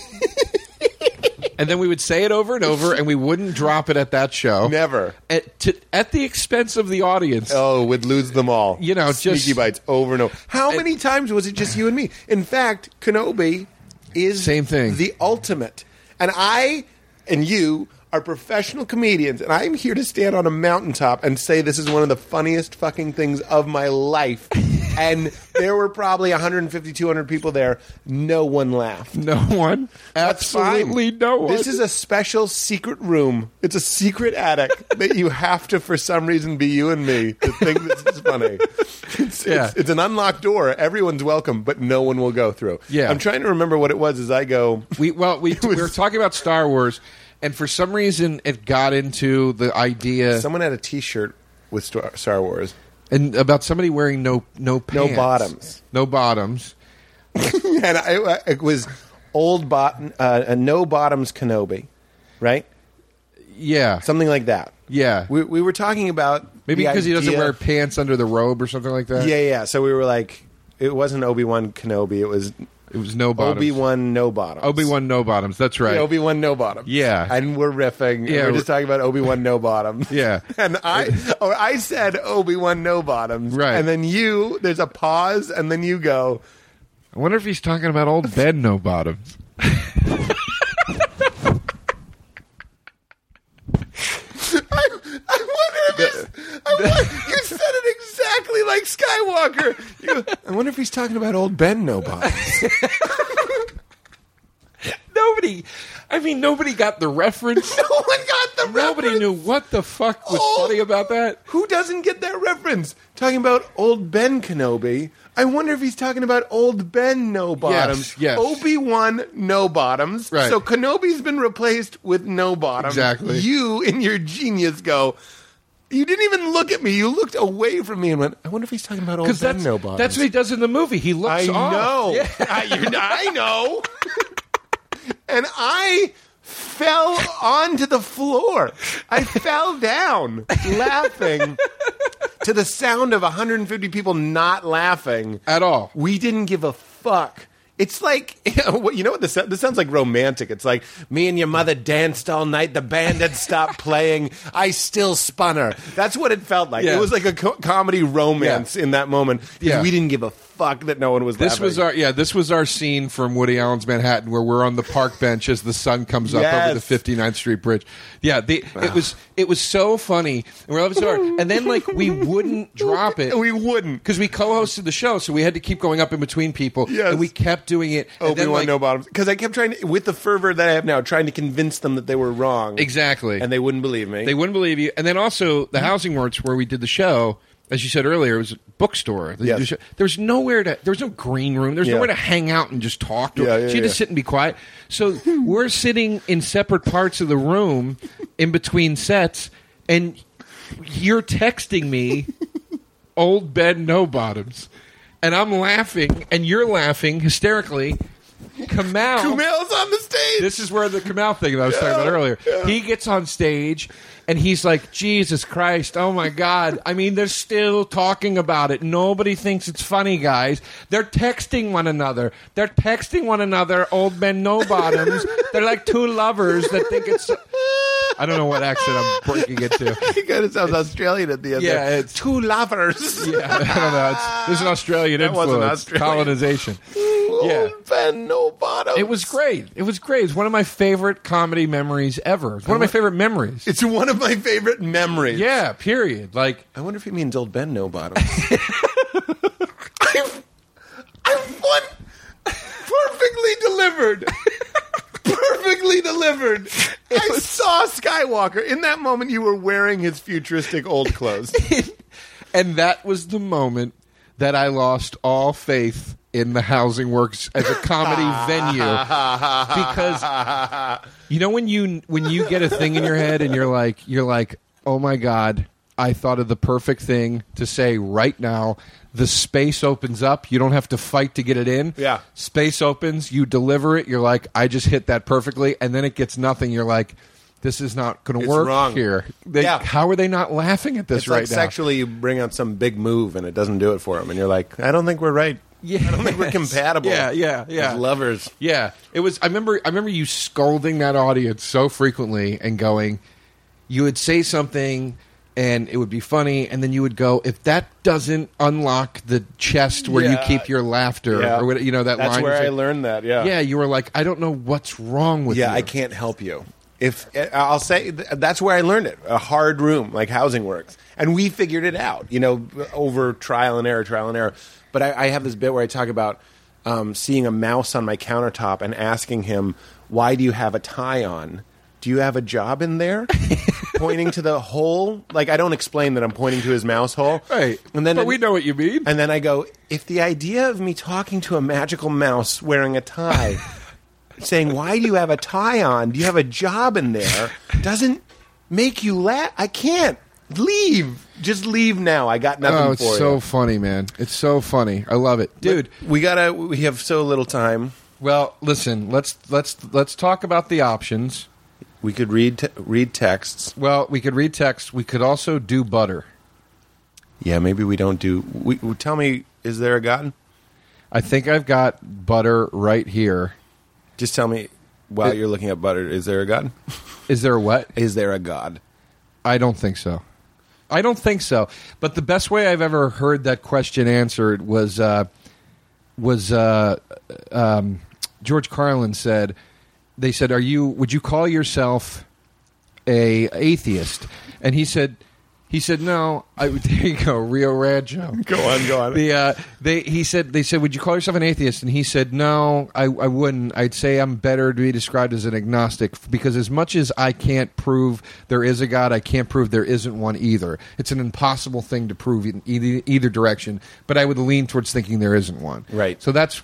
and then we would say it over and over and we wouldn't drop it at that show.
Never.
At, to, at the expense of the audience.
Oh, would lose them all.
You know,
sneaky
just-
bites over and over. How
It-
many times was it just you and me? In fact, Kenobi is
Same thing.
The ultimate, and I and you are professional comedians, and I'm here to stand on a mountaintop and say this is one of the funniest fucking things of my life. and there were probably 150, 200 people there. No one laughed.
No one.
That's fine.
Absolutely no one.
This is a special secret room. It's a secret attic that you have to, for some reason, be you and me to think this is funny. It's,
Yeah.
it's, it's an unlocked door. Everyone's welcome, but no one will go through.
Yeah.
I'm trying to remember what it was as I go.
We well, we, we were talking about Star Wars, and for some reason, it got into the idea
Someone had a T-shirt with Star Star Wars.
and about somebody wearing no no
No
pants.
bottoms.
no bottoms.
and I, it was old bot, uh, a no bottoms Kenobi, right?
Yeah,
Something like that.
yeah.
We, we were talking about
Maybe
the
because he doesn't
idea-
wear pants under the robe or something like that.
Yeah, yeah. So we were like, it wasn't Obi Wan Kenobi. It was
it was no bottoms.
Obi Wan no bottoms.
Obi Wan no bottoms. That's right.
Obi Wan no bottoms.
Yeah.
and we're riffing.
Yeah,
Yeah, we're just talking about Obi Wan no bottoms.
Yeah.
and I or I said Obi Wan no bottoms.
Right.
and then you there's a pause, and then you go.
I wonder if he's talking about old Ben no bottoms.
I, I wonder if he's, I wonder, you said it exactly like Skywalker. You go, I wonder if he's talking about old Ben no bottoms.
Nobody, I mean, nobody got the reference.
no one got the
nobody
reference.
knew what the fuck was
Oh.
funny about that.
Who doesn't get that reference? Talking about old Ben Kenobi. I wonder if he's talking about old Ben No Bottoms.
yes.
Obi Wan No Bottoms.
Right.
So Kenobi's been replaced with No Bottoms.
Exactly.
You and your genius go. You didn't even look at me. You looked away from me and went. I wonder if he's talking about old Ben
Because that's
No Bottoms.
that's what he does in the movie. He
I
looks off.
know. I, you- I know. and I fell onto the floor. I fell down laughing to the sound of 150 people not laughing.
at all.
We didn't give a fuck. It's like you know what this this sounds like romantic. It's like me and your mother danced all night. The band had stopped playing. I still spun her. That's what it felt like.
Yeah.
It was like a co- comedy romance in that moment. 'Cause
Yeah.
we didn't give a fuck that no one was.
This
laughing.
was our yeah. This was our scene from Woody Allen's Manhattan, where we're on the park bench as the sun comes up over
Yes.
the 59th Street Bridge. Yeah, the, it was it was so funny, and we're laughing so hard. And then like we wouldn't drop it.
We wouldn't.
because we co-hosted the show, so we had to keep going up in between people,
Yes.
and we kept doing it. and
Obi
then,
Wan
like-
no bottoms because I kept trying to, with the fervor that I have now, trying to convince them that they were wrong
Exactly.
and they wouldn't believe me.
They wouldn't believe you. And then also
Mm-hmm.
the housing marts where we did the show, as you said earlier, it was a bookstore. They
Yes.
did the show- There was nowhere to. There was no green room. There was
Yeah.
nowhere to hang out and just talk. To
Yeah, yeah,
so you had
yeah.
to sit and be quiet. So we're sitting in separate parts of the room, in between sets, and you're texting me, old bed no bottoms, and I'm laughing and you're laughing hysterically. Kamau,
Kumail's on the stage.
this is where the Kamal thing that I was talking about earlier. He gets on stage and he's like, Jesus Christ, oh my God. I mean, they're still talking about it. Nobody thinks it's funny, guys. They're texting one another. They're texting one another, old men no bottoms. they're like two lovers that think it's. I don't know what accent I'm breaking into.
He kind of sounds Australian at the end.
Yeah,
there.
it's-
two lovers.
Yeah, I don't know. It's, there's an Australian
That
influence.
wasn't Australian.
Colonization.
yeah.
Yeah.
Ben, no bottom.
It was great. It was great. It's one of my favorite comedy memories ever. It's one of my favorite memories.
It's one of my favorite memories.
Yeah, period. Like
I wonder if he means old Ben no bottoms. I, I want perfectly delivered. Perfectly delivered. I saw Skywalker. In that moment, you were wearing his futuristic old clothes.
and that was the moment that I lost all faith in the housing works as a comedy venue because you know when you when you get a thing in your head and you're like you're like oh my god I thought of the perfect thing to say right now the space opens up you don't have to fight to get it in
Yeah.
space opens you deliver it you're like I just hit that perfectly and then it gets nothing you're like this is not going to
It's
work
wrong.
here. They,
Yeah.
How are they not laughing at this
It's
right
like
now?
sexually, you bring up some big move and it doesn't do it for him. And you're like, I don't think we're right.
Yeah,
I don't think we're compatible.
Yeah, yeah, yeah.
As lovers.
Yeah, it was. I remember. I remember you scolding that audience so frequently and going. You would say something, and it would be funny, and then you would go, "If that doesn't unlock the chest where
Yeah.
you keep your laughter,
Yeah.
or what, you know that
That's
line."
where
it's
I
like-
learned that. Yeah.
Yeah, you were like, "I don't know what's wrong with
Yeah,
you."
I can't help you. If I'll say th- that's where I learned it, a hard room like housing works, and we figured it out, you know, over trial and error, trial and error. But I, I have this bit where I talk about um, seeing a mouse on my countertop and asking him, "Why do you have a tie on? Do you have a job in there?" pointing to the hole, like I don't explain that I'm pointing to his mouse hole,
Right.
And then
But we know what you mean.
and then I go, if the idea of me talking to a magical mouse wearing a tie, saying, Why do you have a tie on? Do you have a job in there? doesn't make you laugh. I can't. Leave. Just leave now. I got nothing
Oh, it's
for
so
you.
funny, man. It's so funny. I love it. Dude,
we gotta we have so little time.
well, listen, let's let's let's talk about the options.
We could read te- read texts.
Well, we could read text. We could also do butter.
Yeah, maybe we don't do we, we- tell me is there a god?
I think I've got butter right here.
Just tell me while you're looking at butter, is there a god?
Is there what?
Is there a god?
I don't think so. I don't think so. But the best way I've ever heard that question answered was uh, was uh, um, George Carlin said. They said, "Are you? Would you call yourself a atheist?" And he said, "He said no." I, there you go, Rio Rancho.
Go on, go on.
The uh, they he said they said would you call yourself an atheist and he said no I, I wouldn't I'd say I'm better to be described as an agnostic because as much as I can't prove there is a God I can't prove there isn't one either it's an impossible thing to prove in either, either direction but I would lean towards thinking there isn't one
Right.
so that's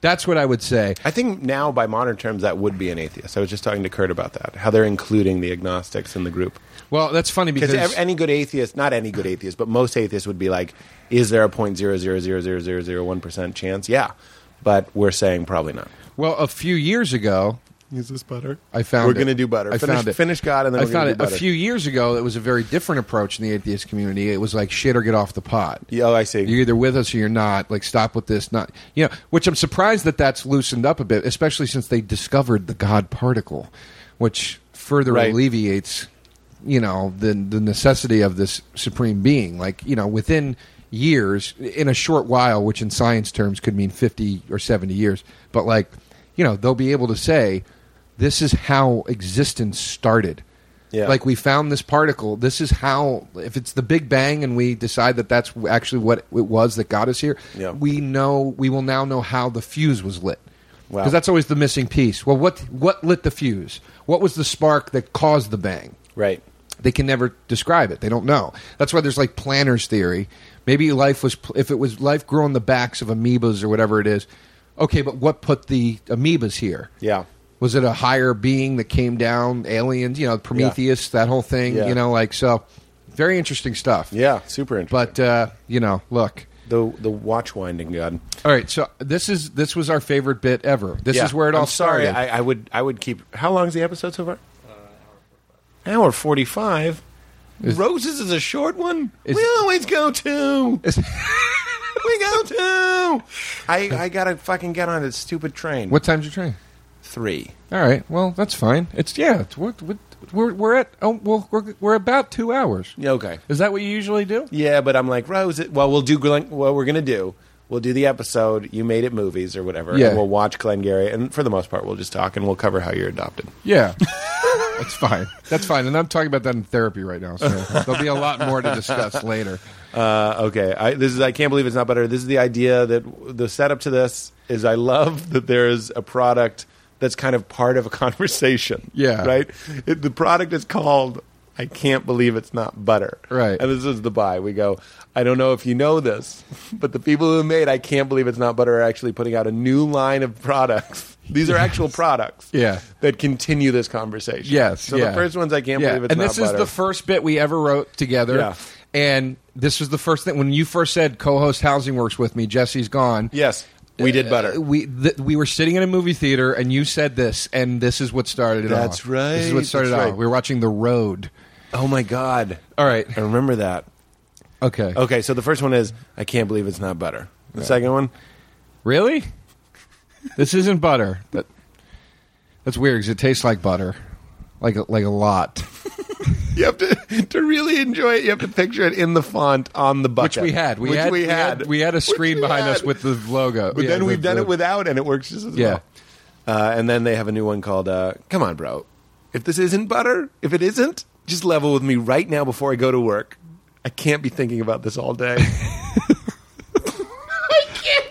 that's what I would say
I think now, by modern terms, that would be an atheist. I was just talking to Kurt about that, how they're including the agnostics in the group.
well that's funny because
Because ev- any good atheist, not any good atheist, but most atheists would be like, is there a 0.0000001% chance? Yeah. But we're saying probably not.
well a few years ago
Is this butter?
I found
We're
it.
going to do butter.
I
finish,
found it.
finish God, and then
I
we're
found
going to
it
do butter.
a few years ago. It was a very different approach in the atheist community. It was like shit or get off the pot.
Yeah, oh, I see.
You're either with us or you're not. Like stop with this. Not you know. Which I'm surprised that that's loosened up a bit, especially since they discovered the God particle, which further
Right.
alleviates you know the the necessity of this supreme being. Like you know within years in a short while which in science terms could mean 50 or 70 years but like you know they'll be able to say this is how existence started.
Yeah.
Like we found this particle. This is how. If it's the Big Bang, and we decide that that's actually what it was that got us here,
Yeah.
we know we will now know how the fuse was lit.
Wow.
Because that's always the missing piece. Well, what what lit the fuse? What was the spark that caused the bang?
Right.
They can never describe it. They don't know. That's why there's like planner's theory. Maybe life was pl- if it was life grew on the backs of amoebas or whatever it is. Okay, but what put the amoebas here?
Yeah.
Was it a higher being that came down? Aliens, you know, Prometheus, that whole thing,
Yeah.
you know, like so. Very interesting stuff.
Yeah. Super interesting.
But uh, you know, look.
the, the watch winding God.
All right, so this is this was our favorite bit ever. This
Yeah.
is where it
I'm
all
sorry.
started.
I, I would I would keep. How long is the episode so far? hour forty five. Roses is a short one.
Is-
we always go to.
Is-
we go to. I I gotta fucking get on a stupid train.
what time's your train?
three?
All right, well that's fine. It's yeah, it's, what, what, we're we're at oh well we're we're about two hours.
Yeah, okay.
Is that what you usually do?
Yeah, but I'm like Rose. Well, we'll do Glen, what we're gonna do. We'll do the episode. You made it movies or whatever.
Yeah.
And we'll watch Glengarry, and for the most part, we'll just talk and we'll cover how you're adopted.
Yeah. That's fine. That's fine. And I'm talking about that in therapy right now, so there'll be a lot more to discuss later.
Uh, okay, I, this is I can't believe it's not better. This is the idea that the setup to this is I love that there is a product that's kind of part of a conversation.
Yeah.
right. It, the product is called I can't believe it's not butter.
Right.
and this is the buy. We go. I don't know if you know this, but the people who made I can't believe it's not butter are actually putting out a new line of products. These are actual products.
Yeah.
that continue this conversation.
Yes.
So
yeah.
the first one's I can't
Yeah,
believe it's
and
not
this
butter.
is the first bit we ever wrote together.
Yeah.
And this was the first thing when you first said co-host Housing Works with me. Jesse's gone.
yes, we did butter.
Uh, we th- we were sitting in a movie theater, and you said this, and this is what started it all.
That's right,
This is what started it
that's
all.
right.
We were watching The Road.
oh my god.
All right. Oh,
I remember that.
Okay.
Okay, so the first one is I can't believe it's not butter. The second one,
Really? This isn't butter. That, that's weird because it tastes like butter, like a, like a lot,
you have to to really enjoy it. You have to picture it in the font on the
which
bucket,
we had. We
which
had
we had.
we had a
Which
screen
we
behind
had.
us with the logo.
But
Yeah,
then we've
the-
done
the-
it without, and it works just as
Yeah.
well. Uh, and then they have a new one called uh, "Come On, Bro." if this isn't butter, if it isn't, just level with me right now before I go to work. I can't be thinking about this all day. I can't.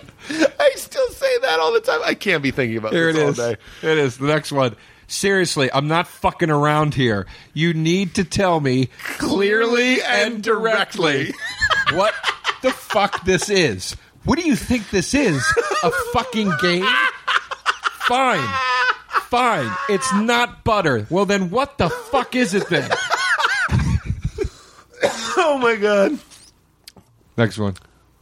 I still say that all the time. I can't be thinking about
There it
this all
is.
day.
It is. The next one. Seriously, I'm not fucking around here. You need to tell me clearly and directly what the fuck this is. What do you think this is? A fucking game? Fine. Fine. It's not butter. Well, then what the fuck is it then?
Oh my god.
Next one.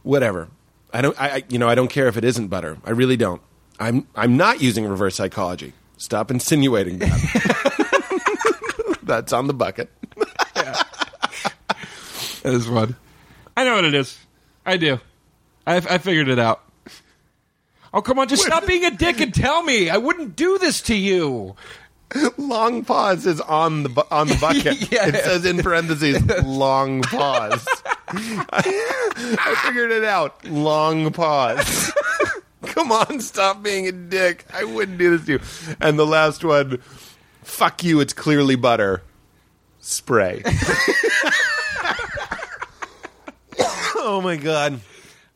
whatever. I don't. I, I you know I don't care if it isn't butter. I really don't. I'm I'm not using reverse psychology. Stop insinuating that. That's on the bucket.
This one. I know what it is. I do. I, I figured it out. Oh, come on. Just stop being a dick and tell me. I wouldn't do this to you.
Long pause is on the bu- on the bucket.
Yeah.
It says in parentheses long pause. I, I figured it out. Long pause. Come on, stop being a dick. I wouldn't do this to you. And the last one, fuck you. It's clearly butter. Spray. oh my god.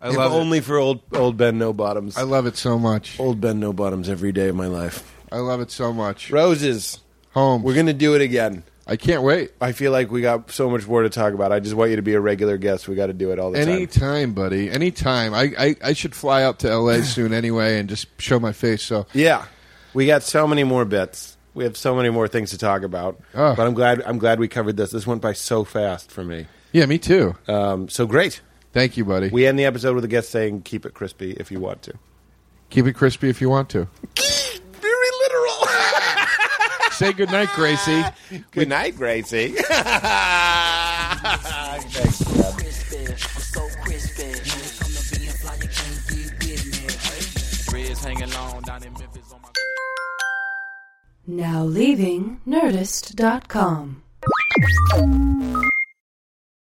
I
If
love
only for old old Ben no bottoms.
it. I love it so much.
old Ben no bottoms every day of my life.
I love it so much.
Roses.
Home.
We're gonna do it again.
I can't wait.
I feel like we got so much more to talk about. I just want you to be a regular guest. We got to do it all the
Any time,
time.
buddy. Any time. I, I, I should fly up to L.A. soon anyway and just show my face. So
Yeah, we got so many more bits. We have so many more things to talk about.
Ugh.
But I'm glad. I'm glad we covered this. This went by so fast for me.
yeah, me too.
Um, so great.
Thank you, buddy.
We end the episode with a guest saying, "Keep it crispy if you want to."
Keep it crispy if you want to.
Very literal.
Say goodnight, Gracie.
Good night, Gracie. Thanks.
crispy. I'm so crispy. When it come to being fly, you can't get with me. Reds hanging long down in Memphis on my.
Now leaving Nerdist.com.